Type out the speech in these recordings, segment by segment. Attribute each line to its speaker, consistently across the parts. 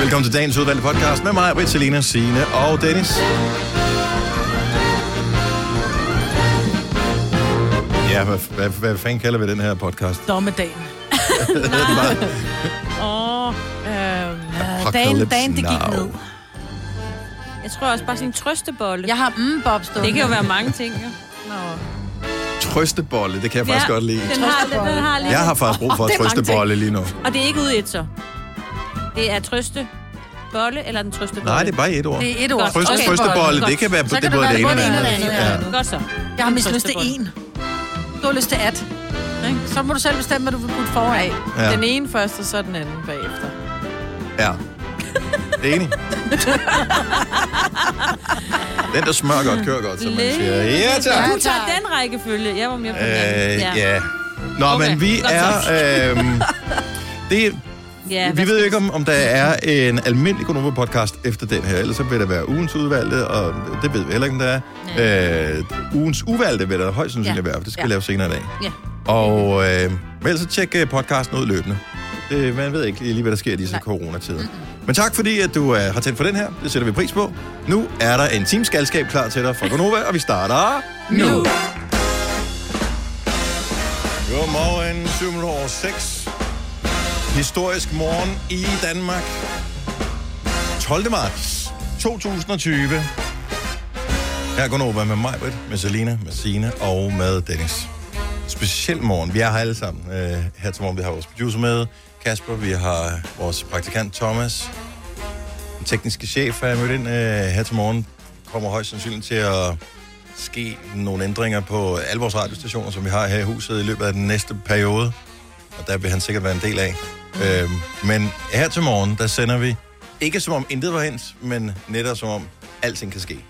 Speaker 1: Velkommen til dagens udvalgte podcast med mig, Britt, Selina, Signe og Dennis. Ja, hvad, hvad, hvad fanden kalder vi den her podcast?
Speaker 2: Dommedagen.
Speaker 3: Åh, øh, dagen,
Speaker 1: Apocalypse
Speaker 3: dagen, det gik
Speaker 1: Now.
Speaker 3: ned. Jeg tror også bare sådan en trøstebolle.
Speaker 2: Jeg har mm, Bob stående.
Speaker 3: Det kan jo være mange ting, jo. Nå.
Speaker 1: Trøstebolle, det kan jeg faktisk godt lide.
Speaker 3: Den har, den, den har lidt.
Speaker 1: Jeg har faktisk brug for
Speaker 3: Åh,
Speaker 1: et
Speaker 3: det er mange
Speaker 1: trøstebolle lige nu.
Speaker 3: Og det er ikke ude i et så. Det er trøstebolle eller den trøstebolle?
Speaker 1: Nej, det er bare et ord.
Speaker 2: Det er et ord.
Speaker 1: Trøst,
Speaker 3: Okay.
Speaker 1: trøstebolle,
Speaker 3: Godt.
Speaker 1: det kan være
Speaker 2: Så
Speaker 1: det,
Speaker 2: kan
Speaker 1: er
Speaker 2: det
Speaker 1: både
Speaker 2: være
Speaker 1: det ene og det
Speaker 2: både det
Speaker 1: andet.
Speaker 2: ene og det
Speaker 1: Ja.
Speaker 2: andet.
Speaker 3: Godt så.
Speaker 2: Jeg har mest lyst til
Speaker 3: Trøstebolle.
Speaker 2: en. Du har lyst til at. Ikke? Så må du selv bestemme, hvad du vil putte foran.
Speaker 4: Nej,
Speaker 1: Ja.
Speaker 4: ja. den ene først, og så den anden bagefter.
Speaker 1: Ja. Enig. Den, der smører godt, kører godt, som man siger. Ja, tak.
Speaker 3: Du tager den rækkefølge. Jeg var mere på den anden.
Speaker 1: Øh, ja. Nå,
Speaker 3: Okay.
Speaker 1: men vi
Speaker 3: Nå,
Speaker 1: er... øhm, det,
Speaker 3: ja
Speaker 1: vi
Speaker 3: hvad-
Speaker 1: ved jo ikke, om, om der er en almindelig Konoba-podcast efter den her. Ellers så vil der være ugens udvalgte, og det ved vi heller ikke, om der er. Øh, ugens uvalgte vil der højst sandsynligt
Speaker 3: Ja.
Speaker 1: være, for det skal
Speaker 3: Ja.
Speaker 1: vi lave senere i dag.
Speaker 3: Ja.
Speaker 1: Og øh, men ellers så tjek øh, podcasten ud løbende. Det, man ved ikke lige, hvad der sker i disse coronatider. Men tak fordi, at du øh, har tændt for den her. Det sætter vi pris på. Nu er der en teamskalskab klar til dig fra Gonova, og vi starter nu. nu. Godmorgen, 7 år 6. Historisk morgen i Danmark. 12. marts 2020. Her går Nova med mig, Britt, med Selina, med Sine og med Dennis. Speciel morgen. Vi er her alle sammen. Øh, her til morgen, vi har vores producer med, Kasper. Vi har vores praktikant Thomas. Den tekniske chef er mødt ind øh, her til morgen. Kommer højst sandsynligt til at ske nogle ændringer på alle vores radiostationer, som vi har her i huset i løbet af den næste periode. Og der vil han sikkert være en del af. Øhm, men her til morgen, der sender vi ikke som om intet var hens, men netop som om alting kan ske. Mm.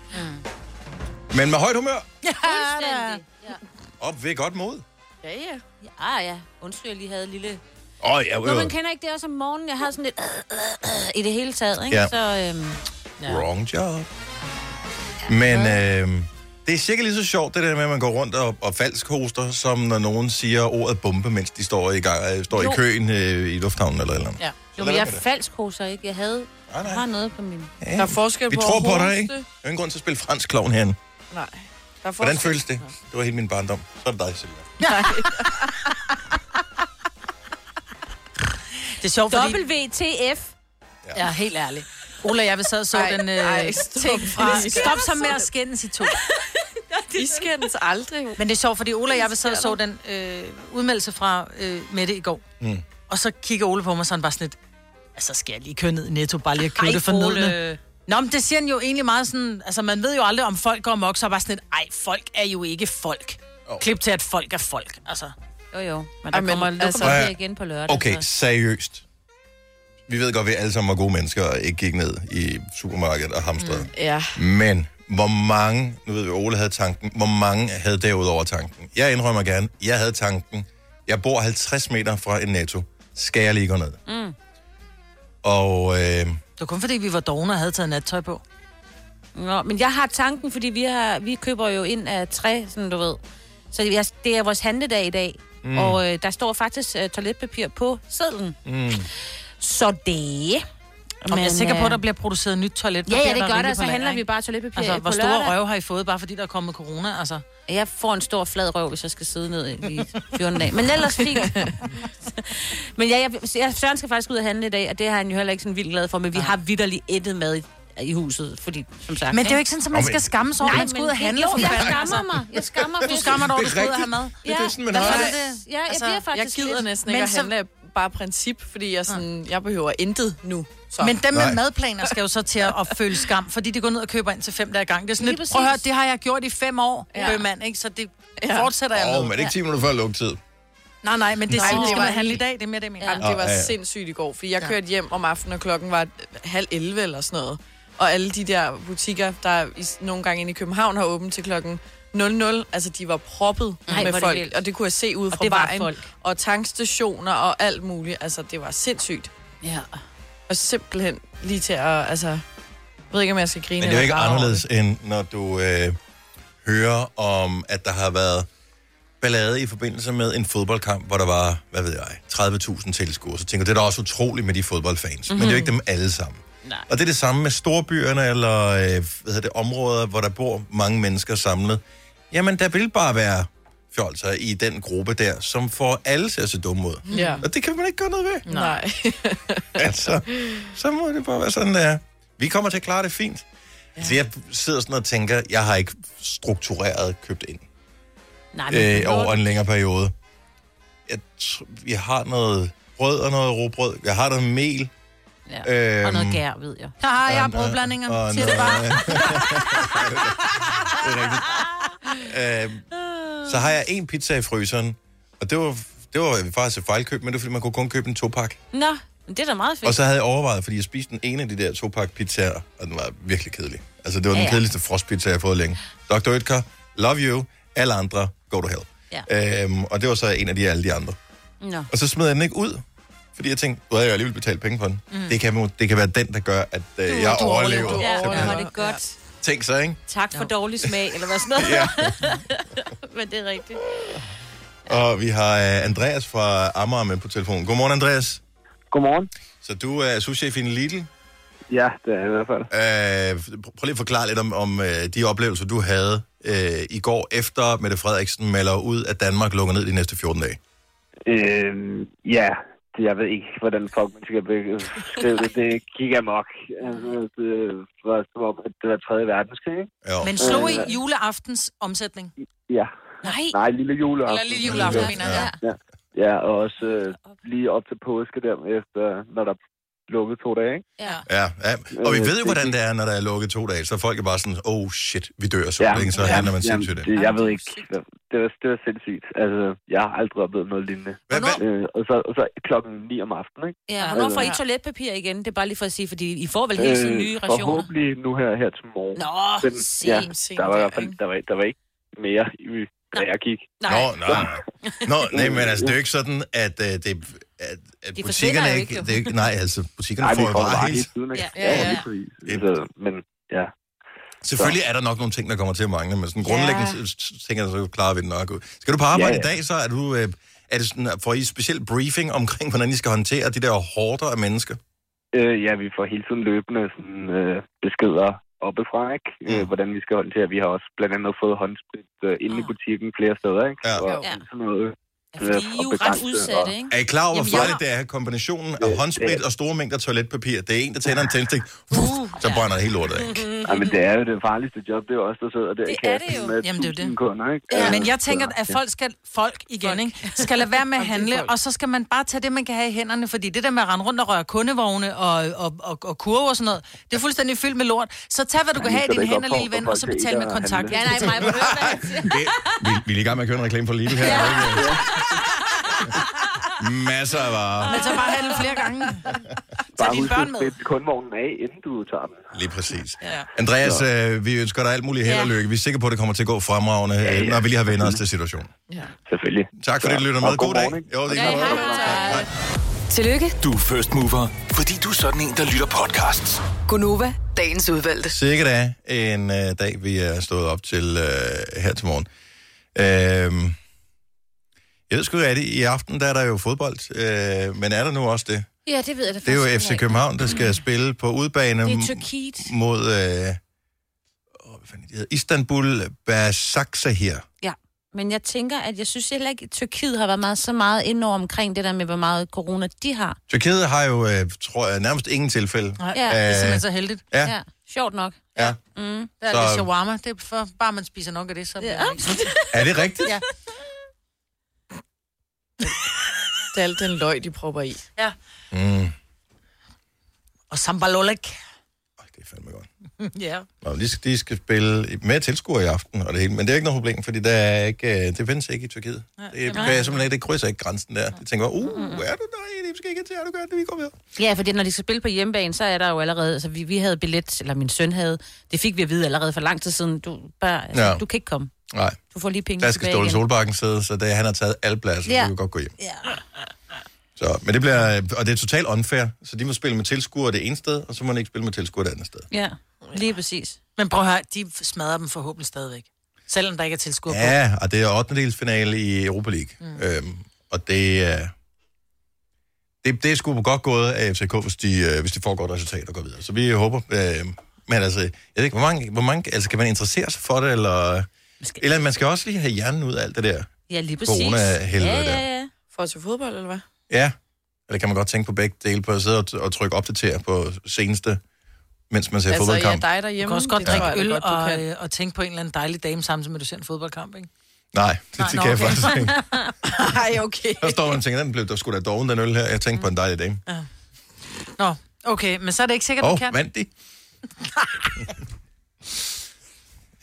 Speaker 1: Men med højt humør
Speaker 3: Fuldstændig. Ja.
Speaker 1: op ved godt mod.
Speaker 4: Ja, ja.
Speaker 3: Ja, Ah ja, undskyld, jeg lige havde en lille...
Speaker 1: Åh, oh, ja,
Speaker 3: Nå,
Speaker 1: øh,
Speaker 3: man kender ikke det også om morgenen. Jeg har sådan lidt... I det hele taget, ikke?
Speaker 1: Ja.
Speaker 3: Så, øhm,
Speaker 1: wrong job. Men øh, det er cirka lige så sjovt, det der med, at man går rundt og, og falsk hoster, som når nogen siger ordet bombe, mens de står i, gang, øh, står i
Speaker 3: Jo.
Speaker 1: køen øh, i lufthavnen eller et eller andet.
Speaker 4: ja.
Speaker 3: jo,
Speaker 1: lad
Speaker 3: men
Speaker 1: være
Speaker 3: jeg
Speaker 1: med det.
Speaker 3: falsk hoser, ikke? Jeg havde...
Speaker 1: Nej, nej.
Speaker 3: Jeg har noget på min...
Speaker 1: Ja.
Speaker 4: Der er forskel
Speaker 1: Vi
Speaker 4: på
Speaker 1: tror
Speaker 4: at
Speaker 1: på dig,
Speaker 4: hoste.
Speaker 1: ikke? Der er ingen grund til at spille fransk klovn herinde.
Speaker 4: Nej. Der er forskel.
Speaker 1: Hvordan føles det? Det var hele min barndom. Så er det dig, Silvia.
Speaker 2: Det er sjovt, fordi...
Speaker 3: WTF.
Speaker 2: Ja, helt ærligt. Ola, jeg vil sad og så
Speaker 4: Ej,
Speaker 2: den øh,
Speaker 4: ej, stop.
Speaker 2: ting fra...
Speaker 4: Vi
Speaker 2: Stop så med at skændes i to.
Speaker 4: I skændes aldrig.
Speaker 2: Men det er sjovt, fordi Ola og jeg sad og så den øh, udmeldelse fra øh, Mette i går. Mm. Og så kigger Ole på mig, så han bare sådan lidt, altså skal jeg lige køre ned i Netto, bare lige at købe det for nedne. Nå, men det siger han jo egentlig meget sådan, altså man ved jo aldrig, om folk går mok, så er bare sådan lidt, ej, folk er jo ikke folk.
Speaker 1: Jo.
Speaker 2: Oh. Klip til, at folk er folk, altså.
Speaker 3: Jo, jo. Men der
Speaker 4: Ej, men
Speaker 3: kommer lukker
Speaker 4: altså-
Speaker 3: altså,
Speaker 1: Ja.
Speaker 3: igen på lørdag.
Speaker 1: Okay,
Speaker 3: Så.
Speaker 1: seriøst. Vi ved godt, at vi alle sammen var gode mennesker og ikke gik ned i supermarkedet og hamstrede.
Speaker 4: Ja.
Speaker 1: Mm. Men hvor mange, nu ved vi, Ole havde tanken, hvor mange havde derudover tanken? Jeg indrømmer gerne, jeg havde tanken. Jeg bor 50 meter fra en netto. Skal jeg lige gå ned? Mm. Og øh,
Speaker 2: Det var kun fordi, vi var dogne og havde taget nattøj på.
Speaker 3: Nå, men jeg har tanken, fordi vi, har, vi køber jo ind af træ, sådan du ved. Så jeg, det er vores handledag i dag. Mm. Og øh, der står faktisk øh, toiletpapir på sedlen. Mm. Så det...
Speaker 2: Og jeg er sikker på, at
Speaker 3: øh,
Speaker 2: der bliver produceret nyt toilet.
Speaker 3: Ja, ja, det gør det, og så handler vi bare toiletpapir
Speaker 2: Altså,
Speaker 3: på
Speaker 2: hvor
Speaker 3: lørdag.
Speaker 2: store røve har I fået, bare fordi der er kommet corona? Altså,
Speaker 3: Jeg får en stor flad røv, hvis jeg skal sidde ned i 14 dage. Men ellers fint. men ja, jeg, jeg, Søren skal faktisk ud og handle i dag, og det har han jo heller ikke sådan vildt glad for, men vi har vidderligt ættet mad i, i huset, fordi som sagt...
Speaker 2: men det er jo ikke sådan, at man
Speaker 1: Nå, men-
Speaker 2: skal skamme sig over, at man skal ud og handle.
Speaker 3: Jo,
Speaker 2: for
Speaker 3: jeg
Speaker 2: fanden, altså.
Speaker 3: skammer mig. Jeg skammer mig.
Speaker 2: Du skammer dig over, at du
Speaker 1: Det er
Speaker 2: skal ud og have mad.
Speaker 1: rigtigt. det er sådan, man
Speaker 3: ja,
Speaker 1: har
Speaker 2: det.
Speaker 3: Ja, jeg
Speaker 2: Altså,
Speaker 3: bliver
Speaker 4: Jeg
Speaker 3: faktisk
Speaker 4: gider
Speaker 3: lidt.
Speaker 4: næsten
Speaker 2: Men
Speaker 4: ikke at
Speaker 2: så-
Speaker 4: handle af bare princip, fordi jeg, sådan, jeg behøver intet nu. Så.
Speaker 2: Men dem med
Speaker 1: Nej.
Speaker 2: madplaner skal jo så til at, at føle skam, fordi de går ned og køber ind til fem dage i gang. Det er sådan
Speaker 3: Lige
Speaker 2: lidt, prøv at høre,
Speaker 3: præcis.
Speaker 2: det har jeg gjort i fem år,
Speaker 4: Ja.
Speaker 2: ja. mand, ikke? Så det
Speaker 4: Ja.
Speaker 2: fortsætter jeg
Speaker 1: Åh,
Speaker 2: med.
Speaker 1: oh, men er det ikke 10 minutter før lukketid?
Speaker 2: Nej, nej, men det er
Speaker 4: Nej,
Speaker 2: sådan,
Speaker 4: det
Speaker 2: skal
Speaker 4: var
Speaker 2: man handle i
Speaker 4: helt-
Speaker 2: dag, det er mere det, jeg mener.
Speaker 4: Jamen, det var
Speaker 1: Ja, ja.
Speaker 4: sindssygt i går, fordi jeg
Speaker 2: Ja.
Speaker 4: kørte hjem om aftenen, og klokken var halv 11 eller sådan noget. Og alle de der butikker, der i, nogle gange inde i København har åbent til klokken 00, altså de var proppet
Speaker 3: Nej, hvor
Speaker 4: Nej, med
Speaker 3: er det
Speaker 4: folk,
Speaker 3: vildt.
Speaker 4: og det kunne jeg se ud fra
Speaker 3: det var
Speaker 4: vejen,
Speaker 3: folk.
Speaker 4: og tankstationer og alt muligt. Altså, det var sindssygt.
Speaker 3: Ja.
Speaker 4: Og simpelthen lige til at, altså, jeg ved ikke, om jeg skal grine.
Speaker 1: Men det er jo ikke
Speaker 4: eller græde over
Speaker 1: anderledes, end når du øh, hører om, at der har været ballade i forbindelse med en fodboldkamp, hvor der var, hvad ved jeg, 30.000 tilskuere. Så tænker jeg, det er da også utroligt med de fodboldfans. Mm-hmm. Men det er jo ikke dem alle sammen. Nej. Og det er det samme med storbyerne, eller øh, hvad hedder det, områder, hvor der bor mange mennesker samlet. Jamen, der vil bare være fjolser i den gruppe der, som får alle til at se dumme ud.
Speaker 4: Ja.
Speaker 1: Og det kan man ikke gøre noget ved.
Speaker 4: Nej.
Speaker 1: Altså, så må det bare være sådan, der. Vi kommer til at klare det fint. Ja. Så jeg sidder sådan og tænker, jeg har ikke struktureret købt ind
Speaker 3: Nej,
Speaker 1: øh,
Speaker 3: men,
Speaker 1: over
Speaker 3: øh,
Speaker 1: en længere periode. Jeg, tr- jeg har noget brød og noget råbrød. Jeg har noget mel.
Speaker 3: ja. og noget
Speaker 1: øhm,
Speaker 3: gær, ved jeg.
Speaker 2: Haha, jeg har
Speaker 1: Og-
Speaker 2: brugt blandinger.
Speaker 1: og
Speaker 2: Siger det
Speaker 1: noget-
Speaker 2: bare.
Speaker 1: det er rigtigt. Øhm, så har jeg en pizza i fryseren, og det var, det var faktisk et fejlkøb, men det var, fordi man kunne kun købe en topak.
Speaker 3: Nå, men det er da meget fedt.
Speaker 1: Og så havde jeg overvejet, fordi jeg spiste den ene af de der topak pizzaer, og den var virkelig kedelig. Altså, det var den
Speaker 3: Ja, ja.
Speaker 1: kedeligste frostpizza, jeg har fået længe. Dr. Oetker, love you. Alle andre, go to hell. Ja. Øhm, og det var så en af de alle de andre.
Speaker 3: Nå.
Speaker 1: Og så smed jeg den ikke ud, fordi jeg tænkte, du havde jo alligevel betalt penge for den. Mm. Det, kan, må- det kan være den, der gør, at øh, jeg
Speaker 4: du overlever.
Speaker 1: overlever.
Speaker 3: Ja,
Speaker 1: simpelthen.
Speaker 3: det var
Speaker 4: overlever.
Speaker 3: det godt.
Speaker 1: Tænk så, ikke?
Speaker 3: Tak for dårlig smag, eller hvad sådan noget.
Speaker 1: Ja.
Speaker 3: Men det er rigtigt.
Speaker 1: Og vi har øh, Andreas fra Amager med på telefonen. Godmorgen, Andreas.
Speaker 5: Godmorgen.
Speaker 1: Så du er souschef i en Lidl.
Speaker 5: Ja, det er jeg i hvert fald.
Speaker 1: Øh, pr- prøv lige at forklare lidt om, om øh, de oplevelser, du havde øh, i går, efter Mette Frederiksen melder ud, at Danmark lukker ned de næste 14 dage.
Speaker 5: Øhm, ja, det- jeg ved ikke, hvordan fuck man skal beskrive det. Det gik amok. Altså, Det var som om, at det var 3. verdenskrig, ikke? Øh,
Speaker 1: Jo.
Speaker 2: Men slog I juleaftens omsætning?
Speaker 5: Ja.
Speaker 3: Nej,
Speaker 5: Nej, lille juleaften.
Speaker 2: Eller lille juleaften, mener jeg. Ja.
Speaker 5: Ja, og også øh, lige op til påske der, efter, når der lukkede to dage, ikke?
Speaker 3: ja.
Speaker 1: Ja, ja, og
Speaker 5: Øh,
Speaker 1: vi ved jo, hvordan det er, når der er lukket to dage, så folk er bare sådan, oh shit, vi dør så længe, så handler man
Speaker 5: jamen,
Speaker 1: sindssygt det.
Speaker 5: det. Jeg ved ikke. Det var, det var sindssygt. Altså, jeg har aldrig oplevet noget lignende.
Speaker 1: Hvad, hvad,
Speaker 5: Øh, og, så, og så klokken 9 om aftenen, ikke? Øh,
Speaker 3: Ja, hvornår får I
Speaker 4: Ja.
Speaker 3: toiletpapir igen? Det er bare lige for at sige, fordi I får vel hele tiden nye rationer.
Speaker 5: Forhåbentlig nu her, her til morgen.
Speaker 3: Nå,
Speaker 5: Men, ja,
Speaker 3: sent.
Speaker 5: der var i hvert fald der var, der var ikke mere, i- da jeg gik.
Speaker 3: Nej,
Speaker 1: Nå, nej, nej. Nå, nej, men altså, det er jo ikke sådan, at, øh, det, at, at
Speaker 3: De forsvinder
Speaker 1: butikkerne
Speaker 3: jo
Speaker 1: ikke...
Speaker 3: ikke, jo.
Speaker 1: Det er ikke nej, altså, butikkerne
Speaker 5: Nej,
Speaker 1: får
Speaker 5: vi
Speaker 1: jo
Speaker 5: kom
Speaker 1: bare
Speaker 5: bare hele
Speaker 1: helt...
Speaker 5: tiden, ikke?
Speaker 3: Ja,
Speaker 4: ja, ja.
Speaker 5: lige præcis. Så, men ja,
Speaker 1: Selvfølgelig er der nok nogle ting, der kommer til at mangle, men sådan grundlæggende ja. tænker jeg, så klarer vi det nok. ud. Skal du på arbejde ja,
Speaker 5: Ja,
Speaker 1: ja.
Speaker 5: ja.
Speaker 1: i dag, så er du... Øh, er det sådan, at får I speciel briefing omkring, hvordan I skal håndtere de der hårder af mennesker?
Speaker 5: øh, ja, vi får hele tiden løbende sådan, øh, beskeder oppefra, ikke? Øh,
Speaker 1: Mm.
Speaker 5: hvordan vi skal håndtere. Vi har også blandt andet fået håndsprit øh, inde i
Speaker 3: Ah.
Speaker 5: butikken flere steder, ikke?
Speaker 1: Ja.
Speaker 5: Og
Speaker 3: Ja.
Speaker 5: sådan noget. øh,
Speaker 3: Ja, fordi I er jo ret udsatte, ikke?
Speaker 1: Er I klar over, hvor
Speaker 3: Jamen, jeg-
Speaker 1: farligt det er? Kombinationen af håndsprit og store mængder toiletpapir. Det er en, der tænder en tændstik,
Speaker 3: Uh,
Speaker 1: så brænder det hele lortet af.
Speaker 5: Ja, men det er jo det farligste job, det er jo os, der sidder
Speaker 3: Det
Speaker 5: der i
Speaker 3: er det
Speaker 5: kassen
Speaker 3: jo.
Speaker 5: med
Speaker 2: Jamen, det er jo det.
Speaker 5: tusind kunder, ikke?
Speaker 2: Ja.
Speaker 5: Øh,
Speaker 2: Men jeg
Speaker 5: så-
Speaker 2: tænker, at
Speaker 5: ja.
Speaker 2: folk skal, folk igen,
Speaker 4: Folk.
Speaker 2: Ikke? skal lade være med at handle,
Speaker 4: folk.
Speaker 2: og så skal man bare tage det, man kan have i hænderne, fordi det der med at rende rundt og røre kundevogne og, og, og, og kurve og sådan noget, det er fuldstændig fyldt med lort. Så tag, hvad du kan
Speaker 5: vi
Speaker 2: have i
Speaker 5: skal da
Speaker 2: dine
Speaker 5: ikke
Speaker 2: hænder, lille
Speaker 5: opfordre
Speaker 2: ven,
Speaker 5: folk
Speaker 2: og så
Speaker 5: til
Speaker 2: betal
Speaker 5: ikke
Speaker 2: med
Speaker 5: at
Speaker 2: kontakt.
Speaker 5: handle.
Speaker 3: Ja, nej, mig, hvor
Speaker 1: Det, vi, vi er i gang med at køre en reklame for Lidl her. Ja. Masser af varer.
Speaker 2: Men så bare handle flere gange. Tag
Speaker 5: Bare
Speaker 2: dine
Speaker 5: husk
Speaker 2: børn
Speaker 5: at
Speaker 2: med.
Speaker 5: sætte kundvognen af, inden du tager den.
Speaker 1: Lige præcis. Ja. Andreas, øh, vi ønsker dig alt muligt held og
Speaker 3: Ja.
Speaker 1: lykke. Vi er sikre på, at det kommer til at gå fremragende, ja, ja.
Speaker 5: ja.
Speaker 1: når vi lige har vendt os til situationen.
Speaker 5: Selvfølgelig.
Speaker 1: Tak fordi
Speaker 5: Ja.
Speaker 1: du lytter
Speaker 5: Og
Speaker 1: med. God dag.
Speaker 5: godmorgen, ikke?
Speaker 1: Jo, det er
Speaker 3: Ja,
Speaker 1: godt.
Speaker 3: hej, hej.
Speaker 6: Tillykke,
Speaker 7: Du er first mover, fordi du er sådan en, der lytter podcasts.
Speaker 6: Gunova, dagens udvalgte.
Speaker 1: Sikkert er en øh, dag, vi er stået op til øh, her til morgen. Øh, jeg ved sgu ikke, er det i aften, der er der jo fodbold, øh, men er der nu også det?
Speaker 3: Ja, det ved jeg da
Speaker 1: Det er jo øhm,
Speaker 3: faktisk
Speaker 1: FC
Speaker 3: heller
Speaker 1: København, der skal spille på udbane
Speaker 3: ikke. Mm. Det
Speaker 1: m-
Speaker 3: er Tyrkiet.
Speaker 1: mod øh, åh, hvad fanden er de hedder? Istanbul Basaksa her.
Speaker 3: Men jeg tænker, at jeg synes heller ikke, at Tyrkiet har været meget, så meget inde over omkring det der med, hvor meget corona de har.
Speaker 1: Tyrkiet har jo, øh, tror jeg, nærmest ingen tilfælde.
Speaker 2: Nej,
Speaker 3: Ja.
Speaker 2: det er simpelthen så heldigt.
Speaker 1: Ja,
Speaker 3: Ja, sjovt nok.
Speaker 1: ja.
Speaker 3: Mm.
Speaker 2: Der er så...
Speaker 1: Så- øhm,
Speaker 2: det shawarma. Det er for, bare man spiser nok af det, så...
Speaker 3: Ja.
Speaker 2: Ja.
Speaker 1: Er det rigtigt?
Speaker 2: Ja.
Speaker 4: Det er alt den løg, de propper i.
Speaker 1: Mm.
Speaker 2: Og sambalolek.
Speaker 1: Øj, det er fandme godt.
Speaker 2: Ja.
Speaker 1: Nå, de, skal, de skal spille med tilskuere i aften og det hele, men det er ikke noget problem, fordi der er ikke, øh, det findes ikke i Tyrkiet. Det, kan jeg simpelthen ikke, det krydser ikke grænsen der. De tænker, uh, er du der? Det skal ikke til, er du gør det, vi går med.
Speaker 3: Ja, fordi når de skal spille på hjemmebane, så er der jo allerede... Altså, vi, vi havde billet, eller min søn havde. Det fik vi at vide allerede for lang tid siden. Du, bare, altså,
Speaker 1: Ja.
Speaker 3: ja. du kan ikke komme.
Speaker 1: Nej,
Speaker 3: Du får lige penge
Speaker 1: der skal
Speaker 3: tilbage
Speaker 1: Ståle
Speaker 3: igen.
Speaker 1: Solbakken sidde, så det, han har taget alle pladser, ja. så
Speaker 3: Ja.
Speaker 1: du kan godt gå hjem.
Speaker 3: Ja.
Speaker 1: Så, men det bliver, øh, og det er totalt unfair, så de må spille med tilskuere det ene sted, og så må de ikke spille med tilskuere det andet sted.
Speaker 3: ja, lige præcis.
Speaker 2: Men prøv at høre, de smadrer dem forhåbentlig stadigvæk. Selvom der ikke er tilskuer på.
Speaker 1: Ja, og det er 8. finale i Europa League. Mm. Øhm, og det er... Det, det er sgu godt gået af FCK, hvis de, øh, hvis de får godt resultat og går videre. Så vi håber... Øh, men altså, jeg ved ikke, hvor mange, hvor mange... Altså, kan man interessere sig for det, eller...
Speaker 3: Måske.
Speaker 1: Eller man skal også lige have hjernen ud af alt det der.
Speaker 3: Ja, lige præcis.
Speaker 1: Corona-helvede
Speaker 3: ja, ja,
Speaker 1: der.
Speaker 3: ja.
Speaker 4: For at se fodbold, eller hvad?
Speaker 1: Ja. Eller kan man godt tænke på begge dele, på at sidde og, og trykke opdater på seneste, mens man
Speaker 4: Altså,
Speaker 1: ser altså,
Speaker 4: ja,
Speaker 1: fodboldkamp?
Speaker 4: dig
Speaker 2: Du
Speaker 4: derhjemme.
Speaker 2: kan også godt
Speaker 4: det tror
Speaker 2: drikke
Speaker 4: jeg da
Speaker 2: øl
Speaker 4: godt, du
Speaker 2: og,
Speaker 4: kan.
Speaker 2: øh, og tænke på en eller anden dejlig dame samtidig med, at du ser en fodboldkamp, ikke?
Speaker 1: Nej, det,
Speaker 2: Nej,
Speaker 1: det
Speaker 2: nå,
Speaker 1: kan jeg
Speaker 2: okay.
Speaker 1: faktisk ikke.
Speaker 4: Ej, okay.
Speaker 1: Der står man og tænker, den blev der skulle da doven, den øl her. Jeg tænkte på en dejlig dame.
Speaker 2: Nå, okay, men så er det ikke sikkert,
Speaker 1: Åh,
Speaker 2: oh, du
Speaker 1: oh,
Speaker 2: kan.
Speaker 1: vandt de?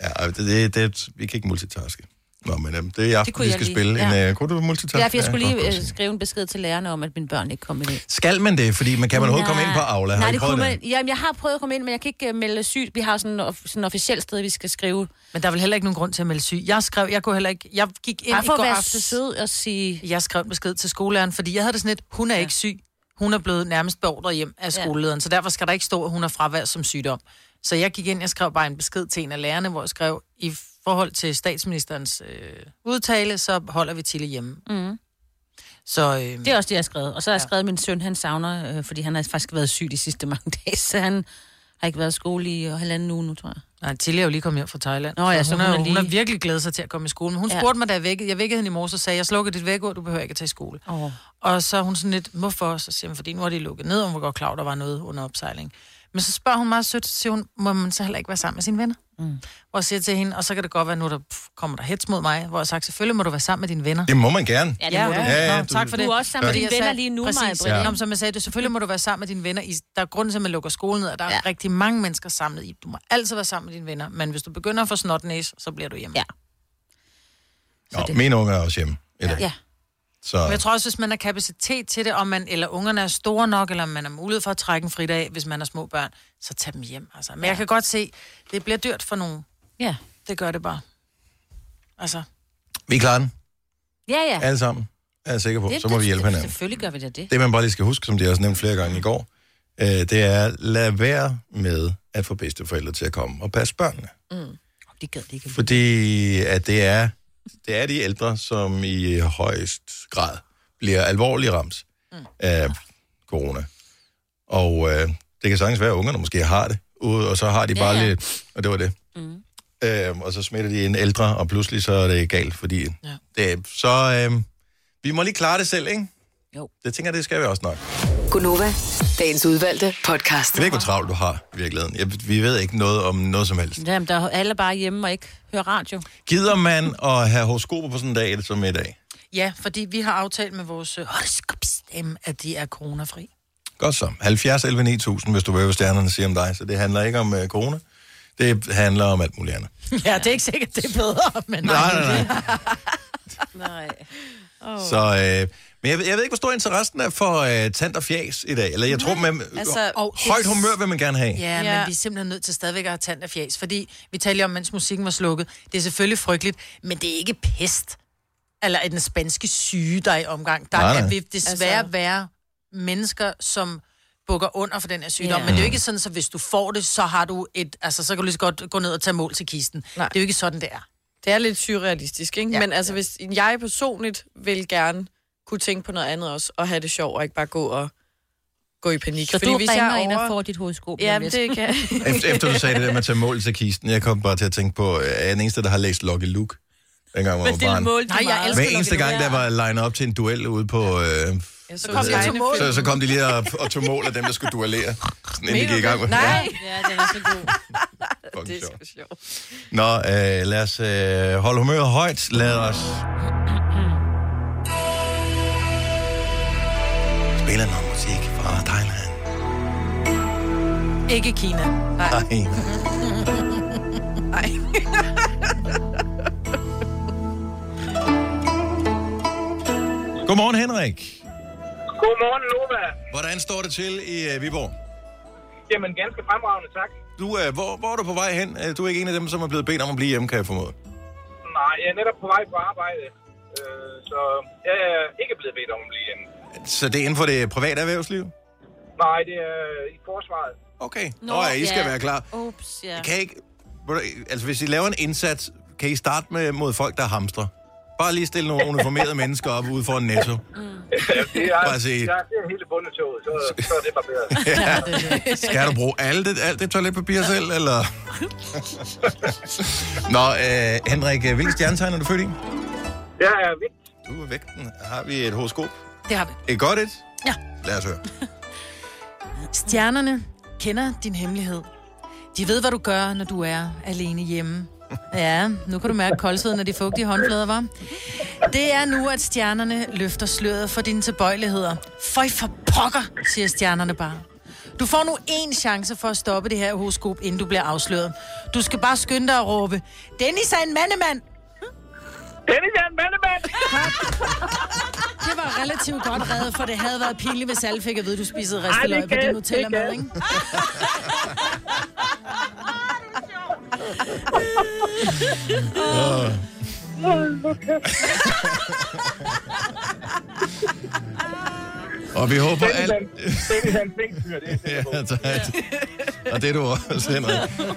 Speaker 1: ja, ej, det, det, det, vi kan ikke multitaske. Nå, men øhm, det er i aften,
Speaker 3: kunne
Speaker 1: vi
Speaker 3: jeg
Speaker 1: skal
Speaker 3: lige.
Speaker 1: spille. Ja. En,
Speaker 3: Ja.
Speaker 1: øh, kunne du multitaske?
Speaker 3: Ja, for jeg skulle
Speaker 1: godt,
Speaker 3: lige
Speaker 1: godt.
Speaker 3: øh, skrive en besked til lærerne om, at mine børn ikke kom i dag.
Speaker 1: Skal man det? Fordi man kan man overhovedet komme ind på Aula. Har
Speaker 3: Nej,
Speaker 1: I
Speaker 3: det
Speaker 1: prøvet
Speaker 3: kunne man. Jamen, jeg har prøvet at komme ind, men jeg kan ikke øh, melde syg. Vi har jo sådan et sådan officielt sted, vi skal skrive.
Speaker 2: Men der er vel heller ikke nogen grund til at melde syg. Jeg skrev, jeg kunne heller ikke, jeg gik ind
Speaker 3: Bare
Speaker 2: i
Speaker 3: for at
Speaker 2: går
Speaker 3: være
Speaker 2: aftes.
Speaker 3: sød og sige...
Speaker 2: Jeg skrev en besked til skolelæreren, fordi jeg havde det sådan lidt, hun er ja. ikke syg. Hun er blevet nærmest beordret hjem af
Speaker 3: Ja.
Speaker 2: skolelederen, så derfor skal der ikke stå, at hun har fravær som sygdom. Så jeg gik ind, jeg skrev bare en besked til en af lærerne, hvor jeg skrev, i forhold til statsministerens øh, udtale, så holder vi til hjemme. Mm. Så øh,
Speaker 3: Det er også det, jeg har skrevet. Og så har jeg skrevet, at min søn han savner, øh, fordi han har faktisk været syg de sidste mange dage, så han har ikke været i skole i øh, halvanden uge nu, tror jeg.
Speaker 2: Nej, Tilly er jo lige kommet hjem fra Thailand.
Speaker 3: Nå ja, så
Speaker 2: hun, er,
Speaker 3: hun er
Speaker 2: jo-
Speaker 3: lige-
Speaker 2: hun har virkelig glædet sig til at komme i skole. Men hun
Speaker 3: Ja.
Speaker 2: ja. spurgte mig, da jeg vækkede. Jeg vækkede hende i morges og sagde, jeg slukker dit vækord, du behøver ikke at tage i skole.
Speaker 3: Åh.
Speaker 2: Og så er hun sådan lidt, hvorfor? Så siger hun, fordi nu er de lukket ned, og hun var godt klar, over, der var noget under opsejling. Men så spørger hun meget sødt, så siger hun, må man så heller ikke være sammen med sine venner? Mm. Og jeg siger til hende, og så kan det godt være, nu der pff, kommer der hets mod mig, hvor jeg har sagt, selvfølgelig må du være sammen med dine venner.
Speaker 1: Det må man gerne.
Speaker 3: Ja, det må du.
Speaker 1: Ja, ja,
Speaker 2: Nå,
Speaker 1: du-
Speaker 2: tak for
Speaker 3: Du
Speaker 2: det.
Speaker 3: er også sammen med
Speaker 2: Fordi
Speaker 3: dine
Speaker 2: jeg
Speaker 3: venner
Speaker 2: sagde-
Speaker 3: lige nu,
Speaker 2: Præcis.
Speaker 3: Maja-Britt,
Speaker 2: Ja.
Speaker 3: ikke?
Speaker 2: Nå, men som jeg sagde, du, selvfølgelig må du være sammen med dine venner. I, der er grunden til, at man lukker skolen ned, og der er
Speaker 3: Ja.
Speaker 2: ja. rigtig mange mennesker samlet i. Du må altid være sammen med dine venner, men hvis du begynder at få snotnæs, så bliver du hjemme.
Speaker 3: Ja.
Speaker 1: Nå, mine unger er også hjemme i dag.
Speaker 3: Ja.
Speaker 1: Så
Speaker 2: Men jeg tror også, hvis man har kapacitet til det, om man, eller ungerne er store nok, eller om man har mulighed for at trække en fridag, hvis man har små børn, så tag dem hjem. Altså. Men ja. jeg kan godt se, det bliver dyrt for nogen.
Speaker 3: Ja.
Speaker 2: Det gør det bare. Altså,
Speaker 1: vi klarer den
Speaker 3: Ja, ja.
Speaker 1: alle sammen. Er jeg sikker på.
Speaker 3: Det-
Speaker 1: Så må
Speaker 3: det-
Speaker 1: vi hjælpe
Speaker 3: det-
Speaker 1: hinanden.
Speaker 3: Selvfølgelig gør vi da det.
Speaker 1: Det, man bare lige skal huske, som de også nævnte flere gange i går, øh, det er, lad være med at få bedsteforældre til at komme og passe børnene.
Speaker 3: Mm. Det gad det ikke.
Speaker 1: Fordi at det er, det er de ældre, som i højst grad bliver alvorligt ramt mm. af corona. Og øh, det kan sagtens være, at ungerne måske har det, ude, og så har de bare
Speaker 3: Ja,
Speaker 1: ja,
Speaker 3: ja.
Speaker 1: ja. lidt, og det var det. Mm. Øh, og så smitter de en ældre, og pludselig så er det galt, fordi ja. det, er- så øh, vi må lige klare det selv, ikke?
Speaker 3: Jo.
Speaker 1: Det tænker jeg, det skal vi også nok.
Speaker 6: Gunova, dagens udvalgte podcast.
Speaker 1: Jeg ved ikke, hvor travlt du har i virkeligheden. Jeg, vi ved ikke noget om noget som helst.
Speaker 3: Jamen, der er alle bare hjemme og ikke hører radio.
Speaker 1: Gider man at have horoskoper på sådan en dag som i dag?
Speaker 2: ja, fordi vi har aftalt med vores øh, horoskopstemme, at de er coronafri.
Speaker 1: Godt så. 70 11 9000, hvis du vil, hvad stjernerne siger om dig. Så det handler ikke om uh, corona. Det handler om alt muligt andet.
Speaker 2: Ja, det er ikke sikkert, det er bedre, men
Speaker 1: Nej, nej, nej.
Speaker 3: Nej.
Speaker 1: Så, øh, men jeg, ved- jeg ved ikke, hvor stor interessen er for øh, tand og fjæs i dag. Eller jeg tror, man, altså,
Speaker 4: altså,
Speaker 1: højt humør vil man gerne have.
Speaker 2: Ja,
Speaker 4: Ja.
Speaker 2: ja, men vi er simpelthen nødt til stadigvæk at have tand af fjas, fordi vi talte jo om, mens musikken var slukket. Det er selvfølgelig frygteligt, men det er ikke pest. Eller den spanske syge, der er i omgang. Der
Speaker 1: Nej,
Speaker 2: nej,
Speaker 1: nej.
Speaker 2: nej. vil desværre
Speaker 4: Altså-
Speaker 2: altså... være mennesker, som bukker under for den her sygdom.
Speaker 3: Ja.
Speaker 2: Ja. Men det er jo ikke sådan, så hvis du får det, så har du et... Altså, så kan du lige så godt gå ned og tage mål til kisten.
Speaker 4: Nej.
Speaker 2: Nej. Det er jo ikke sådan, det er.
Speaker 4: Det er lidt surrealistisk, ikke? Ja,
Speaker 2: Ja.
Speaker 4: Men altså, hvis jeg personligt vil gerne kunne tænke på noget andet også, og have det sjovt, og ikke bare gå og gå i panik.
Speaker 3: Så du
Speaker 4: hvis
Speaker 3: ringer
Speaker 4: jeg er
Speaker 3: ind og
Speaker 4: over-
Speaker 3: får dit hovedsko.
Speaker 4: Ja, men det kan
Speaker 1: Efter, efter du sagde det der med at tage mål til kisten, jeg kom bare til at tænke på, at jeg er den eneste, der har læst Lucky Luke, dengang jeg var barn.
Speaker 2: Nej, jeg
Speaker 1: Hver
Speaker 2: elsker
Speaker 1: eneste gang, der var line op til en duel ude på... Øh,
Speaker 4: Jeg
Speaker 1: så,
Speaker 4: så kom de til mål.
Speaker 1: så, så kom de lige og, og tog mål af dem, der skulle duellere, sådan, inden de
Speaker 4: Mener
Speaker 1: gik i
Speaker 4: du
Speaker 1: gang.
Speaker 4: det?
Speaker 1: Ja,
Speaker 4: Nej,
Speaker 3: Ja, det var så god.
Speaker 1: fucking
Speaker 4: det er
Speaker 1: sjovt.
Speaker 4: sgu sjovt.
Speaker 1: Nå, øh, lad os øh, holde humøret højt. Lad os... Spille noget musik fra Thailand.
Speaker 2: Ikke Kina.
Speaker 1: Nej.
Speaker 4: Nej.
Speaker 1: Godmorgen, Henrik.
Speaker 8: Godmorgen, Nova.
Speaker 1: Hvordan står det til i øh, Viborg?
Speaker 8: Jamen, ganske fremragende, tak.
Speaker 1: Du, øh, hvor, hvor er du på vej hen? Øh, Du er ikke en af dem, som er blevet bedt om at blive hjemme, kan jeg formode.
Speaker 8: Nej, jeg er netop på vej på arbejde, øh, så jeg er ikke blevet bedt om at blive hjemme.
Speaker 1: Så det er inden for det private erhvervsliv?
Speaker 8: Nej, det er i forsvaret.
Speaker 1: Okay. Nå, Nå ja, I skal
Speaker 3: ja.
Speaker 1: være klar.
Speaker 3: Ups, ja.
Speaker 1: Kan I ikke... ved du, Altså, hvis I laver en indsats, kan I starte med mod folk, der hamstrer? Bare lige stille nogle uniformerede mennesker op ude for en netto.
Speaker 9: Det er,
Speaker 1: Bare se.
Speaker 9: jeg ser hele bundetoget, så, så er det barberet.
Speaker 1: Ja. Skal du bruge alt det, alt det toiletpapir selv, eller? Nå, øh, Henrik, øh, hvilket stjernetegn er du født i?
Speaker 9: Jeg er vidt.
Speaker 1: Du er vægten. Har vi et horoskop?
Speaker 2: Det har vi.
Speaker 1: Et godt et?
Speaker 2: Ja.
Speaker 1: Lad os høre.
Speaker 2: Stjernerne kender din hemmelighed. De ved, hvad du gør, når du er alene hjemme. Ja, nu kan du mærke koldsveden af de fugtige håndflader, var. Det er nu, at stjernerne løfter sløret for dine tilbøjeligheder. Føj for pokker, siger stjernerne bare. Du får nu én chance for at stoppe det her horoskop, inden du bliver afsløret. Du skal bare skynde dig at råbe, Dennis er en mandemand!
Speaker 9: Dennis er en mandemand!
Speaker 2: Det var relativt godt reddet, for det havde været pinligt, hvis alle fik at vide, at du spisede
Speaker 9: Ej,
Speaker 2: risteløg
Speaker 9: det
Speaker 2: på
Speaker 9: kan-
Speaker 2: din
Speaker 9: det kan.
Speaker 2: Nutella-mad, ikke?
Speaker 1: Og vi håber
Speaker 9: Dennis
Speaker 1: alt...
Speaker 9: er en, Dennis er en flink fyr, det er jeg sikker på.
Speaker 1: Ja, tak. Og det er du også, Henrik.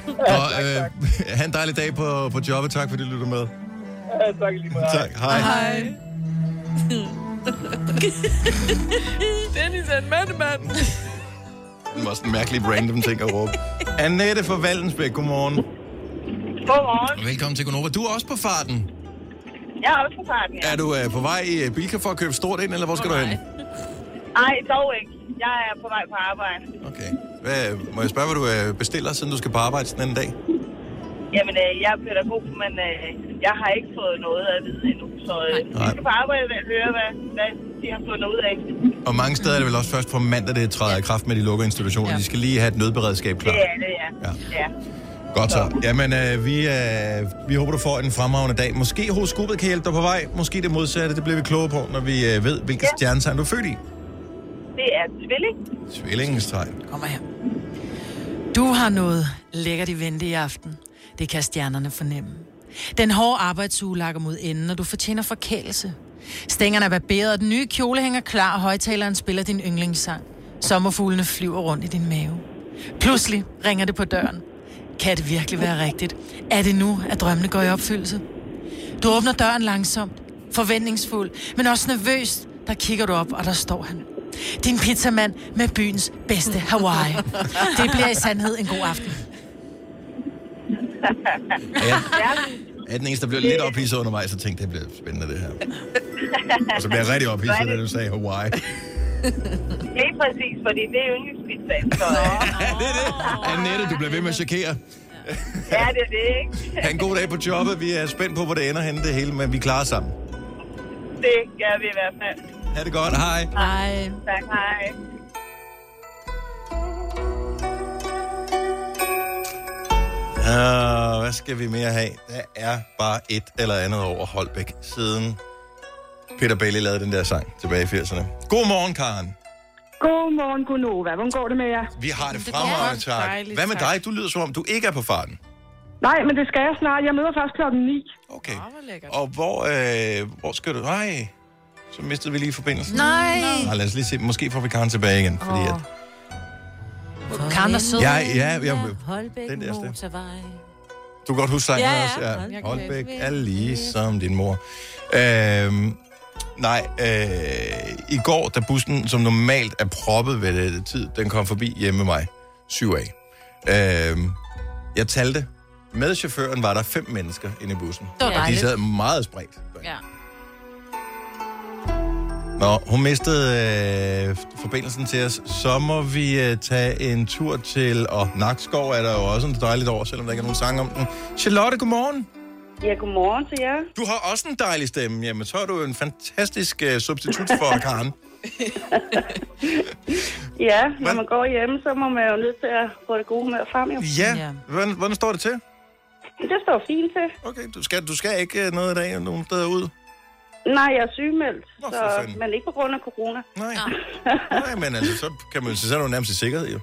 Speaker 1: Og øh, have en dejlig dag på, på jobbet. Tak fordi du lytter med.
Speaker 9: Ja, tak i lige meget.
Speaker 1: Tak. Hej.
Speaker 10: Dennis er en mandemand.
Speaker 1: Det var sådan en mærkelig random ting at råbe. Annette fra Valdensbæk, godmorgen.
Speaker 11: Godmorgen.
Speaker 1: Og velkommen til Gonova. Du er også på farten.
Speaker 11: Jeg er også fra farten, ja.
Speaker 1: Er du øh, på vej i øh, Bilka for at købe stort ind, eller hvor skal du hen?
Speaker 11: Ej, dog ikke. Jeg er på vej på arbejde.
Speaker 1: Okay. Hvad, må jeg spørge, hvad du øh, bestiller, siden du skal på arbejde sådan en dag?
Speaker 11: Jamen, øh, jeg er pædagog, men øh, jeg har ikke fået noget at vide endnu. Så øh, vi
Speaker 1: Nej.
Speaker 11: skal på arbejde og høre, hvad, hvad de har fundet ud af.
Speaker 1: Og mange steder er det vel også først på mandag, det træder i kraft med de lukkede institutioner.
Speaker 2: Ja.
Speaker 1: De skal lige have et nødberedskab klar.
Speaker 11: Det er det, ja.
Speaker 1: Ja.
Speaker 11: ja.
Speaker 1: Godt så. Jamen, øh, vi, øh, vi håber, du får en fremragende dag. Måske horoskopet kan hjælpe dig på vej. Måske det modsatte. Det bliver vi klogere på, når vi øh, ved, hvilket ja. stjernetegn du er født i.
Speaker 11: Det er tvilling.
Speaker 1: Tvillingestegn.
Speaker 2: Kommer her. Du har noget lækkert i vente i aften. Det kan stjernerne fornemme. Den hårde arbejdsuge lakker mod enden, og du fortjener forkælelse. Stængerne er barberet, og den nye kjole hænger klar, og højtaleren spiller din yndlingssang. Sommerfuglene flyver rundt i din mave. Pludselig ringer det på døren. Kan det virkelig være rigtigt? Er det nu, at drømmene går i opfyldelse? Du åbner døren langsomt, forventningsfuld, men også nervøst. Der kigger du op, og der står han. Din pizzamand med byens bedste Hawaii. Det bliver i sandhed en god aften.
Speaker 1: Er jeg, er jeg den eneste, der blev lidt ophidset undervejs, og tænkte, det bliver spændende det her. Og så blev jeg rigtig ophidset, da du sagde Hawaii.
Speaker 11: Lige præcis, fordi det er yndlingspizzaen. Så øh,
Speaker 1: Ja, det er det. Annette, du bliver ved med at chokere.
Speaker 11: ja, det er det, ikke?
Speaker 1: Ha' en god dag på jobbet. Vi er spændt på, hvor det ender henne det hele, men vi klarer sammen.
Speaker 11: Det gør vi i hvert fald.
Speaker 1: Ha' det godt. Hej.
Speaker 2: Ej,
Speaker 11: Tak, hej.
Speaker 1: Uh, hvad skal vi mere have? Der er bare et eller andet over Holbæk, siden Peter Bailey lavede den der sang tilbage i 80'erne. Godmorgen, Karen.
Speaker 11: Godmorgen, Gunova. Hvordan går det med jer?
Speaker 1: Vi har det
Speaker 10: Det
Speaker 1: fremragende,
Speaker 10: går
Speaker 1: tak.
Speaker 10: dejligt,
Speaker 1: Hvad med
Speaker 10: tak.
Speaker 1: dig? Du lyder som om, du ikke er på farten.
Speaker 11: Nej, men det skal jeg snart. Jeg møder først klokken 9.
Speaker 1: Okay.
Speaker 10: Åh, hvor lækkert.
Speaker 1: Og hvor, øh, hvor skal du? Nej, så mistede vi lige forbindelsen.
Speaker 2: nej.
Speaker 1: Nej, lad os lige se. Måske får vi Karen tilbage igen, fordi at...
Speaker 2: Karen var sød.
Speaker 1: Ja, ja, ja,
Speaker 12: Holbæk
Speaker 1: den der sted.
Speaker 12: Motorvej.
Speaker 1: Du kan godt huske sangen
Speaker 12: Ja,
Speaker 1: ja,
Speaker 12: ja.
Speaker 1: også. Ja.
Speaker 12: Holbæk.
Speaker 1: Holbæk er ligesom din mor. Øhm, nej, øh, i går, da bussen, som normalt er proppet ved det tid, den kom forbi hjemme med mig. 7A. Øhm, jeg talte. Med chaufføren var der fem mennesker inde i bussen.
Speaker 2: Det var
Speaker 1: Og de
Speaker 2: dejligt.
Speaker 1: sad meget spredt.
Speaker 12: Ja.
Speaker 1: Nå, hun mistede øh, forbindelsen til os. Så må vi øh, tage en tur til... Og Nakskov er der jo også en dejligt år, selvom der ikke er nogen sang om den. Charlotte, godmorgen.
Speaker 11: Ja, godmorgen til jer.
Speaker 1: Du har også en dejlig stemme. Jamen, så er du en fantastisk uh, substitut for Karen.
Speaker 11: Ja,
Speaker 1: Hvad?
Speaker 11: når man går hjemme, så må man jo nødt til at få det gode med frem, jo.
Speaker 1: Ja,
Speaker 2: Ja.
Speaker 1: hvordan, hvordan står det til?
Speaker 11: Men Det står fint til.
Speaker 1: Okay, du skal, du skal ikke øh, noget i dag nogen steder ud?
Speaker 11: Nej, jeg er sygemeldt,
Speaker 1: Nå, for
Speaker 11: så,
Speaker 1: fanden.
Speaker 11: men ikke på grund af corona.
Speaker 1: Nej. Nej, men altså, så kan man sige, så er du nærmest i sikkerhed, jo.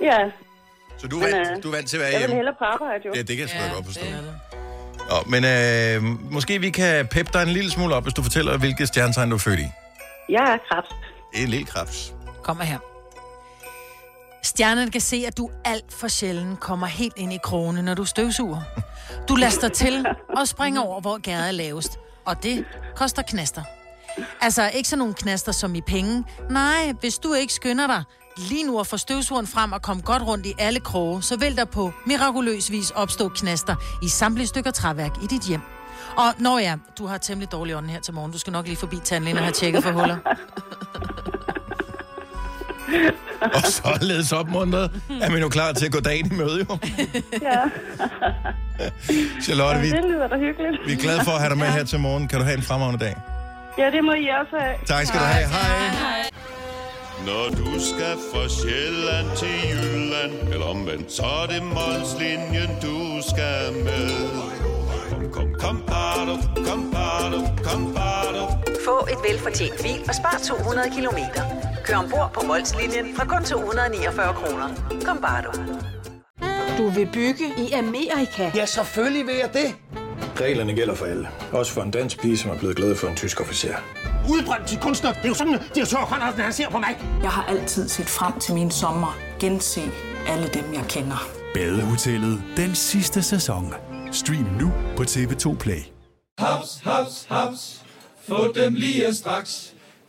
Speaker 11: Ja,
Speaker 1: Så du er, vant,
Speaker 11: øh,
Speaker 1: du er vant til at være
Speaker 11: jeg vil
Speaker 1: hjemme.
Speaker 11: hellere på arbejde, jo.
Speaker 1: Ja, det kan jeg sgu da godt forstå.
Speaker 10: det er
Speaker 1: Nå, men øh, måske vi kan peppe dig en lille smule op, hvis du fortæller, hvilket stjernetegn du er født i.
Speaker 11: Jeg er krebs.
Speaker 1: Det er en lille krebs.
Speaker 2: Kommer her. Stjernerne kan se, at du alt for sjældent kommer helt ind i krogene, når du støvsuger. Du laster til og springer over, hvor gæret er lavest. Og det koster knaster. Altså ikke sådan nogle knaster som i penge. Nej, hvis du ikke skynder dig lige nu at få støvsugeren frem og komme godt rundt i alle kroge, så vil der på mirakuløs vis opstå knaster i samtlige stykker træværk i dit hjem. Og når ja, du har temmelig dårlig ånd her til morgen. Du skal nok lige forbi tandlægen og have tjekket for huller.
Speaker 1: Og således opmuntret er man jo klar til at gå dagen i møde, jo.
Speaker 13: Ja,
Speaker 1: Charlotte, vi,
Speaker 13: det lyder da hyggeligt.
Speaker 1: vi er glade for at have dig med her til morgen. Kan du have en fremragende dag.
Speaker 13: Ja, det må I også have.
Speaker 1: Tak skal du have. Hej.
Speaker 14: Når du skal fra Sjælland til Jylland, eller omvendt, så er det Molslinjen, du skal med. Kom, kom, kom, bado, kom, bado, kom, bado.
Speaker 15: Få et velfortjent bil og spar 200 kilometer. Kør ombord på Molslinjen fra kun 249 kroner. Kom bare du.
Speaker 9: Du vil bygge i Amerika? Ja, selvfølgelig vil jeg det.
Speaker 16: Reglerne gælder for alle. Også for en dansk pige, som er blevet glad for en tysk officer.
Speaker 17: Udbrændt til kunstner. Det er jo sådan, at de har tørt, han ser på mig. Jeg har altid set frem til min sommer. Gense alle dem, jeg kender.
Speaker 18: Badehotellet den sidste sæson. Stream nu på TV2 Play.
Speaker 19: Haps, haps, haps. Få dem lige straks.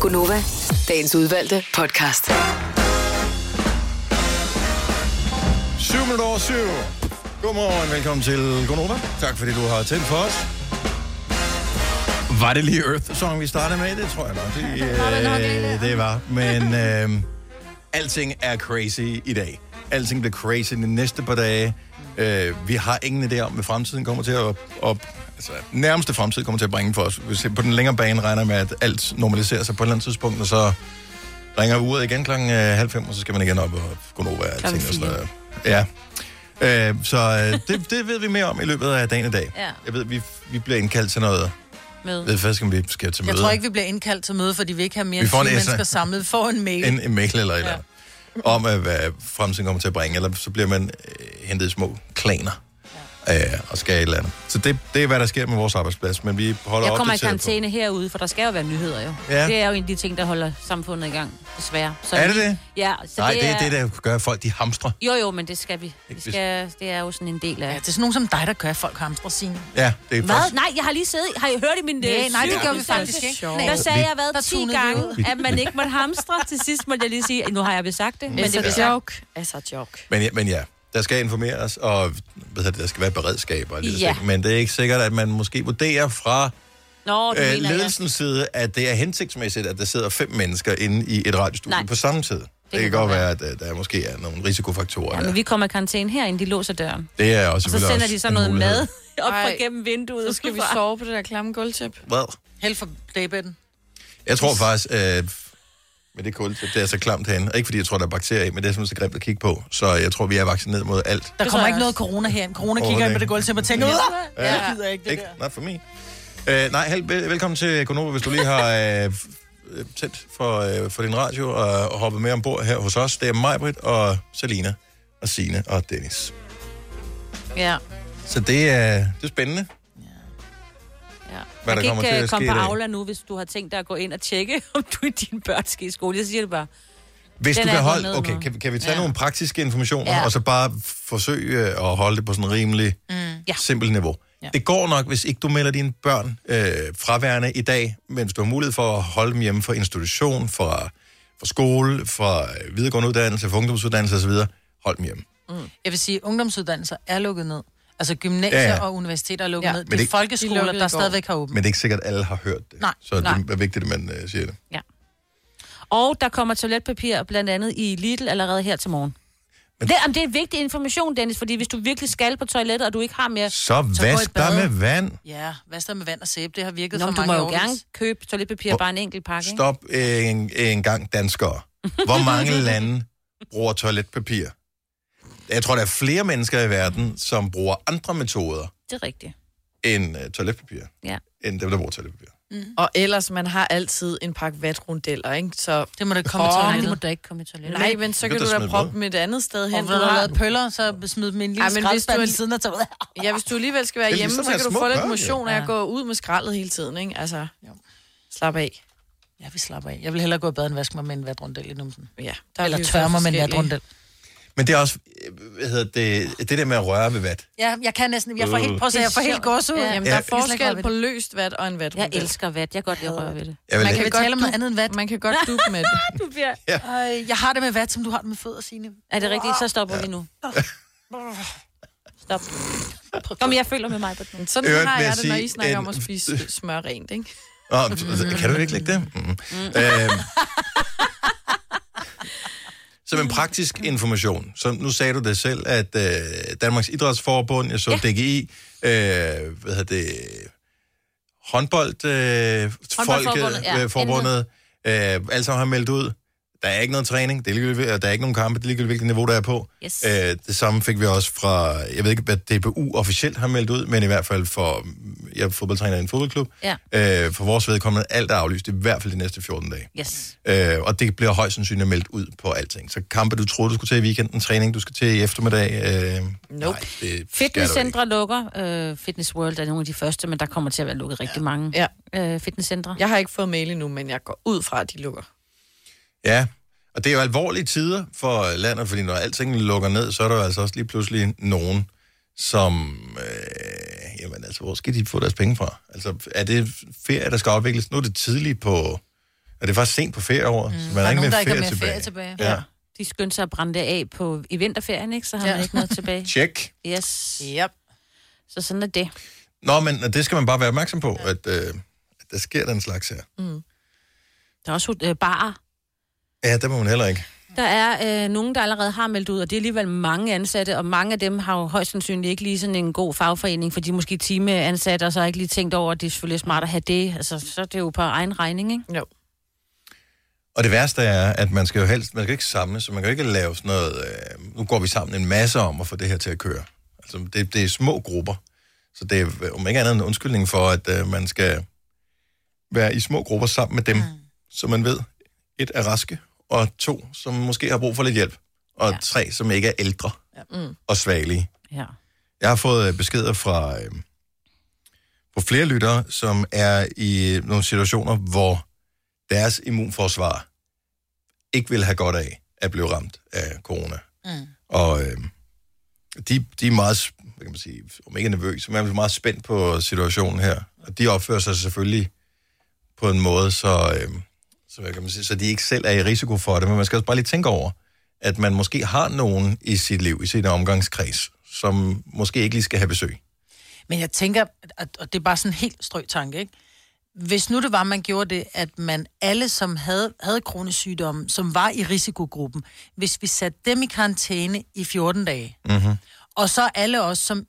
Speaker 6: Gunova, dagens udvalgte podcast.
Speaker 1: 7 minutter over 7. Godmorgen, velkommen til Gonova. Tak fordi du har tændt for os. Var det lige Earth Song, vi startede med? Det tror jeg nok. Det, øh, det var. Men øh, alting er crazy i dag. Alting bliver crazy de næste par dage. Øh, vi har ingen idé om, hvad fremtiden kommer til at... Op, altså, nærmeste fremtid kommer til at bringe for os. Hvis jeg på den længere bane regner med, at alt normaliserer sig på et eller andet tidspunkt, og så ringer uret igen klokken øh, halv fem, og så skal man igen op og Gonova og alting. Og
Speaker 20: Klokken
Speaker 1: sådan
Speaker 20: fire.
Speaker 1: noget. Ja. Øh, så øh, det, det ved vi mere om i løbet af dagen i dag.
Speaker 2: Ja.
Speaker 1: Jeg ved, vi, vi bliver indkaldt til noget. Jeg ved
Speaker 2: Med.
Speaker 1: faktisk, om vi skal til møde.
Speaker 2: Jeg tror ikke, vi bliver indkaldt til møde, fordi vi ikke har mere
Speaker 1: Vi
Speaker 2: end 10
Speaker 1: får en essay.
Speaker 2: mennesker samlet. Vi får en mail.
Speaker 1: en, en mail eller et eller andet. Om, øh, hvad fremtiden kommer til at bringe. Eller så bliver man øh, hentet i små klaner. Ja. Øh, og skal et eller andet. Så det, det er, hvad der sker med vores arbejdsplads. Men vi holder
Speaker 3: Jeg kommer i
Speaker 1: opdateret på-
Speaker 3: karantæne herude, for der skal jo være nyheder jo.
Speaker 1: Ja.
Speaker 3: Ja. Det er jo en af de ting, der holder samfundet i gang, desværre.
Speaker 1: Er det det?
Speaker 3: Ja,
Speaker 1: Så Nej, det, det er det, der gør at folk, de hamstrer.
Speaker 3: Jo, jo, men det skal vi. vi
Speaker 1: hvis-
Speaker 3: skal, det er jo sådan en del af... Ja, det
Speaker 2: er sådan nogen som dig, der gør, at folk hamstrer sine.
Speaker 1: Ja, det er
Speaker 3: Hvad?
Speaker 1: faktisk...
Speaker 3: Nej, jeg har lige siddet... Har I hørt i min... øh,
Speaker 2: Nej, nej, det gør vi faktisk ikke.
Speaker 3: Der sagde
Speaker 1: Vi-
Speaker 3: jeg, hvad, 10
Speaker 1: ud.
Speaker 3: gange, at man ikke måtte hamstre. Til sidst måtte jeg lige sige, at nu har jeg vist sagt det. Men
Speaker 1: Altså,
Speaker 3: det er
Speaker 4: joke. Altså joke.
Speaker 1: Men ja, men ja, der skal informeres, og hvad hedder det, der skal være et beredskab. Og det,
Speaker 3: Ja.
Speaker 1: ja. Men det er ikke sikkert, at man måske vurderer fra
Speaker 3: Nå, du
Speaker 1: øh,
Speaker 3: mener jeg.
Speaker 1: ledelsens side, at det er hensigtsmæssigt, at der sidder fem mennesker inde i et radiostudie
Speaker 3: Nej.
Speaker 1: på samme tid. Det, det kan godt være, at øh, der måske er nogle risikofaktorer.
Speaker 3: Ja,
Speaker 1: Ja,
Speaker 3: men vi kommer i karantæne herinde, de låser døren.
Speaker 1: Det er
Speaker 3: Og
Speaker 1: også
Speaker 3: så sender de så noget mad op
Speaker 4: Ej,
Speaker 3: fra gennem vinduet.
Speaker 4: Så skal vi sove på det der klamme gulvtæp.
Speaker 1: Hvad?
Speaker 2: Held for daybedden.
Speaker 1: Jeg tror faktisk, øh, med det kul, det er så klamt herinde. Ikke fordi jeg tror, der er bakterier i, men det er simpelthen så grimt at kigge på. Så jeg tror, vi er vaccineret mod alt.
Speaker 2: Der kommer ikke noget corona her. Corona kigger ind på det gulv til mig og tænker, "Uah,
Speaker 1: Ja.
Speaker 2: jeg gider ikke det
Speaker 1: Ikke?
Speaker 2: der.
Speaker 1: Not for me. Øh, nej, held, vel- velkommen til Konoba, hvis du lige har øh, f- øh, tændt for, øh, for din radio og, og hoppet med ombord her hos os. Det er Majbrit og Selina og Sine og Dennis.
Speaker 3: Ja.
Speaker 1: Så det er, det er spændende.
Speaker 3: Ja.
Speaker 1: Hvad der
Speaker 3: Man kan
Speaker 1: kommer
Speaker 3: ikke
Speaker 1: til
Speaker 3: øh,
Speaker 1: at
Speaker 3: komme
Speaker 1: ske
Speaker 3: på
Speaker 1: i dag.
Speaker 3: Aula nu, hvis du har tænkt dig at gå ind og tjekke, om du og dine børn skal i skole. Jeg siger det bare.
Speaker 1: Hvis
Speaker 3: Den
Speaker 1: du
Speaker 3: er
Speaker 1: kan
Speaker 3: jeg
Speaker 1: holde...
Speaker 3: godt nede
Speaker 1: Okay,
Speaker 3: med.
Speaker 1: kan, kan vi tage
Speaker 3: Ja.
Speaker 1: nogle praktiske informationer,
Speaker 3: Ja.
Speaker 1: og så bare forsøge øh, at holde det på sådan en rimelig
Speaker 3: Mm.
Speaker 1: ja. simpelt niveau? Ja. Det går nok, hvis ikke du melder dine børn øh, fraværende i dag, men hvis du har mulighed for at holde dem hjemme fra institution, fra, fra skole, fra øh, videregående uddannelse, fra ungdomsuddannelse osv., hold dem hjemme.
Speaker 2: Mm. Jeg vil sige, at ungdomsuddannelser er lukket ned. Altså gymnasier
Speaker 1: Ja,
Speaker 2: ja,
Speaker 1: ja.
Speaker 2: ja. og universiteter er lukket
Speaker 1: Ja.
Speaker 2: ja. ned.
Speaker 1: Men
Speaker 2: Det er
Speaker 1: det- De
Speaker 2: folkeskoler,
Speaker 1: lukkede i
Speaker 2: der
Speaker 1: går.
Speaker 2: stadig har åbent.
Speaker 1: Men det er ikke sikkert, at alle har hørt det.
Speaker 3: Nej,
Speaker 1: Så
Speaker 3: nej.
Speaker 1: det er vigtigt, at man øh, siger det.
Speaker 3: Og der kommer toiletpapir blandt andet i Lidl allerede her til morgen. Det, om det er vigtig information, Dennis, fordi hvis du virkelig skal på toilettet, og du ikke har mere...
Speaker 1: Så
Speaker 3: gå i
Speaker 1: vask dig
Speaker 3: bad.
Speaker 1: med vand.
Speaker 2: Ja, hvad der med vand og sæbe? Det har virket
Speaker 3: Nå,
Speaker 2: for
Speaker 3: men du
Speaker 2: mange
Speaker 3: må jo
Speaker 2: år.
Speaker 3: gerne købe toiletpapir, bare en enkelt pakke, ikke?
Speaker 1: Stop øh, en, en gang danskere. Hvor mange lande bruger toiletpapir? Jeg tror, der er flere mennesker i verden, som bruger andre metoder
Speaker 3: Det er rigtigt.
Speaker 1: end øh, toiletpapir,
Speaker 3: Ja.
Speaker 1: end dem, der bruger toiletpapir.
Speaker 4: Mm. Og ellers, man har altid en pakke vatrundeller, ikke? Så
Speaker 2: det må da ikke
Speaker 3: komme i toilettet. Nej, det må da ikke komme i toilettet.
Speaker 4: Nej, men så
Speaker 3: Du
Speaker 4: kan
Speaker 3: kan
Speaker 4: du
Speaker 3: da
Speaker 4: da
Speaker 3: smide
Speaker 4: proppe
Speaker 3: med.
Speaker 4: dem et andet sted
Speaker 2: Og
Speaker 4: hen.
Speaker 2: hvor du har lavet pøller, så smid dem i en lille
Speaker 4: Ej, men hvis
Speaker 2: skraldespand
Speaker 4: du-
Speaker 2: ved siden af toilettet.
Speaker 4: Ja, hvis du alligevel skal være
Speaker 2: Det er
Speaker 4: hjemme,
Speaker 2: ligesom
Speaker 4: så
Speaker 2: at
Speaker 4: kan
Speaker 2: have
Speaker 4: du
Speaker 2: små
Speaker 4: få lidt
Speaker 2: børn, jo.
Speaker 4: motion af
Speaker 2: Ja.
Speaker 4: at gå ud med skraldet hele tiden, ikke? Altså, slap af.
Speaker 2: Ja, vi slapper af. Jeg vil hellere gå i bad end vaske mig med en vatrundel i numsen.
Speaker 4: Ja,
Speaker 2: der
Speaker 4: der er
Speaker 2: Eller
Speaker 4: vi jo
Speaker 2: tørre
Speaker 4: så
Speaker 2: mig med en
Speaker 4: forskellige.
Speaker 2: vatrundel.
Speaker 1: Men det er også, øh, hvad hedder det, det der med at røre ved vat.
Speaker 2: Ja, jeg kan næsten. Jeg får helt,
Speaker 1: Øh.
Speaker 2: prøv at se, jeg får helt gås ud.
Speaker 4: Ja, jamen, der
Speaker 1: Ja.
Speaker 4: er forskel på løst vat og en vatrundel. Jeg elsker vat. Jeg kan godt lide at røre ved det.
Speaker 1: Jeg vil
Speaker 2: Man
Speaker 1: ikke-
Speaker 2: kan
Speaker 1: Vi
Speaker 2: vi tale om noget andet end vat.
Speaker 4: Man kan godt dupe med det.
Speaker 2: du bliver...
Speaker 1: Ja.
Speaker 2: Øh, jeg har det med vat, som du har det med fødder, Signe.
Speaker 3: Er det rigtigt? Så stopper ja. vi nu. Stop. Kom, jeg føler med mig på den.
Speaker 4: Sådan
Speaker 1: Øvrigt
Speaker 4: har
Speaker 1: vil
Speaker 4: jeg
Speaker 1: jeg
Speaker 4: det, når
Speaker 1: sige,
Speaker 4: I snakker om at
Speaker 1: en-
Speaker 4: spise smør rent, ikke?
Speaker 1: Nå, kan du ikke lægge det? Mm. Øh, som en praktisk information, så nu sagde du det selv, at øh, Danmarks Idrætsforbund, jeg så ja. DGI, øh, hvad hedder det, håndbold, øh,
Speaker 20: Håndboldforbundet,
Speaker 1: folket,
Speaker 20: ja.
Speaker 1: øh, forbundet, øh, alle sammen har meldt ud, der er ikke noget træning, det er ligegyldigt, og der er ikke nogen kampe, det er ligegyldigt, hvilket niveau der er på.
Speaker 20: Yes.
Speaker 1: Øh, det samme fik vi også fra, jeg ved ikke, hvad DBU officielt har meldt ud, men i hvert fald for, jeg er fodboldtræner i en fodboldklub,
Speaker 3: Ja.
Speaker 1: Øh, for vores vedkommende, alt er aflyst, i hvert fald de næste 14 dage.
Speaker 3: Yes.
Speaker 1: Øh, og det bliver højst sandsynligt meldt ud på alting. Så kampe, du troede, du skulle til i weekenden, træning, du skal til i eftermiddag. Øh,
Speaker 3: Nope.
Speaker 1: det skal du ikke.
Speaker 3: Fitnesscentre lukker. Øh, Fitness World er nogle af de første, men der kommer til at være lukket rigtig mange
Speaker 4: ja.
Speaker 3: øh, fitnesscentre.
Speaker 4: Jeg har ikke fået mail endnu, men jeg går ud fra, at de lukker.
Speaker 1: Ja, og det er jo alvorlige tider for landet, fordi når alting lukker ned, så er der jo altså også lige pludselig nogen, som... Øh, jamen altså, hvor skal de få deres penge fra? Altså, er det ferie, der skal afvikles? Nu er det tidligt på... Er det faktisk sent på ferieåret? Mm. Så man
Speaker 3: Der
Speaker 1: har
Speaker 3: er
Speaker 1: ikke
Speaker 3: nogen,
Speaker 1: mere
Speaker 3: der
Speaker 1: ferie,
Speaker 3: ikke har mere
Speaker 1: tilbage.
Speaker 3: ferie tilbage.
Speaker 1: Ja.
Speaker 3: Ja. De skyndte sig at brænde det af på, i vinterferien, ikke? Så har ja. man ikke noget tilbage.
Speaker 1: Check.
Speaker 3: Yes. Yep. Så sådan er det.
Speaker 1: Nå, men det skal man bare være opmærksom på, at, øh, at der sker den slags her.
Speaker 3: Mm. Der er også øh, barer.
Speaker 1: Ja, det må man heller ikke.
Speaker 3: Der er øh, nogen, der allerede har meldt ud, og det er alligevel mange ansatte, og mange af dem har jo højst sandsynligt ikke lige sådan en god fagforening, for de er måske timeansatte, og så har ikke lige tænkt over, at det er selvfølgelig smart at have det. Altså, så er det jo på egen regning, ikke?
Speaker 4: Jo.
Speaker 1: Og det værste er, at man skal jo helst, man skal ikke samle, så man kan jo ikke lave sådan noget, øh, nu går vi sammen en masse om at få det her til at køre. Altså, det, det er små grupper. Så det er øh, om ikke andet en undskyldning for, at øh, man skal være i små grupper sammen med dem, mm. så man ved, et er raske, og to, som måske har brug for lidt hjælp, og ja. tre, som ikke er ældre
Speaker 3: Mm.
Speaker 1: og svagelige.
Speaker 3: Ja.
Speaker 1: Jeg har fået øh, beskeder fra, øh, fra flere lyttere, som er i øh, nogle situationer, hvor deres immunforsvar ikke vil have godt af at blive ramt af corona.
Speaker 2: Mm.
Speaker 1: Og øh, de, de er meget, s- hvad kan man sige, om ikke nervøse, men er meget spændt på situationen her. Og de opfører sig selvfølgelig på en måde, så, øh, så, hvad kan man sige, så de ikke selv er i risiko for det. Men man skal også bare lige tænke over, at man måske har nogen i sit liv, i sin omgangskreds, som måske ikke lige skal have besøg.
Speaker 2: Men jeg tænker, at, og det er bare sådan en helt strøg tanke, ikke? Hvis nu det var, man gjorde det, at man alle, som havde, havde kronesygdomme, som var i risikogruppen, hvis vi satte dem i karantæne i 14 dage,
Speaker 1: Mm-hmm.
Speaker 2: og så alle os, som,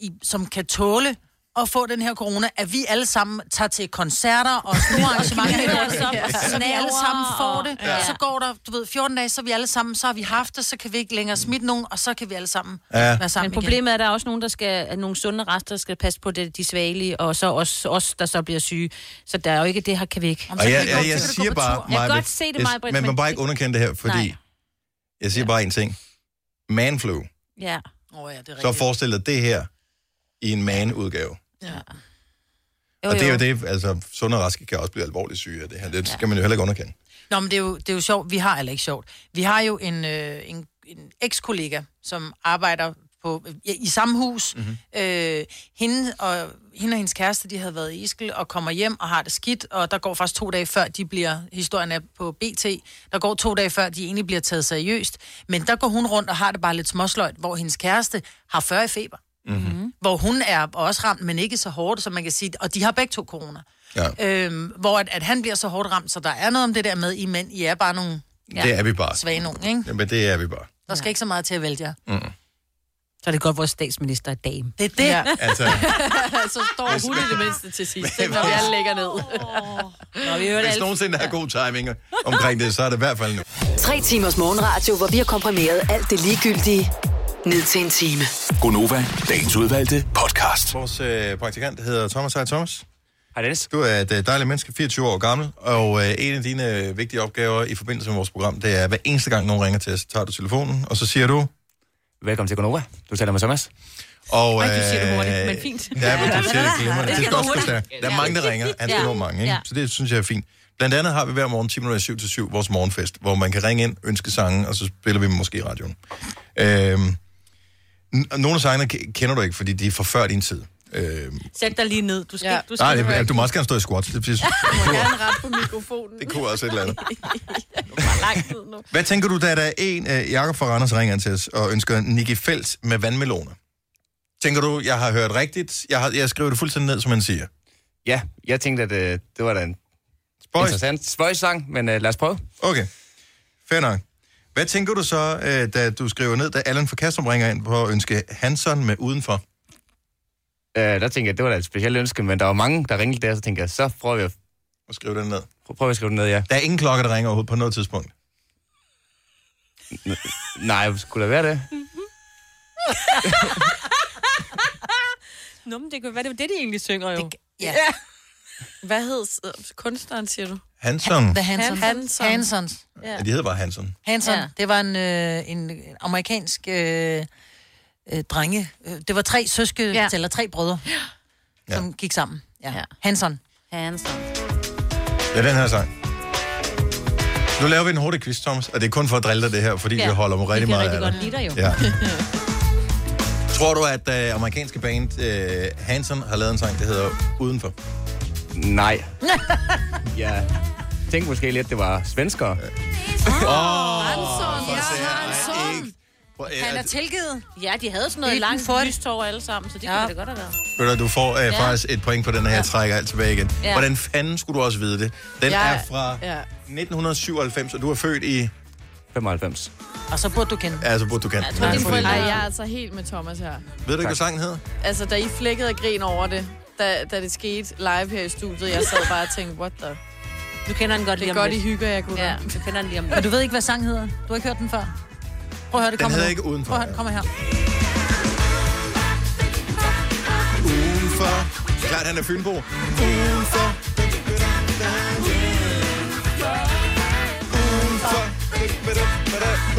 Speaker 2: i, som kan tåle at få den her corona, at vi alle sammen tager til koncerter og store arrangementer,
Speaker 3: Ja.
Speaker 2: så vi alle sammen får det.
Speaker 3: Ja.
Speaker 2: Så går der, du ved, 14 dage, så er vi alle sammen, så har vi haft det, så kan vi ikke længere smitte nogen, og så kan vi alle sammen
Speaker 1: Ja.
Speaker 2: være sammen
Speaker 3: Men problemet er, at der er også nogen, der skal, at nogle sunde rester der skal passe på det, de svagelige, og så også os, der så bliver syge. Så der er jo ikke det her, kan vi ikke.
Speaker 1: Og jeg, jeg, jeg siger bare,
Speaker 3: Jeg kan
Speaker 1: Maj-Brit,
Speaker 3: godt se det,
Speaker 1: jeg-
Speaker 3: mig, Britt,
Speaker 1: men man må bare ikke underkende det her, fordi
Speaker 3: Nej.
Speaker 1: Nej. jeg siger bare en ting. Manflu.
Speaker 3: Ja. Oh, ja, det er
Speaker 1: Så forestil dig det her i en man-udgave.
Speaker 3: Ja.
Speaker 1: Jo, og det er jo det, altså sunde og raske kan også blive alvorligt syge af det her. Det skal man jo heller ikke underkende.
Speaker 2: Nå, men det er jo, det er jo sjovt. Vi har heller ikke sjovt. Vi har jo en, øh, en, en eks-kollega, som arbejder på, i, i samme hus. Mm-hmm. Øh, hende, og, hende og hendes kæreste, de havde været i Iskel og kommer hjem og har det skidt, og der går faktisk to dage før, de bliver, historien er på BT, der går to dage før, de egentlig bliver taget seriøst. Men der går hun rundt og har det bare lidt småsløjt, hvor hendes kæreste har 40 i feber. Mm-hmm. Hvor hun er også ramt, men ikke så hårdt, som man kan sige. Og de har begge to corona.
Speaker 1: Ja.
Speaker 2: Øhm, hvor at, at han bliver så hårdt ramt, så der er noget om det der med, I mænd, I er bare nogle
Speaker 1: Det er vi bare.
Speaker 2: svage nogen, ikke?
Speaker 1: Jamen, det er vi bare.
Speaker 2: Der skal ikke så meget til at vælge jer.
Speaker 1: Mm.
Speaker 3: Så er det godt, at vores statsminister er dame.
Speaker 2: Det er det.
Speaker 3: Ja.
Speaker 1: Altså,
Speaker 4: så står hun i det mindste til sidst, ikke, når vi
Speaker 1: hvis-
Speaker 4: alle ligger ned. Nå, vi
Speaker 1: Hvis nogensinde er god timing omkring det, så er det i hvert fald nu.
Speaker 6: Tre timers morgenradio, hvor vi har komprimeret alt det ligegyldige ned til en time.
Speaker 7: Gonova, dagens udvalgte podcast.
Speaker 1: Vores øh, praktikant hedder Thomas. Hej Thomas. Hej Dennis. Du er et øh, dejligt menneske, 24 år gammel, og øh, en af dine øh, vigtige opgaver i forbindelse med vores program, det er, hver eneste gang nogen ringer til os, så tager du telefonen, og så siger du... Velkommen til Gonova. Du taler med Thomas. Og,
Speaker 14: Ej, du siger det hurtigt,
Speaker 1: øh,
Speaker 14: men fint.
Speaker 1: Ja, men du siger det glimrende.
Speaker 14: Det
Speaker 1: Det skal
Speaker 14: skal gå
Speaker 1: også
Speaker 14: hurtigt.
Speaker 1: forstå. Der er mange, der ringer. Han skal
Speaker 14: Ja.
Speaker 1: nå mange, ikke?
Speaker 14: Ja.
Speaker 1: Så det synes jeg er fint. Blandt andet har vi hver morgen 10 minutter i 7 til 7 vores morgenfest, hvor man kan ringe ind, ønske sange, og så spiller vi dem måske i radioen. Øhm, n- nogle af sangene ke- kender du ikke, fordi de er fra før din tid. Øhm,
Speaker 2: Sæt dig lige ned. Du skal, ja. du skal
Speaker 1: nej, det,
Speaker 2: høre
Speaker 1: er-
Speaker 2: ikke.
Speaker 1: du må også gerne stå i squats. Det,
Speaker 4: må
Speaker 1: det,
Speaker 4: gerne ret på mikrofonen.
Speaker 1: det kunne også et eller andet.
Speaker 4: Lang tid nu.
Speaker 1: Hvad tænker du, da der er en uh, Jakob fra Randers ringer til os og ønsker Nicky Felt med vandmeloner? Tænker du, jeg har hørt rigtigt? Jeg, har, jeg skriver det fuldstændig ned, som man siger.
Speaker 20: Ja, jeg tænkte, at øh, det var da en
Speaker 1: Spøjs.
Speaker 20: interessant spøjsang, men øh, lad os prøve.
Speaker 1: Okay, fair nok. Hvad tænker du så, øh, da du skriver ned, da Allan fra Kastrup ringer ind på at ønske Hanson med udenfor?
Speaker 20: Øh, der tænkte jeg, at det var da et specielt ønske, men der var mange, der ringede der, så tænkte jeg, så prøver vi at...
Speaker 1: Og skrive den ned.
Speaker 20: Prøver at skrive den ned, ja.
Speaker 1: Der er ingen klokke, der ringer overhovedet på noget tidspunkt.
Speaker 20: Nej, skulle der være det?
Speaker 3: Nå, men det kan være, det var det, de egentlig synger jo. Det,
Speaker 4: Ja. Hvad hed øh, kunstneren, siger du?
Speaker 1: Hanson.
Speaker 2: The Hansons.
Speaker 4: Hanson.
Speaker 2: Hansons.
Speaker 1: Ja, de hedder bare Hanson.
Speaker 2: Hanson. Ja. Det var en, øh, en en amerikansk øh, øh, drenge. øh, Det var tre søske, ja. eller tre brødre, ja. som gik sammen. Ja. ja. Hanson.
Speaker 3: Hanson.
Speaker 1: Det er den her sang. Nu laver vi en hurtig quiz, Thomas, og det er kun for at drille dig det her, fordi ja. vi holder mig rigtig meget af dig. Ja. Tror du, at øh, amerikanske band øh, Hanson har lavet en sang, der hedder Udenfor?
Speaker 20: Nej. Ja. Tænk måske lidt, det var svenskere.
Speaker 3: Hanson. Ja, Hanson.
Speaker 1: Han
Speaker 3: er tilgivet. Ja, de havde sådan noget
Speaker 2: Lidt
Speaker 3: langt
Speaker 2: for det.
Speaker 3: lystår alle sammen, så det ja. kunne det godt have været.
Speaker 1: Ved du, du får
Speaker 3: Ja.
Speaker 1: øh, ja. faktisk et point på den her, jeg trækker alt tilbage igen.
Speaker 3: Ja.
Speaker 1: Ja. Hvordan fanden skulle du også vide det? Den
Speaker 2: Jeg-
Speaker 1: er fra
Speaker 2: ja.
Speaker 1: 1997, og du er født i... 95.
Speaker 2: Og så burde du kende.
Speaker 1: Ja, så burde du kende.
Speaker 4: Jeg
Speaker 1: den,
Speaker 4: tror, dine
Speaker 1: fordi-
Speaker 4: forældre... Ej, jeg er altså helt med Thomas her.
Speaker 1: Ved du ikke,
Speaker 4: Tak.
Speaker 1: hvad sangen hed?
Speaker 4: Altså, da I flækkede og grin over det, da, da det skete live her i studiet, jeg sad bare og tænkte, what the...
Speaker 3: Du kender den godt
Speaker 4: det
Speaker 3: lige om
Speaker 4: er godt, I
Speaker 3: lidt.
Speaker 4: hygger, jeg kunne
Speaker 3: Ja, du kender den lige om
Speaker 2: Men du ved ikke, hvad sang hedder? Du har ikke hørt den før? Prøv at høre, det
Speaker 1: Den
Speaker 2: kommer
Speaker 1: hedder
Speaker 2: nu.
Speaker 1: ikke Udenfor,
Speaker 2: Prøv at høre, den kommer her.
Speaker 1: Udenfor. Klart, han er Fynbo. Udenfor.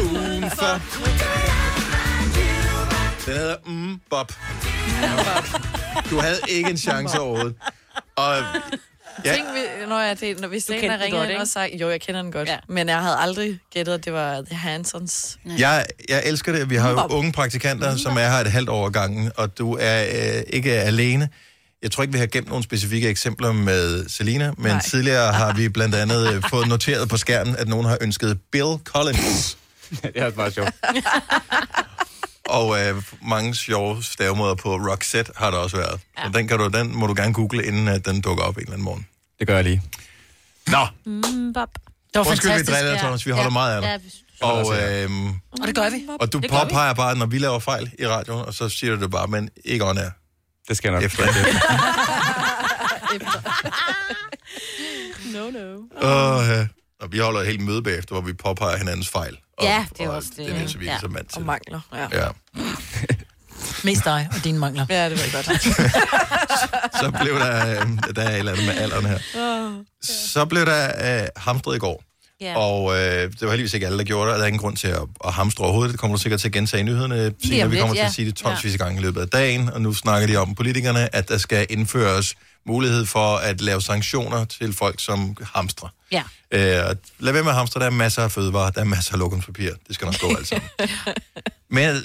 Speaker 1: Udenfor. Udenfor. Den hedder Mm Bob. Du havde ikke en chance overhovedet. Og
Speaker 4: Ja.
Speaker 1: Ja.
Speaker 4: Tænk, vi- når jeg, det, når hvis det er en,
Speaker 3: kendte den
Speaker 4: der ringer
Speaker 3: godt,
Speaker 4: ind
Speaker 3: ikke?
Speaker 4: og sagde, jo, jeg kender den godt, ja. men jeg havde aldrig gættet, at det var The Hansons.
Speaker 1: jeg, jeg elsker det. Vi har jo unge praktikanter, som er her et halvt år ad gangen, og du er øh, ikke alene. Jeg tror ikke, vi har gemt nogle specifikke eksempler med Selina, men Nej. tidligere har vi blandt andet øh, fået noteret på skærmen, at nogen har ønsket Bill Collins.
Speaker 20: det er også meget sjovt.
Speaker 1: Og øh, mange sjove stavemåder på Roxette har der også været. Ja. Så den, kan du, den må du gerne google, inden at den dukker op en eller anden morgen.
Speaker 20: Det gør jeg lige.
Speaker 1: Nå,
Speaker 3: Mm, bop.
Speaker 2: Det var
Speaker 1: undskyld, vi
Speaker 2: fantastisk.
Speaker 1: driller dig, Thomas. Vi holder
Speaker 2: ja.
Speaker 1: meget af dig.
Speaker 2: Ja, vi-
Speaker 1: Og, øh,
Speaker 2: og det gør vi.
Speaker 1: Og du
Speaker 2: det gør vi.
Speaker 1: påpeger bare, når vi laver fejl i radioen, og så siger du det bare, men ikke on air.
Speaker 20: Det skal jeg nok.
Speaker 1: Efter det.
Speaker 4: No, no.
Speaker 1: Åh, ja. og vi holder et helt møde bagefter, hvor vi påpeger hinandens fejl. Og,
Speaker 2: Ja, det er også det,
Speaker 1: Det er
Speaker 2: ikke?
Speaker 1: så vi
Speaker 2: Ja.
Speaker 1: ja. mand til.
Speaker 4: Og mangler, ja.
Speaker 1: Ja.
Speaker 2: Mest dig og dine mangler.
Speaker 4: Ja, det var godt.
Speaker 1: Så blev der, øh, der er et eller andet med alderen her. Så blev der øh, hamstret i går.
Speaker 3: Ja.
Speaker 1: Og øh, det var heldigvis ikke alle, der gjorde det, og der er ingen grund til at, at hamstre overhovedet. Det kommer du sikkert til at gentage i nyhederne senere.
Speaker 3: om
Speaker 1: Vi
Speaker 3: lidt,
Speaker 1: kommer til
Speaker 3: ja.
Speaker 1: at sige det tonsvis af gange i løbet af dagen, og nu snakker de om politikerne, at der skal indføres mulighed for at lave sanktioner til folk, som hamstrer.
Speaker 3: Ja.
Speaker 1: Øh, og lad være med at hamstre, der er masser af fødevarer, der er masser af lokumspapir. Det skal nok gå alt sammen. Men øh,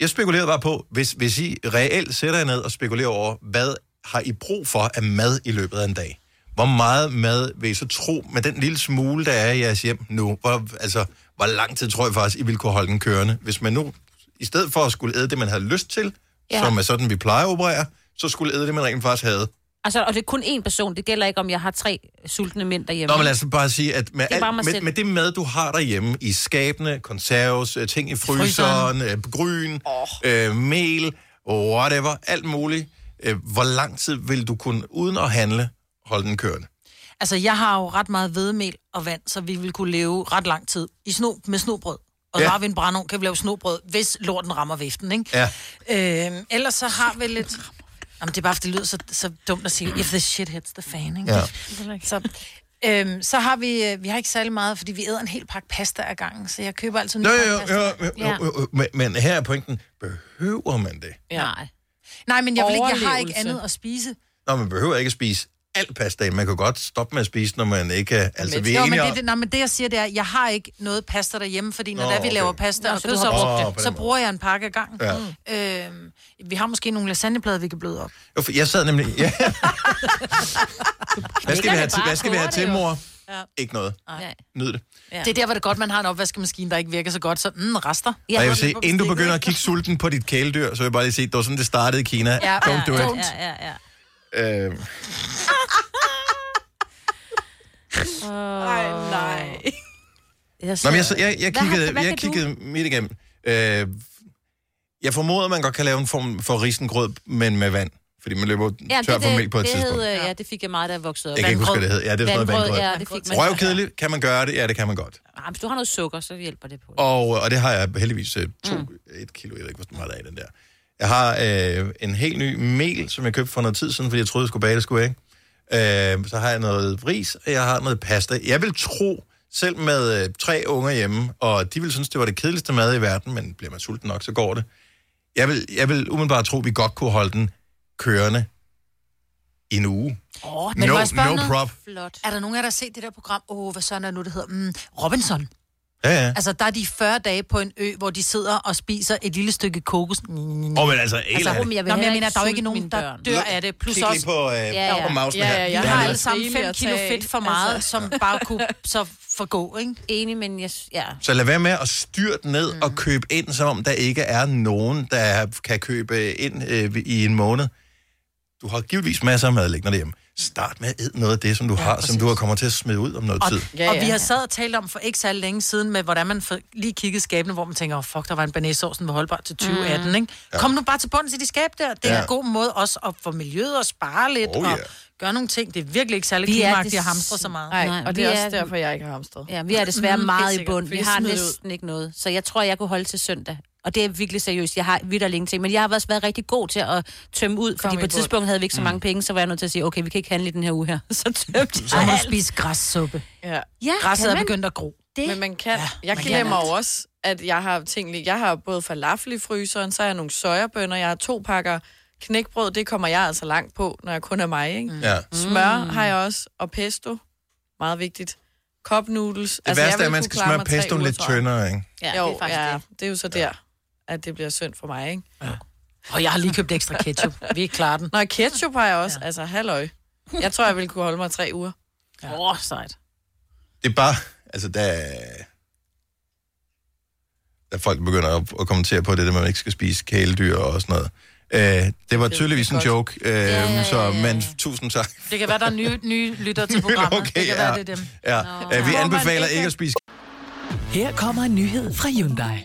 Speaker 1: jeg spekulerede bare på, hvis, hvis I reelt sætter jer ned og spekulerer over, hvad har I brug for af mad i løbet af en dag? Hvor meget mad vil I så tro med den lille smule, der er i jeres hjem nu? Hvor, altså, hvor lang tid tror jeg faktisk, I ville kunne holde den kørende? Hvis man nu, i stedet for at skulle æde det, man havde lyst til,
Speaker 14: Ja.
Speaker 1: ja. som er sådan, vi plejer at operere, så skulle æde det, man rent faktisk havde
Speaker 3: Altså, og det er kun én person. Det gælder ikke, om jeg har tre sultne mænd derhjemme.
Speaker 1: Nå, men altså, lad os bare sige, at med,
Speaker 3: Det er bare mig
Speaker 1: alt, med,
Speaker 3: selv.
Speaker 1: med det mad, du har derhjemme i skabene, konserves, øh, ting i fryseren, øh, gryn, oh. øh, mel, whatever, alt muligt, øh, hvor lang tid vil du kunne, uden at handle, holde den kørende?
Speaker 2: Altså, jeg har jo ret meget vedmel og vand, så vi vil kunne leve ret lang tid i sno, med snobrød. Og
Speaker 1: Ja.
Speaker 2: ja. bare ved en brandovn kan vi lave snobrød, hvis lorten rammer viften, ikke?
Speaker 1: Ja.
Speaker 2: Øhm, ellers så har vi lidt... Jamen, det er bare, fordi det lyder så, så dumt at sige, if the shit hits the fan, ikke?
Speaker 1: Ja.
Speaker 2: Så, øhm, så har vi... øh, Vi har ikke særlig meget, fordi vi æder en hel pakke pasta ad gangen, så jeg køber altid en
Speaker 1: Nå,
Speaker 2: ny
Speaker 1: jo,
Speaker 2: pakke
Speaker 1: jo,
Speaker 2: pasta.
Speaker 1: jo, jo, jo, jo, jo, men, men her er pointen, behøver man det?
Speaker 2: Ja. Nej. Nej, men jeg, vil ikke, jeg har ikke
Speaker 4: Overlevelse.
Speaker 2: andet at spise.
Speaker 1: Nå, man behøver ikke at spise alt pasta. Man kan godt stoppe med at spise, når man ikke... er- Altså, vi er
Speaker 2: jo, men
Speaker 1: enige om...
Speaker 2: det, det, nej, men det, jeg siger, det er, at jeg har ikke noget pasta derhjemme, fordi når
Speaker 1: Nå,
Speaker 2: Nå, der, vi
Speaker 1: okay.
Speaker 2: laver pasta
Speaker 1: Nå,
Speaker 2: og
Speaker 1: så du har
Speaker 2: kødsovs,
Speaker 1: brugt det. Åh, på
Speaker 2: så,
Speaker 1: den
Speaker 2: så
Speaker 1: måde.
Speaker 2: bruger jeg en pakke ad gangen.
Speaker 1: Ja.
Speaker 2: Ja. Øhm, vi har måske nogle lasagneplader, vi kan bløde op.
Speaker 1: Jo, for Jeg sad nemlig... Ja. hvad skal vi have til, hvad skal vi have til mor?
Speaker 2: Ja.
Speaker 1: Ikke noget.
Speaker 2: Nej.
Speaker 1: Nyd det.
Speaker 2: Ja. Det er der, hvor det er godt, man har en opvaskemaskine, der ikke virker så godt, så mm, rester.
Speaker 1: Ja, og jeg vil sige, inden du begynder at kigge sulten på dit kæledyr, så vil jeg bare lige sige, det var sådan, det startede i Kina.
Speaker 2: Ja,
Speaker 1: Don't do
Speaker 2: ja,
Speaker 1: it.
Speaker 2: Ja, ja, ja.
Speaker 1: Øh,
Speaker 3: Ej, nej. Jeg
Speaker 1: Nå, men jeg, så- jeg, jeg
Speaker 3: Hvad har-
Speaker 1: kiggede,
Speaker 3: hvad kan
Speaker 1: jeg
Speaker 3: du?
Speaker 1: kiggede midt igennem. Øh, jeg formoder, man godt kan lave en form for risengrød, men med vand. Fordi man løber
Speaker 3: Ja,
Speaker 1: ja, tør
Speaker 3: det,
Speaker 1: for
Speaker 3: det-
Speaker 1: mælk på et
Speaker 3: det
Speaker 1: tidspunkt.
Speaker 3: Hed, øh, ja, det fik jeg meget, da jeg voksede op.
Speaker 1: Jeg kan ikke huske, hvad det hed. Ja, det er sådan noget
Speaker 3: Vandgrød,
Speaker 1: vandgrød.
Speaker 3: Ja, det fik man.
Speaker 1: Røvkedeligt, kan man gøre det? Ja, det kan man godt.
Speaker 3: Ja, hvis du har noget sukker, så hjælper det på.
Speaker 1: Og, og det har jeg heldigvis øh, to, mm. et kilo, jeg ved ikke, hvor meget der er i den der. Jeg har øh, en helt ny mel, som jeg købte for noget tid siden, fordi jeg troede, jeg skulle bage det, skulle jeg ikke. Øh, så har jeg noget ris, og jeg har noget pasta. Jeg vil tro, selv med øh, tre unger hjemme, og de vil synes, det var det kedeligste mad i verden, men bliver man sulten nok, så går det. Jeg vil, jeg vil umiddelbart tro, at vi godt kunne holde den kørende i en uge.
Speaker 2: Oh,
Speaker 1: No- no prop.
Speaker 2: Flot. Er der nogen af jer, der har set det der program? Åh, oh, hvad sådan er nu, det hedder? Mm, Robinson.
Speaker 1: Ja, ja.
Speaker 2: Altså, der er de 40 dage på en ø, hvor de sidder og spiser et lille stykke kokos. Mm.
Speaker 1: Åh, men altså, helt
Speaker 2: altså,
Speaker 1: ærligt.
Speaker 2: jeg, Nå, men jeg mener, der er jo ikke nogen, der dør af det. Plus
Speaker 1: Kig lige
Speaker 2: også,
Speaker 1: på, øh, på mausen
Speaker 2: ja,
Speaker 1: her.
Speaker 2: ja,
Speaker 1: Det
Speaker 2: ja. Vi
Speaker 1: har
Speaker 2: har
Speaker 1: vi.
Speaker 2: alle sammen
Speaker 3: Rigeligt
Speaker 2: 5
Speaker 3: at
Speaker 2: kilo
Speaker 3: tage
Speaker 2: fedt
Speaker 3: af.
Speaker 2: for meget,
Speaker 3: Altså.
Speaker 2: som bare kunne så forgå, ikke?
Speaker 3: Enig, men jeg... s- Ja.
Speaker 1: Så lad være med at styrte ned mm. og købe ind, som om der ikke er nogen, der kan købe ind øh, i en måned. Du har givetvis masser af mad liggende derhjemme. Start med at æde noget af det, som du ja, har, som du har kommer til at smide ud om noget
Speaker 2: Og,
Speaker 1: tid.
Speaker 2: ja, ja, og vi har sad og talt om for ikke så længe siden med, hvordan man for, lige kiggede skabene, hvor man tænker, oh, fuck, der var en banæssaucen var holdbar til 2018, mm. ikke?
Speaker 1: Ja.
Speaker 2: Kom nu bare til bunden til de skab der. Det er
Speaker 1: Ja.
Speaker 2: en god måde også at få miljøet og spare lidt
Speaker 3: Oh,
Speaker 2: oh,
Speaker 3: ja.
Speaker 2: og gøre nogle ting. Det er virkelig ikke særlig
Speaker 3: Vi er
Speaker 2: klimagtigt
Speaker 3: det-
Speaker 2: at hamstre så meget.
Speaker 3: Nej, Nej, og det er vi også er- derfor,
Speaker 4: jeg ikke har hamstret.
Speaker 3: Ja, vi er desværre
Speaker 2: Mm,
Speaker 3: mm,
Speaker 2: helt
Speaker 3: meget i
Speaker 2: sikkert,
Speaker 3: bund.
Speaker 2: fordi
Speaker 3: Vi
Speaker 2: jeg
Speaker 3: har
Speaker 2: smider det ud.
Speaker 3: næsten ikke noget. Så jeg tror, jeg kunne holde til søndag. Og det er virkelig seriøst. Jeg har vidt og ingenting. Men jeg har også været rigtig god til at tømme ud, fordi
Speaker 2: i
Speaker 3: på et
Speaker 2: bund.
Speaker 3: tidspunkt havde vi ikke så
Speaker 2: Mm.
Speaker 3: mange penge, så var jeg nødt til at sige, okay, vi kan ikke handle i den her uge her. Så tømte
Speaker 2: Så må
Speaker 3: jeg
Speaker 2: du spise græssuppe.
Speaker 4: Ja.
Speaker 3: Ja,
Speaker 2: Græsset
Speaker 3: kan
Speaker 2: er
Speaker 3: man?
Speaker 2: begyndt at gro.
Speaker 3: Det?
Speaker 4: Men man kan. Ja, jeg
Speaker 2: man
Speaker 4: man
Speaker 2: kan
Speaker 4: glemmer
Speaker 2: alt.
Speaker 4: jo også, at jeg har ting lige- Jeg har både falafel i fryseren, så har jeg nogle sojabønner, jeg har to pakker knækbrød, det kommer jeg altså langt på, når jeg kun er mig, ikke?
Speaker 1: Ja.
Speaker 4: Smør
Speaker 2: Mm.
Speaker 4: har jeg også, og pesto. Meget vigtigt. Cup noodles.
Speaker 1: Det altså,
Speaker 4: jeg
Speaker 1: værste er,
Speaker 4: vil
Speaker 1: at man
Speaker 4: kunne
Speaker 1: skal
Speaker 4: klare
Speaker 1: smøre
Speaker 4: mig tre
Speaker 1: pestoen
Speaker 4: uger,
Speaker 1: lidt
Speaker 4: tror jeg.
Speaker 1: tyndere, ikke?
Speaker 4: Ja, jo, det er faktisk ja, det. det er jo så der, at det bliver synd for mig, ikke? Ja.
Speaker 2: Og jeg har lige købt ekstra ketchup. Vi klarer den.
Speaker 4: Nå, ketchup har jeg også. Ja. Altså, halløj. Jeg tror, jeg ville kunne holde mig tre uger.
Speaker 2: Åh, ja. oh, sejt.
Speaker 1: Det er bare, altså der... Da folk begynder at, at kommentere på det, at man ikke skal spise kæledyr og sådan noget. Øh, det var tydeligvis en joke, øh, ja, ja, ja, ja. så men tusind tak.
Speaker 2: Det kan være, der er nye, nye lytter til programmet.
Speaker 1: Okay,
Speaker 2: det kan
Speaker 1: ja.
Speaker 2: være, det er dem.
Speaker 1: Ja.
Speaker 2: Nå.
Speaker 1: Øh, vi
Speaker 2: Hvor man
Speaker 1: anbefaler
Speaker 2: ikke-
Speaker 1: ikke at spise
Speaker 21: Her kommer en nyhed fra Hyundai.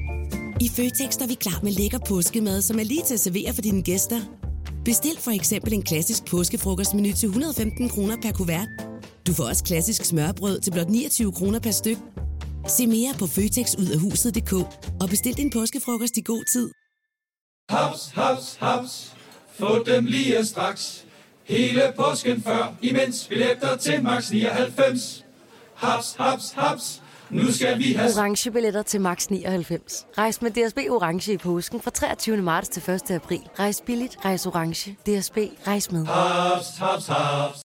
Speaker 22: I Føtex er vi klar med lækker påskemad, som er lige til at servere for dine gæster. Bestil for eksempel en klassisk påskefrokostmenu til 115 kroner per kuvert. Du får også klassisk smørbrød til blot 29 kroner per styk. Se mere på føtexudafhuset.dk og bestil din påskefrokost i god tid.
Speaker 19: Haps, haps, haps. Få dem lige straks. Hele påsken før, imens vi læfter til max 99. Haps, haps, haps.
Speaker 14: Nu skal vi have...
Speaker 23: orange billetter til max 99. Rejs med DSB orange i påsken fra 23. marts til 1. april. Rejs billigt, rejs orange. DSB rejs med.
Speaker 14: Haps, haps, haps.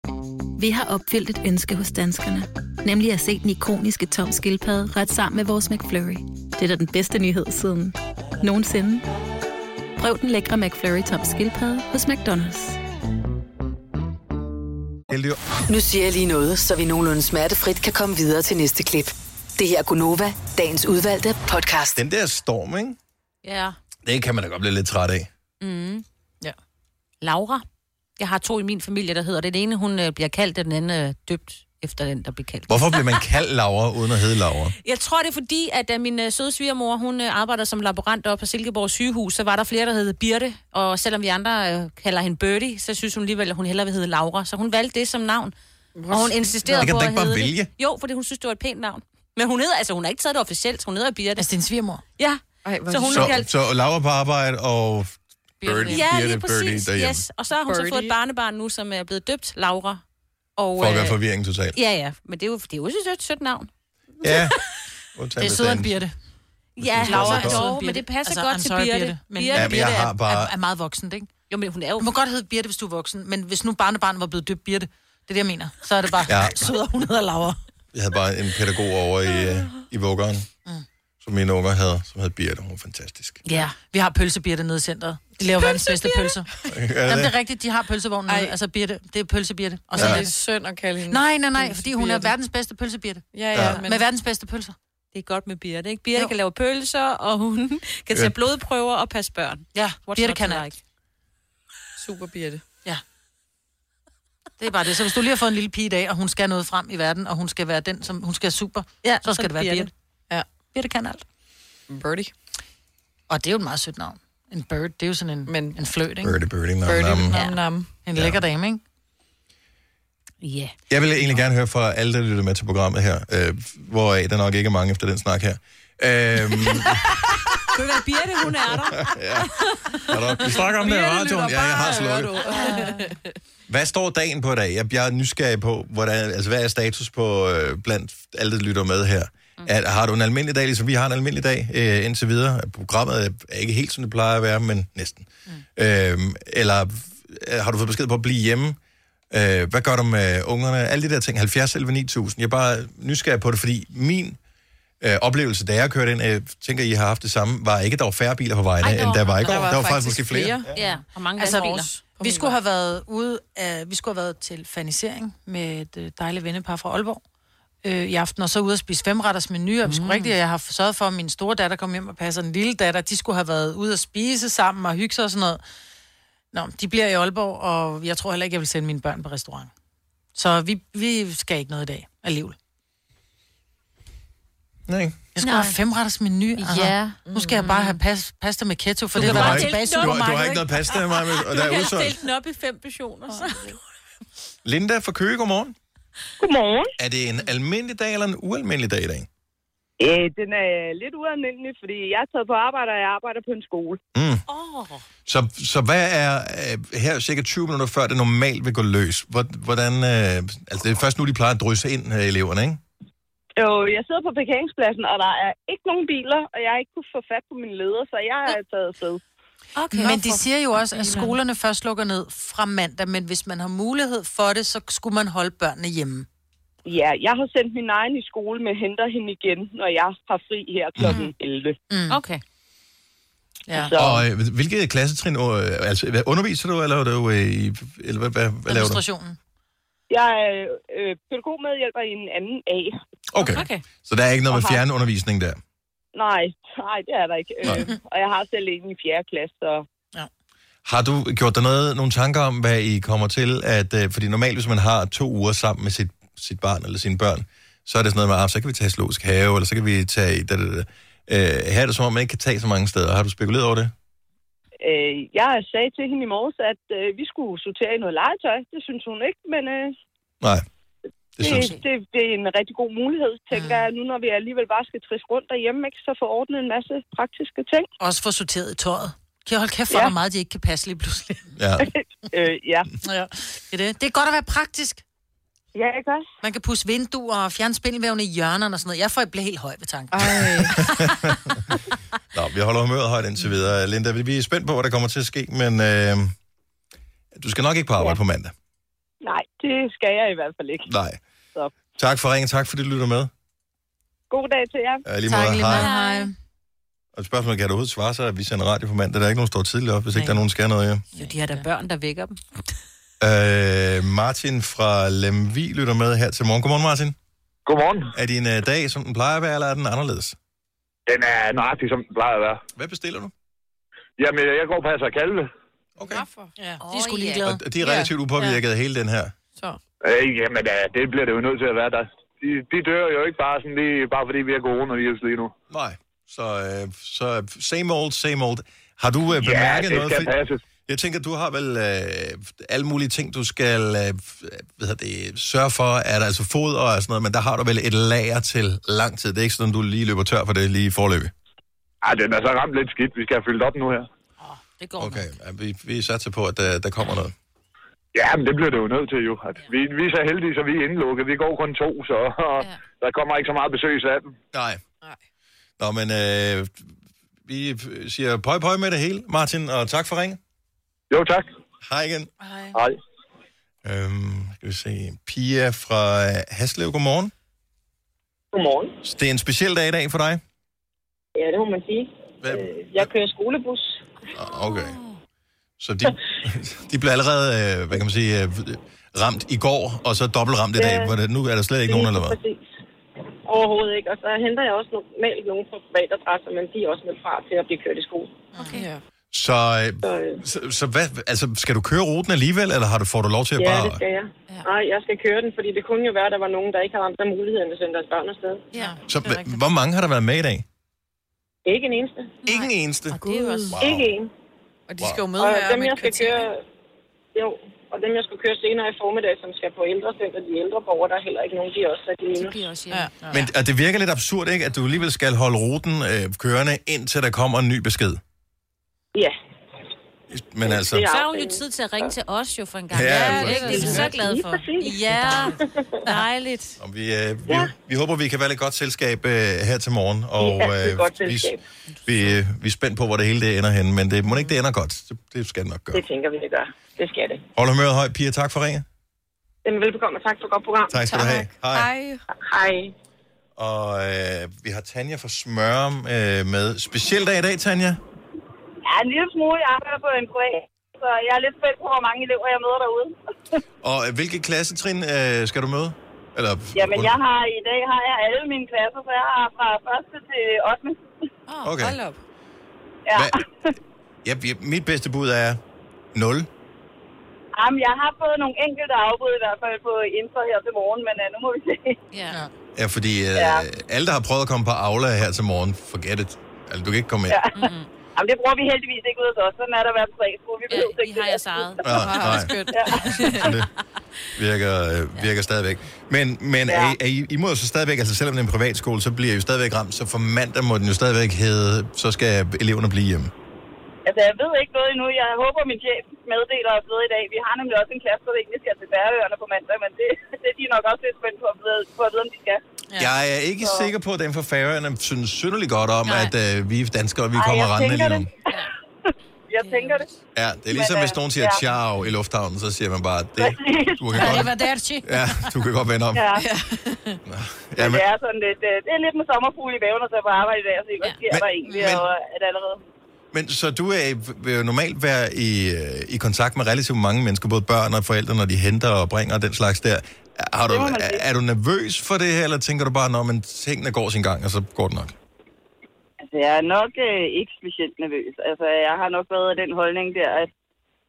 Speaker 5: Vi har opfyldt et ønske hos danskerne. Nemlig at se den ikoniske tom skildpadde ret sammen med vores McFlurry. Det er da den bedste nyhed siden nogensinde. Prøv den lækre McFlurry tom skildpadde hos McDonald's.
Speaker 1: Eldyr.
Speaker 6: Nu siger jeg lige noget, så vi nogenlunde smertefrit kan komme videre til næste klip. Det her er Gunova, dagens udvalgte podcast.
Speaker 1: Den der storm, ikke?
Speaker 3: Ja.
Speaker 1: Det kan man da godt blive lidt træt af.
Speaker 3: Mm. ja. Laura. Jeg har to i min familie, der hedder det. Den ene, hun øh, bliver kaldt, og den anden øh, døbt efter den, der bliver kaldt.
Speaker 1: Hvorfor bliver man kaldt Laura, uden at hedde Laura?
Speaker 3: Jeg tror, det er fordi, at da min øh, søde svigermor, hun øh, arbejder som laborant op på Silkeborg sygehus, så var der flere, der hed Birte, og selvom vi andre øh, kalder hende Birdie, så synes hun alligevel, at hun hellere vil hedde Laura, så hun valgte det som navn. Og hun insisterede
Speaker 2: Det kan
Speaker 3: på
Speaker 2: du
Speaker 3: at
Speaker 2: ikke bare
Speaker 3: hedde
Speaker 2: vælge.
Speaker 3: Det. Jo, fordi hun synes, det var et pænt navn. Men hun hedder, altså hun har ikke taget det officielt, så hun hedder Birte. Altså
Speaker 2: din svigermor?
Speaker 3: Ja. Ej, så hun er
Speaker 1: så,
Speaker 3: kaldt
Speaker 1: så Laura på arbejde og Birdie,
Speaker 3: ja, lige
Speaker 1: Birte, Birdie
Speaker 3: præcis.
Speaker 1: derhjemme.
Speaker 3: yes. Og så har hun så
Speaker 4: Birdie.
Speaker 3: fået et barnebarn nu, som er blevet døbt Laura. Og,
Speaker 1: For at
Speaker 3: øh,
Speaker 1: gøre forvirring totalt.
Speaker 3: Ja, ja, men det er jo, det er jo også et sødt, sødt navn.
Speaker 1: Ja.
Speaker 2: Det er sødere end Birte.
Speaker 3: Ja,
Speaker 2: synes jeg også,
Speaker 3: Laura
Speaker 2: det er
Speaker 3: er
Speaker 2: sødere end
Speaker 3: dog, men
Speaker 2: Birte.
Speaker 3: det passer
Speaker 2: Altså,
Speaker 3: altså, godt
Speaker 2: I'm
Speaker 3: til
Speaker 2: sorry,
Speaker 3: Birte.
Speaker 2: Birte, men-
Speaker 3: Birte.
Speaker 1: Ja, men jeg har bare-
Speaker 2: er, er meget voksen, ikke?
Speaker 3: Jo, men hun er jo...
Speaker 2: Du må godt hedde Birte, hvis du er voksen, men hvis nu barnebarn var blevet døbt Birte, det er det, jeg mener. Så er det bare
Speaker 1: Ja.
Speaker 2: ja. sødere, hun hedder Laura.
Speaker 1: Jeg havde bare en pædagog over i, øh, i vuggeren, mm. som mine unger havde, som hed Birte. Hun var fantastisk.
Speaker 2: Ja, vi har pølsebirte nede i centret. De laver verdens bedste pølser.
Speaker 1: det?
Speaker 2: Jamen, det er rigtigt, de har pølsevognen nede. Altså, birte, det er pølsebirte. Og så
Speaker 1: Ja.
Speaker 2: ja.
Speaker 1: Det er
Speaker 4: synd at kalde hende
Speaker 2: Nej, nej, nej, fordi hun er
Speaker 4: Pølsebirte.
Speaker 2: verdens bedste pølsebirte.
Speaker 4: Ja, ja, Ja. men-
Speaker 2: Med verdens bedste pølser.
Speaker 3: Det er godt med Birte, ikke? Birte jo. kan lave pølser, og hun kan tage
Speaker 2: Ja.
Speaker 3: blodprøver og passe børn.
Speaker 2: Ja, Birte kan alt.
Speaker 4: Super Birte.
Speaker 2: Ja. Det er bare det. Så hvis du lige har fået en lille pige i dag, og hun skal noget frem i verden, og hun skal være den, som hun skal være super, ja, så skal det være Birte. Birte.
Speaker 4: Ja.
Speaker 2: Birte kan alt.
Speaker 4: Birdie.
Speaker 2: Og det er jo et meget sødt navn. En bird, det er jo sådan en, Men, en fløjt, ikke?
Speaker 1: Birdie, birdie, nam,
Speaker 2: Birdie,
Speaker 1: nam.
Speaker 2: nam, nam. En lækker dame, ikke?
Speaker 3: Ja. Yeah.
Speaker 1: Jeg vil egentlig gerne høre fra alle, der lytter med til programmet her, øh, hvoraf der nok ikke er mange efter den snak her. Øhm,
Speaker 3: Kunne det være Birte, hun er der?
Speaker 1: er der, vi snakker om det i radioen. Ja, jeg har slukket. Hvad står dagen på i dag? Jeg, jeg er nysgerrig på, hvordan, altså, hvad er status på øh, blandt alle, der lytter med her? At, har du en almindelig dag, ligesom vi har en almindelig dag øh, indtil videre? Programmet er ikke helt, som det plejer at være, men næsten. Mm. Øhm, eller øh, har du fået besked på at blive hjemme? Øh, hvad gør du med ungerne? Alle de der ting. 70 eller 9000. Jeg er bare nysgerrig på det, fordi min øh, oplevelse, da jeg kørte ind, jeg tænker, I har haft det samme, var ikke, at der var færre biler på vejene, Ej, end der var i går. Der var, der var faktisk måske flere. flere.
Speaker 3: Ja, og mange
Speaker 2: altså,
Speaker 3: vandbiler.
Speaker 2: vi- Vi skulle have været ude af, vi skulle have været til fanisering med et øh, dejligt vennepar fra Aalborg øh, i aften, og så ud og spise femretters menu, og vi skulle mm. rigtigt, og jeg har sørget for, at min store datter kom hjem og passer den lille datter, de skulle have været ude og spise sammen og hygge sig og sådan noget. Nå, de bliver i Aalborg, og jeg tror heller ikke, jeg vil sende mine børn på restaurant. Så vi, vi skal ikke noget i dag alligevel.
Speaker 1: Nej.
Speaker 2: Jeg skulle have femretters menu. Altså.
Speaker 3: Ja.
Speaker 2: Nu skal jeg bare have pas, pasta med ketchup, for
Speaker 1: Du
Speaker 2: det
Speaker 1: kan
Speaker 2: var
Speaker 1: bare
Speaker 2: der tilbage
Speaker 1: stille
Speaker 2: i
Speaker 1: den op. Du har- du har
Speaker 2: supermarkedet,
Speaker 1: ikke noget pasta, Maja, og der er
Speaker 3: Du kan
Speaker 1: udsolgt.
Speaker 3: stille den op i fem personer, så...
Speaker 1: Linda fra Køge, godmorgen.
Speaker 13: Godmorgen.
Speaker 1: Er det en almindelig dag eller en ualmindelig dag i dag?
Speaker 13: Øh, den er lidt ualmindelig, fordi jeg er taget på arbejde, og jeg arbejder på en skole.
Speaker 1: Mm.
Speaker 13: Åh. Oh.
Speaker 1: Så, så hvad er øh, her cirka 20 minutter før det normalt vil gå løs? Hvor- Hvordan, øh, altså det er først nu, de plejer at drysse ind øh, eleverne, ikke?
Speaker 13: Jo, jeg sidder på parkeringspladsen, og der er ikke nogen biler, og jeg har ikke kunne få fat på min leder, så jeg er taget afsted.
Speaker 2: Okay. Men de siger jo også, at skolerne først lukker ned fra mandag, men hvis man har mulighed for det, så skulle man holde børnene hjemme.
Speaker 13: Ja, jeg har sendt min egen i skole, men henter hende igen, når jeg har fri her kl. Mm. 11.
Speaker 2: Mm.
Speaker 3: Okay.
Speaker 2: Ja.
Speaker 13: Så,
Speaker 1: Mhm. Og øh, hvilket klassetrin, øh, altså hvad underviser du, eller, er du, øh, i- eller hvad, hvad, hvad laver du?
Speaker 13: jeg er øh, pædagogmedhjælper i en anden A.
Speaker 1: Okay.
Speaker 13: okay.
Speaker 1: Så der er ikke noget med
Speaker 13: Og har-
Speaker 1: fjernundervisning der?
Speaker 13: Nej, nej, det er der ikke. Øh, og jeg har selv en i 4. klasse, så...
Speaker 1: Har du gjort dig noget, nogle tanker om, hvad I kommer til? At, øh, fordi normalt, hvis man har to uger sammen med sit, sit barn eller sine børn, så er det sådan noget med, ah, så kan vi tage i zoologisk have, eller så kan vi tage... i Da, da, da. Øh, her er det som om, man ikke kan tage så mange steder. Har du spekuleret over det?
Speaker 13: Øh, jeg sagde til hende i morges, at øh, vi skulle sortere i noget legetøj. Det synes hun ikke, men øh,
Speaker 1: Nej.
Speaker 13: det, det, det, det er en rigtig god mulighed, tænker jeg. Nu når vi alligevel bare skal trisse rundt derhjemme, ikke, så får ordnet en masse praktiske ting.
Speaker 2: Også for sorteret i tøjet. Kan jeg holde kæft for,
Speaker 13: Ja.
Speaker 2: ja. hvor meget de ikke kan passe lige pludselig?
Speaker 1: Ja.
Speaker 13: øh, ja.
Speaker 2: ja. Det, er det. det er godt at være praktisk.
Speaker 13: Ja, ikke også?
Speaker 2: Man kan pusse vinduer og fjerne spindelvævne i hjørnerne og sådan noget. Jeg får jeg bliver helt høj ved tanken.
Speaker 1: Nå, vi holder humøret højt indtil videre. Linda, vi- vi er spændt på, hvad der kommer til at ske, men øh, du skal nok ikke på arbejde ja. på mandag.
Speaker 13: Nej, det skal jeg i hvert fald ikke.
Speaker 1: Nej.
Speaker 13: Så.
Speaker 1: Tak for ringen, tak fordi du lytter med.
Speaker 13: God dag til jer.
Speaker 1: Ja, i lige Tak, måde. i lige Hej. måde. Og spørgsmålet, kan du overhovedet svare sig, at vi sender radio på mandag? Der er ikke nogen, der står tidligt op, hvis ikke
Speaker 3: Nej.
Speaker 1: der er nogen, der skal noget. Ja.
Speaker 3: Jo, de har da børn, der vækker dem.
Speaker 1: Øh, Martin fra Lemvi lytter med her til morgen. Godmorgen, Martin.
Speaker 8: Godmorgen.
Speaker 1: Er din øh, dag, som den plejer at være, eller er den anderledes?
Speaker 8: Den er nøjagtig, som den plejer at være.
Speaker 1: Hvad bestiller du?
Speaker 8: Jamen, øh, jeg går og passer kalve.
Speaker 4: Okay. Ja. De er sgu
Speaker 1: Og
Speaker 4: ligeglade.
Speaker 1: de er relativt upåvirket af hele den her.
Speaker 8: Øh, jamen, ja, det bliver det jo nødt til at være der. De, de dør jo ikke bare sådan lige, bare fordi vi er coronavirus lige nu.
Speaker 1: Nej. Så, øh, så same old, same old. Har du øh, bemærket
Speaker 8: det
Speaker 1: noget?
Speaker 8: skal
Speaker 1: Fordi- Jeg tænker, du har vel øh, alle mulige ting, du skal øh, hvad hedder det, sørge for. Er der altså fod og sådan noget, men der har du vel et lager til lang tid. Det er ikke sådan, du lige løber tør for det lige i forløbet.
Speaker 8: Ej, den er så ramt lidt skidt. Vi skal have fyldt op nu her.
Speaker 3: Det går
Speaker 1: okay. Ja, vi, vi satser på, at der, der kommer noget.
Speaker 8: Ja, men det bliver det jo nødt til jo. At vi, vi er så heldige, så vi er indlukket. Vi går kun to, så ja. der kommer ikke så meget besøg af dem.
Speaker 1: Nej. Nå, men øh, vi siger pøj pøj med det hele, Martin, og tak for ringen.
Speaker 8: Jo, tak.
Speaker 1: Hej igen.
Speaker 2: Hej.
Speaker 8: Hej.
Speaker 1: Øhm, skal vi se. Pia fra Haslev, godmorgen.
Speaker 10: Godmorgen.
Speaker 1: Så det er en speciel dag i dag for dig?
Speaker 10: Ja, det må man sige.
Speaker 1: Hvad?
Speaker 10: Jeg kører skolebus.
Speaker 1: Ah, Okay. Så de, de blev allerede, øh, hvad kan man sige, øh, ramt i går, og så dobbelt ramt i dag.
Speaker 10: Ja.
Speaker 1: Hvor det, nu er der slet ikke nogen, eller hvad?
Speaker 10: Præcis. Overhovedet ikke. Og så henter jeg også normalt nogen fra privatadresser, men de er også med fra til at blive kørt i skole. Okay. Ja.
Speaker 1: Så, øh, så, så hvad, altså, skal du køre ruten alligevel, eller har du, får du lov til at
Speaker 10: ja,
Speaker 1: bare...
Speaker 10: det skal jeg. Nej, jeg skal køre den, fordi det kunne jo være, at der var nogen, der ikke havde andre muligheder end at sende deres børn afsted. Ja.
Speaker 1: Så, hva, hvor mange har der været med i dag?
Speaker 10: Ikke en eneste.
Speaker 1: Ikke en eneste?
Speaker 10: Og det er jo også...
Speaker 1: Wow.
Speaker 10: Ikke en.
Speaker 4: Og de skal jo med
Speaker 10: og
Speaker 4: her
Speaker 10: dem,
Speaker 4: om et
Speaker 10: jeg skal køre... Jo, og dem, jeg skal køre senere i formiddag, som skal på ældrecenter, de ældre borgere, der er heller ikke nogen, de er også sat i minus. De også, ja. ja.
Speaker 1: Men og det virker lidt absurd, ikke? At du alligevel skal holde ruten øh, kørende, indtil der kommer en ny besked.
Speaker 10: Ja.
Speaker 1: Men altså...
Speaker 3: Så har hun jo tid til at ringe til os jo for en gang.
Speaker 1: Ja,
Speaker 3: det,
Speaker 1: præcis.
Speaker 3: ikke? det er vi så glade for. Ja, dejligt.
Speaker 1: Og vi, øh, vi, ja. vi håber, vi kan være lidt godt selskab øh, her til morgen. Og øh,
Speaker 3: Ja, det er godt
Speaker 1: vi,
Speaker 10: selskab.
Speaker 1: vi, øh, vi er spændt på, hvor det hele det ender henne, men det må ikke det ender godt. Det, det skal det nok gøre.
Speaker 10: Det tænker vi, det gør. Det skal det.
Speaker 1: Hold humøret højt, Pia. Tak for ringet.
Speaker 10: Jamen, velbekomme, og tak for et godt program.
Speaker 1: Tak skal du have. Hej.
Speaker 10: Hej.
Speaker 1: Og øh, vi har Tanja fra Smørum øh, med. Speciel dag i dag, Tanja.
Speaker 11: Ja, en lille smule. Jeg arbejder på en privat, så jeg er lidt spændt på, hvor mange elever jeg møder derude.
Speaker 1: Og øh, hvilke klassetrin øh, skal du møde? Eller,
Speaker 11: Jamen, jeg har i dag har jeg alle mine klasser, så jeg har fra 1. til 8.
Speaker 1: Okay. hold
Speaker 10: op.
Speaker 1: Ja. ja, vi- mit bedste bud er 0.
Speaker 11: Jamen, jeg har fået nogle enkelte afbud, i hvert fald på info her til morgen, men uh, nu må vi se. Ja.
Speaker 1: Ja, fordi øh, ja.
Speaker 11: Ja.
Speaker 1: alle, der har prøvet at komme på Aula her til morgen, forget it. Altså, du kan ikke komme ind.
Speaker 11: ja. Mm-hmm. Jamen, det bruger vi heldigvis ikke ud hos os. Sådan er der været tre skole. Vi behøver ikke har jeg eget.
Speaker 1: Nej, nej.
Speaker 11: Ja.
Speaker 1: Virker, øh, virker stadigvæk. Men, men ja. er, I- er I, I må jo så stadigvæk, altså selvom det er en privatskole, så bliver I jo stadigvæk ramt. Så for mandag må den jo stadigvæk hedde, så skal eleverne blive hjemme.
Speaker 11: Altså, jeg ved ikke noget endnu. Jeg håber, min chef meddeler os ved i dag. Vi har nemlig også en klasse, der egentlig skal til Færøerne på mandag, men det, det er de nok også lidt spændt på at vide, på at vide om de skal.
Speaker 1: Ja. Jeg er ikke så. sikker på, at den fra Færøerne synes synderligt godt om, Nej. at øh, vi danskere, vi
Speaker 11: Ej,
Speaker 1: kommer
Speaker 11: jeg
Speaker 1: rendende
Speaker 11: tænker
Speaker 1: lige nu.
Speaker 11: Jeg tænker det.
Speaker 1: Ja, det er ligesom,
Speaker 11: Men,
Speaker 1: hvis
Speaker 11: øh,
Speaker 1: nogen siger
Speaker 11: ja.
Speaker 1: ciao i lufthavnen, så siger man bare, det, du kan godt,
Speaker 11: Arrivederci.
Speaker 1: ja, du kan godt vende om.
Speaker 11: Ja.
Speaker 1: Ja,
Speaker 11: Men
Speaker 1: men,
Speaker 11: det er sådan lidt, øh, det er lidt med sommerfugle i væven, og så på arbejde i dag, og se, hvad sker
Speaker 1: Men-
Speaker 11: der egentlig,
Speaker 1: men-
Speaker 11: og er det allerede...
Speaker 1: men så du er, vil jo normalt være i, øh, i kontakt med relativt mange mennesker, både børn og forældre, når de henter og bringer og den slags der. Har du,
Speaker 11: Det må man
Speaker 1: er,
Speaker 11: sige.
Speaker 1: er du nervøs for det her, eller tænker du bare, når tingene går sin gang, og så går det nok?
Speaker 11: Altså, jeg er nok øh, ikke specielt nervøs. Altså, jeg har nok været af den holdning der, at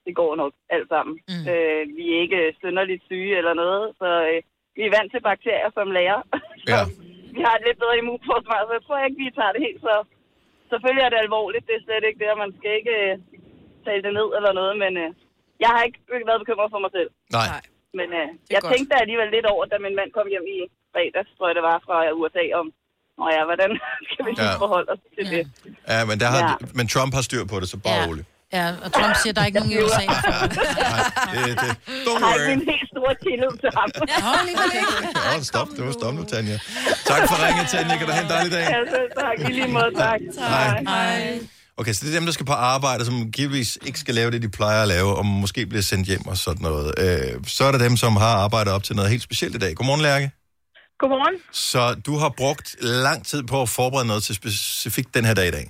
Speaker 11: det går nok alt sammen. Mm. Øh, vi er ikke synderligt syge eller noget, så øh, vi er vant til bakterier som lærer.
Speaker 1: Ja.
Speaker 11: vi har et lidt bedre immunforsvar, så jeg tror ikke, vi tager det helt så... Selvfølgelig er det alvorligt, det er slet ikke det, og man skal ikke øh, tale det ned eller noget, men øh, jeg har ikke øh, været bekymret for mig selv.
Speaker 1: Nej.
Speaker 11: Men øh, jeg
Speaker 1: godt.
Speaker 11: godt. tænkte alligevel lidt over, da min mand kom hjem i fredags, tror jeg det var, fra USA, om, Nå ja, hvordan skal vi
Speaker 1: Ja.
Speaker 11: ja. forholde os til det?
Speaker 1: Ja, men, der har, ja. men Trump har styr på det, så bare ja. roligt.
Speaker 2: Ja, og Trump siger, at der er ikke nogen i USA.
Speaker 1: Det, det, don't
Speaker 11: Ej,
Speaker 1: worry.
Speaker 11: men helt store tillid til ham.
Speaker 1: Åh, stop, det var stop nu, Tanja. Tak for ringet, Tanja. Kan du have en dejlig dag?
Speaker 11: altså, tak. I lige måde, tak.
Speaker 1: Hej. Okay, så det er dem, der skal på arbejde, som givetvis ikke skal lave det, de plejer at lave, og måske bliver sendt hjem og sådan noget. Øh, så er der dem, som har arbejdet op til noget helt specielt i dag. Godmorgen, Lærke.
Speaker 15: Godmorgen.
Speaker 1: Så du har brugt lang tid på at forberede noget til specifikt den her dag i dag.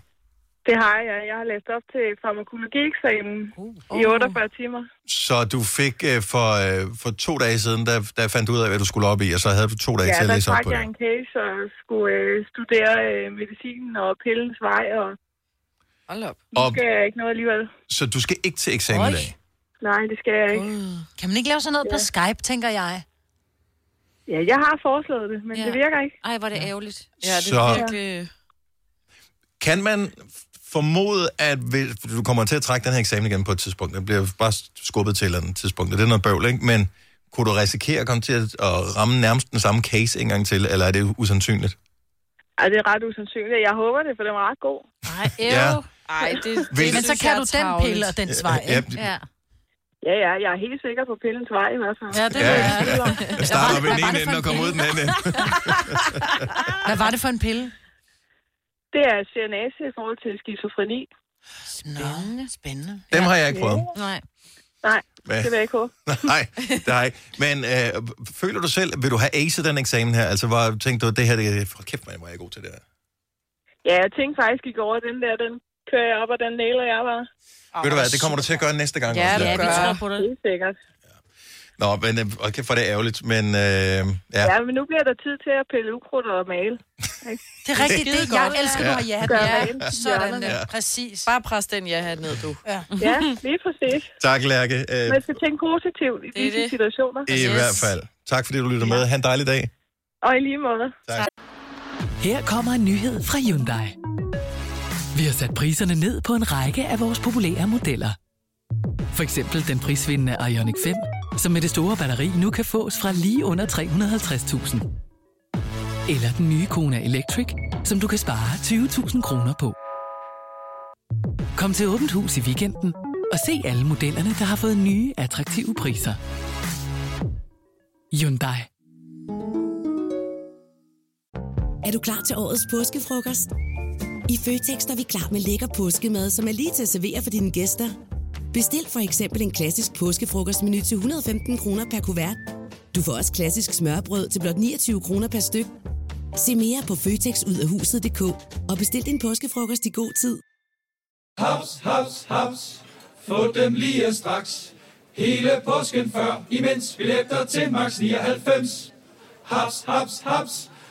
Speaker 15: Det har jeg. Jeg har læst op til farmakologieksamen uh. i
Speaker 4: Oh.
Speaker 15: 48 timer.
Speaker 1: Så du fik øh, for, øh, for to dage siden, der, der fandt du ud af, hvad du skulle op i, og så havde du to dage
Speaker 15: ja,
Speaker 1: til at
Speaker 15: der
Speaker 1: læse op
Speaker 15: trak
Speaker 1: på
Speaker 15: jeg
Speaker 1: det.
Speaker 15: en case og skulle øh, studere øh, medicinen og pillens vej, og
Speaker 4: Hold op.
Speaker 15: nu
Speaker 1: Og-
Speaker 15: skal jeg ikke noget alligevel.
Speaker 1: Så du skal ikke til eksamen i dag.
Speaker 15: Nej, det skal jeg ikke.
Speaker 2: Kan man ikke lave sådan noget ja. på Skype, tænker jeg?
Speaker 15: Ja, jeg har foreslået det, men ja. det virker ikke.
Speaker 3: Ej, hvor er det ærgerligt.
Speaker 4: Ja, det
Speaker 1: Så-
Speaker 4: er virkelig...
Speaker 1: Kan man f- formode, at hvis, du kommer til at trække den her eksamen igen på et tidspunkt, den bliver bare skubbet til et eller andet tidspunkt, og det er noget bøvl, ikke? men kunne du risikere at komme til at, at ramme nærmest den samme case en gang til, eller er det usandsynligt?
Speaker 15: Ej, det er ret usandsynligt. Jeg håber det, for den var ret god.
Speaker 2: Nej,
Speaker 1: Ja.
Speaker 4: Ej, det,
Speaker 1: Men det så
Speaker 15: synes
Speaker 2: kan
Speaker 15: jeg
Speaker 2: du
Speaker 15: er
Speaker 2: den
Speaker 15: tarveligt.
Speaker 2: pille og dens vej,
Speaker 1: Ja,
Speaker 2: ikke? Ja.
Speaker 15: Ja, ja, jeg er helt sikker på pillens vej i hvert fald.
Speaker 2: Ja, det Ja, ved jeg.
Speaker 1: ja. Jeg starter ved den ene ende og kommer ud den anden ende.
Speaker 2: Hvad var det for en pille?
Speaker 15: Det er CNAC i forhold til skizofreni.
Speaker 2: Spændende. Spændende.
Speaker 1: Dem har jeg ikke prøvet.
Speaker 2: Nej.
Speaker 15: Nej,
Speaker 1: Hvad?
Speaker 15: det vil jeg ikke håbe.
Speaker 1: Nej, det har jeg ikke. Men øh, føler du selv, vil du have acet den eksamen her? Altså, hvor tænkte du, det her, det, for kæft, man, hvor er jeg god til det her.
Speaker 15: Ja, jeg tænkte faktisk i går, at den der, den kører jeg op, og den næler jeg bare.
Speaker 1: Oh, Ved du hvad, det kommer du til at gøre næste gang. også, Lærke.
Speaker 15: på det. Helt sikkert.
Speaker 1: Nå, men øh, og kæft, for det er ærgerligt, men øh, ja.
Speaker 15: Ja. ja, men nu bliver der tid til at pille ukrudt og male.
Speaker 2: Det er rigtigt, det jeg elsker, du
Speaker 1: Ja.
Speaker 2: har ja.
Speaker 15: Gør
Speaker 2: ja.
Speaker 15: rent i
Speaker 2: Sådan
Speaker 15: hjørnerne.
Speaker 2: der,
Speaker 1: Ja.
Speaker 2: præcis.
Speaker 4: Bare pres den ja her ned, du.
Speaker 2: Ja.
Speaker 15: Ja, lige præcis.
Speaker 1: Tak, Lærke. Øh,
Speaker 15: Man skal tænke positivt i disse
Speaker 4: det.
Speaker 15: situationer.
Speaker 1: I hvert fald. Tak fordi du lytter med. Ha' en dejlig dag.
Speaker 15: Og i lige måde.
Speaker 1: Tak.
Speaker 21: Her kommer en nyhed fra Hyundai. Vi har sat priserne ned på en række af vores populære modeller. For eksempel den prisvindende Ioniq 5, som med det store batteri nu kan fås fra lige under 350.000. Eller den nye Kona Electric, som du kan spare 20.000 kroner på. Kom til Åbent Hus i weekenden og se alle modellerne, der har fået nye, attraktive priser. Hyundai.
Speaker 22: Er du klar til årets påskefrokost? I Føtex er vi klar med lækker påskemad, som er lige til at servere for dine gæster. Bestil for eksempel en klassisk påskefrokostmenu til 115 kroner per kuvert. Du får også klassisk smørbrød til blot 29 kroner per styk. Se mere på føtexudafhuset.dk og bestil din påskefrokost i god tid.
Speaker 19: Haps, haps, haps. Få dem lige straks. Hele påsken før, imens billetter til max 99. Haps, haps, haps.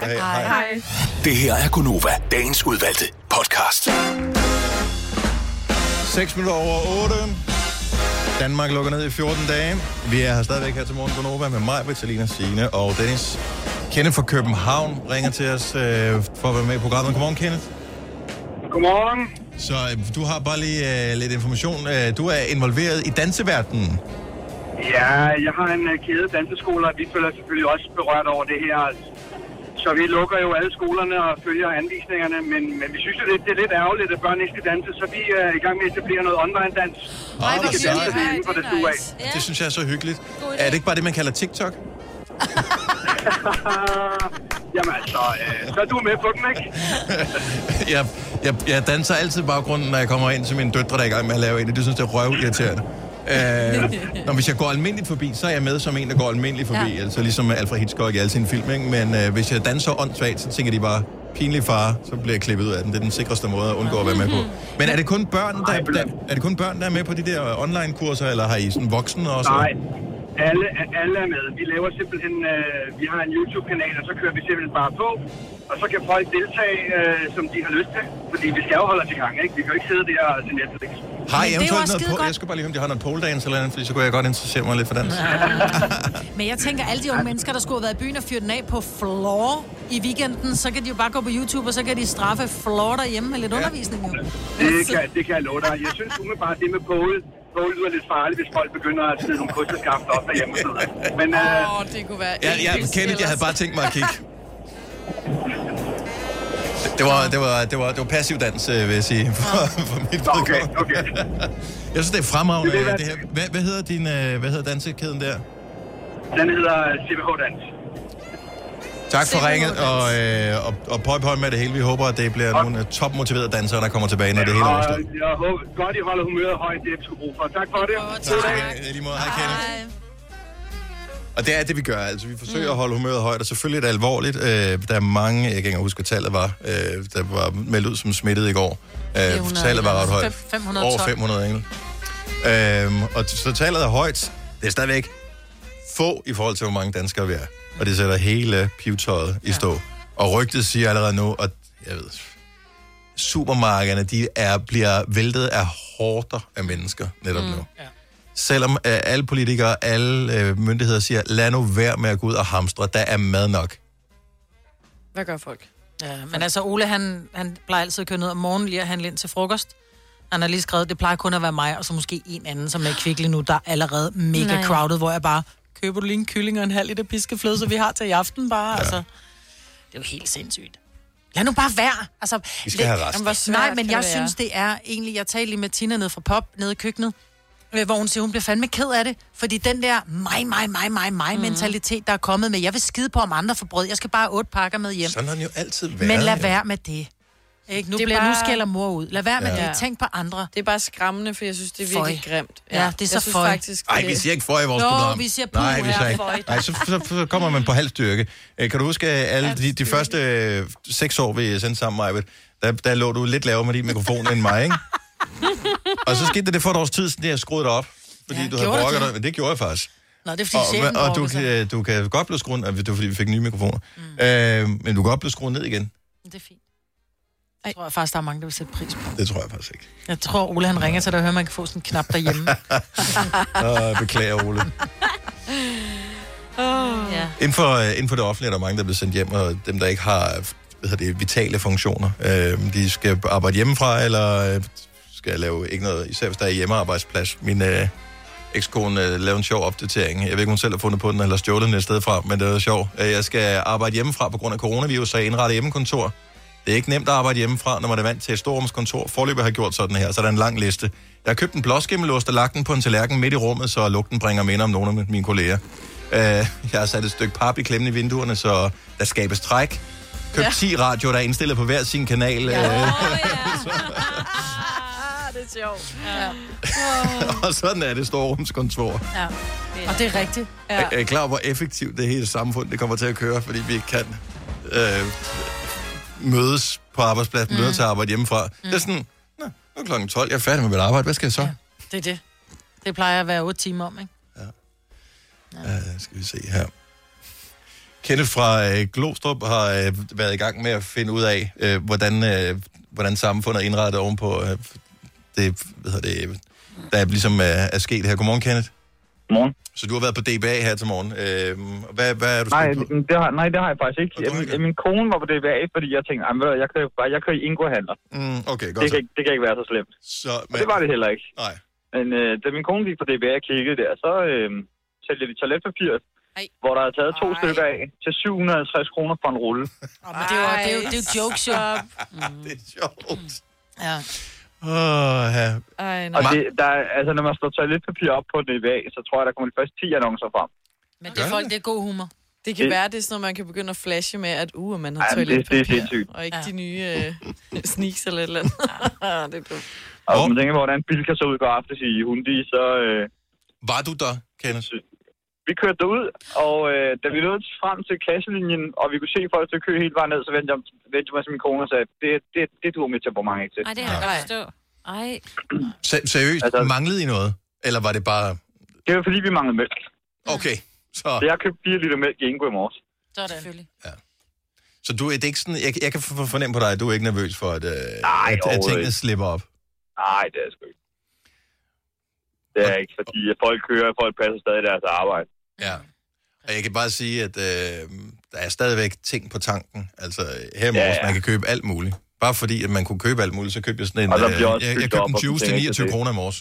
Speaker 1: Hej, hej.
Speaker 15: Hej.
Speaker 7: Det her er Gunova, dagens udvalgte podcast.
Speaker 1: 6 minutter over 8. Danmark lukker ned i 14 dage. Vi er her stadigvæk her til morgen på Nova med mig, Vitalina Signe og Dennis. Kenneth fra København ringer til os øh, for at være med i programmet. Godmorgen, Kenneth.
Speaker 9: Godmorgen.
Speaker 1: Så øh, du har bare lige øh, lidt information. Øh, du er involveret i danseverdenen.
Speaker 9: Ja, jeg har en øh, kæde danseskole, og vi føler selvfølgelig også berørt over det her. Så vi lukker jo alle skolerne og følger anvisningerne, men, men vi synes jo, det, det er lidt ærgerligt, at børn ikke skal danse, så vi øh, er i gang med at etablere noget online-dans.
Speaker 1: Ej,
Speaker 9: vi
Speaker 1: hvor
Speaker 9: kan danse
Speaker 1: sejt.
Speaker 9: det inden for det stue af.
Speaker 1: Ja. Det synes jeg er så hyggeligt. Er det ikke bare det, man kalder TikTok?
Speaker 9: Jamen altså, øh, så er du med på den, ikke?
Speaker 1: jeg, jeg, jeg danser altid i baggrunden, når jeg kommer ind til mine døtre, der er i gang med at lave en. Det synes jeg er røvirriterende. Øh, når hvis jeg går almindeligt forbi, så er jeg med som en, der går almindeligt forbi. Ja. Altså ligesom Alfred Hitchcock i alle sine film, ikke? Men øh, hvis jeg danser åndssvagt, så tænker de bare, pinlig far, så bliver jeg klippet ud af den. Det er den sikreste måde at undgå at være med på. Men er det kun børn, der, der, er, det kun børn, der er med på de der online-kurser, eller har I sådan voksne også?
Speaker 9: Nej, alle, alle er med. Vi laver simpelthen, øh, vi har en YouTube-kanal, og så kører vi simpelthen bare på. Og så kan folk deltage, øh, som de har lyst til. Fordi vi skal jo holde os i gang, ikke? Vi kan jo ikke sidde der og se Netflix.
Speaker 1: Har I eventuelt noget på? Jeg skal bare lige høre, om de har noget pole dance eller andet, fordi så kunne jeg godt interessere mig lidt for dans.
Speaker 2: Men jeg tænker, alle de unge mennesker, der skulle have været i byen og fyret den af på floor, i weekenden, så kan de jo bare gå på YouTube, og så kan de straffe flår derhjemme med lidt ja. undervisning. Jo.
Speaker 9: Det kan, det kan jeg love dig. Jeg synes umiddelbart, det med bål, bål lyder lidt farligt, hvis folk begynder at sidde nogle kosteskaft op derhjemme. og sådan noget. Men øh,
Speaker 4: Åh, det kunne være...
Speaker 1: Ja, jeg, Kenneth, jeg havde bare tænkt mig at kigge. Det var, det var, det var, det var passiv dans, øh, vil jeg sige, for, for mit okay, okay. Jeg synes, det er fremragende, det,
Speaker 9: Det vil være-
Speaker 1: det her. Hvad, hvad hedder din, øh, hvad hedder dansekæden der?
Speaker 9: den hedder øh, CBH Dans.
Speaker 1: Tak for ringet, og, øh, og, og pøj, pøj med det hele. Vi håber, at det bliver nogle øh, topmotiverede dansere, der kommer tilbage, når det hele er
Speaker 9: Og
Speaker 1: overstået.
Speaker 9: jeg håber godt, I holder humøret højt. Det er sgu brug for. Tak for det. God dag.
Speaker 1: Lige måde. Hej, Kenneth. Og det er det, vi gør. Altså, vi forsøger
Speaker 2: Mm.
Speaker 1: at holde humøret højt, og selvfølgelig er det alvorligt. Øh, der er mange, jeg kan ikke engang huske, hvad tallet var, øh, der var meldt ud som smittet i går. Øh,
Speaker 2: 400,
Speaker 1: tallet var ret højt.
Speaker 2: fem- 512.
Speaker 1: Over 500 engel. Øhm, og t- så tallet er højt. Det er stadigvæk få i forhold til, hvor mange danskere vi er. Og det sætter hele pivtøjet i stå. Og rygtet siger allerede nu, og jeg ved, supermarkederne, de er, bliver væltet af hårder af mennesker netop mm. nu. Selvom øh, alle politikere, alle øh, myndigheder siger, lad nu være med at gå ud og hamstre, der er mad nok.
Speaker 4: Hvad gør folk?
Speaker 2: Ja, men altså Ole, han, han plejer altid at køre ned om morgenen lige at handle ind til frokost. Han har lige skrevet, det plejer kun at være mig, og så måske en anden, som er kvikle nu, der er allerede mega
Speaker 3: Nej.
Speaker 2: Nej. crowded, hvor jeg bare, køber du lige en kylling og en halv liter piskefløde, så vi har til i aften bare, ja. altså. Det er jo helt sindssygt. Lad nu bare være. Altså,
Speaker 1: Vi skal have rester. Jamen, hvor svært
Speaker 2: Nej, men
Speaker 1: kan
Speaker 2: jeg
Speaker 1: det
Speaker 2: synes, det er egentlig... Jeg talte lige med Tina nede fra pop, nede i køkkenet, øh, hvor hun siger, hun bliver fandme ked af det. Fordi den der mig, mig, mig, mig, mig
Speaker 1: Mhm.
Speaker 2: mm. mentalitet, der er kommet med, jeg vil skide på om andre for brød. Jeg skal bare have otte pakker med hjem.
Speaker 1: Sådan har den jo altid været.
Speaker 2: Men lad
Speaker 1: jo.
Speaker 2: være med det. Ikke? Nu,
Speaker 4: Det er
Speaker 2: bliver, bare... nu
Speaker 4: bare-
Speaker 2: skælder mor ud. Lad være med
Speaker 1: Ja.
Speaker 2: ja. det. Tænk på andre.
Speaker 4: Det er bare skræmmende, for jeg synes, det er virkelig
Speaker 2: Føj.
Speaker 4: grimt.
Speaker 2: Ja, det er så
Speaker 4: jeg synes
Speaker 2: føj.
Speaker 4: faktisk,
Speaker 1: Ej, vi siger ikke for i vores
Speaker 4: Nå,
Speaker 1: program.
Speaker 4: vi siger puh
Speaker 1: Nej, vi
Speaker 4: her,
Speaker 1: siger ikke.
Speaker 4: føj.
Speaker 1: Nej, så, så, så kommer man på halv styrke. Øh, Kan du huske, at alle de, de første øh, seks år, vi sendte sammen, Majbet, der, der lå du lidt lavere med din mikrofon end mig, ikke? Og så skete der det for et års tid, siden jeg skruede dig op. Fordi ja, du havde
Speaker 2: gjorde du
Speaker 1: brokket
Speaker 2: det?
Speaker 1: dig. Men det gjorde jeg faktisk.
Speaker 2: Nå, det er fordi og,
Speaker 1: Og,
Speaker 2: chefen
Speaker 1: og du,
Speaker 2: brokker sig.
Speaker 1: kan, øh, du kan godt blive skruet ned, det var fordi vi fik nye mikrofoner. Mm. Øh, men du kan godt blive skruet ned igen.
Speaker 2: Det er fint. Jeg tror jeg faktisk, der er mange, der vil sætte pris på.
Speaker 1: Det tror jeg faktisk ikke.
Speaker 2: Jeg tror, Ole han ringer til dig og hører, at man kan få sådan en knap derhjemme.
Speaker 1: Åh, øh, beklager, Ole.
Speaker 2: oh. ja.
Speaker 1: Inden for, øh, inden for det offentlige er der mange, der bliver sendt hjem, og dem, der ikke har øh, hvad hedder det, vitale funktioner, øh, de skal arbejde hjemmefra, eller øh, skal lave ikke noget, især hvis der er hjemmearbejdsplads. Min øh, ekskone øh, lavede en sjov opdatering. Jeg ved ikke, om hun selv har fundet på den, eller stjålet den et sted fra, men det er sjovt. Øh, Jeg skal arbejde hjemmefra på grund af coronavirus, så jeg indretter hjemmekontor. Det er ikke nemt at arbejde hjemmefra, når man er vant til et storrumskontor. Forløbet har gjort sådan her, så der er en lang liste. Jeg har købt en blåskimmelost og lagt den på en tallerken midt i rummet, så lugten bringer minder om nogle af mine kolleger. Øh, Jeg har sat et stykke pap i klemmen i vinduerne, så der skabes træk. Købt
Speaker 4: Ja.
Speaker 1: ja. 10 radioer, der er indstillet på hver sin kanal. øh, Ja.
Speaker 4: Ah, det er sjovt. Ja.
Speaker 1: og sådan er det storrumskontor.
Speaker 2: ja. Og det er rigtigt.
Speaker 1: Ja. Er, er I klar over, hvor effektivt det hele samfund det kommer til at køre, fordi vi ikke kan øh, mødes på arbejdspladsen, mm. mødes til at arbejde hjemmefra? Mm. Det er sådan, Nå, nu er klokken 12, jeg er færdig med mit arbejde, hvad skal jeg så? Ja.
Speaker 2: Det er det. Det plejer at være 8 timer om, ikke?
Speaker 1: Uh, skal vi se her. Kenneth fra øh, Glostrup har øh, været i gang med at finde ud af, øh, hvordan, øh, hvordan samfundet er indrettet ovenpå øh, det, hvad hedder det, øh, der er ligesom øh, er sket her. Godmorgen, Kenneth.
Speaker 16: Godmorgen.
Speaker 1: Så du har været på DBA her til morgen. Øh, hvad, hvad er du
Speaker 16: Nej,
Speaker 1: spændt på?
Speaker 16: det har, nej, det har jeg faktisk ikke. Jeg, min, min kone var på DBA, fordi jeg tænkte, "Ej, men ved du hvad, jeg kører jo bare, jeg kører i indgåhandler.
Speaker 1: Mm, okay,
Speaker 16: det,
Speaker 1: godt
Speaker 16: kan,
Speaker 1: så.
Speaker 16: ikke- det kan ikke være så slemt.
Speaker 1: Så,
Speaker 16: men... Det var det heller ikke.
Speaker 1: Nej.
Speaker 16: Men øh, da min kone gik på DBA og kiggede der, så øh, sælger de toiletpapir, Ej. hvor der er taget to Ej. stykker af til 750 kroner for en rulle.
Speaker 2: Oh, men det er jo, det er jo, det er jo jokes, jo.
Speaker 1: Ah, det er sjovt.
Speaker 2: Ja.
Speaker 1: Åh, ja.
Speaker 2: Ej,
Speaker 16: Og det, der, er- altså, når man slår toiletpapir op på DBA, så tror jeg, der kommer de første 10 annoncer frem.
Speaker 2: Men det er
Speaker 16: Gør
Speaker 2: folk,
Speaker 16: det?
Speaker 2: det er god humor.
Speaker 4: Det kan
Speaker 16: Det-
Speaker 4: være, det er sådan noget, man kan begynde at flashe med, at uh, man har
Speaker 16: Ej, men det- det er
Speaker 4: toiletpapir.
Speaker 16: sindssygt.
Speaker 4: Og ikke ja. de nye øh, sneaks eller et eller andet. det er dumt.
Speaker 16: Og hvis man tænker, på, hvordan bil kan så ud i går aftes i Hundi, så... Øh,
Speaker 1: var du der, Kenneth?
Speaker 16: Vi kørte derud, og øh, da vi nåede frem til kasselinjen, og vi kunne se folk til kø hele vejen ned, så vendte jeg, vendte jeg mig til min kone og sagde, det, det, det duer mit temperament ikke til.
Speaker 3: Ej, det har jeg godt forstå. Ej.
Speaker 1: Se- seriøst, altså... manglede I noget? Eller var det bare...
Speaker 16: Det var fordi, vi manglede mælk.
Speaker 1: Okay, så...
Speaker 16: Så jeg købte 4 liter mælk i Ingo i morges.
Speaker 2: Sådan. Selvfølgelig.
Speaker 1: Så du er det er ikke sådan... Jeg, jeg kan for- fornemme på dig, at du er ikke nervøs for, at, øh,
Speaker 16: Nej,
Speaker 1: at, at
Speaker 16: overhovedet
Speaker 1: tingene
Speaker 16: ikke.
Speaker 1: slipper op.
Speaker 16: Nej, det er jeg sgu ikke. Det er jeg ikke, fordi folk kører, og folk passer stadig deres arbejde.
Speaker 1: Ja. Og jeg kan bare sige, at øh, der er stadigvæk ting på tanken. Altså, her i morges, ja, ja. man kan købe alt muligt. Bare fordi, at man kunne købe alt muligt, så købte jeg sådan en...
Speaker 16: Og der bliver
Speaker 1: øh,
Speaker 16: også
Speaker 1: jeg, jeg
Speaker 16: fyldt
Speaker 1: købte
Speaker 16: op
Speaker 1: en
Speaker 16: og
Speaker 1: juice til
Speaker 16: penge til
Speaker 1: 29
Speaker 16: det.
Speaker 1: kroner i morges.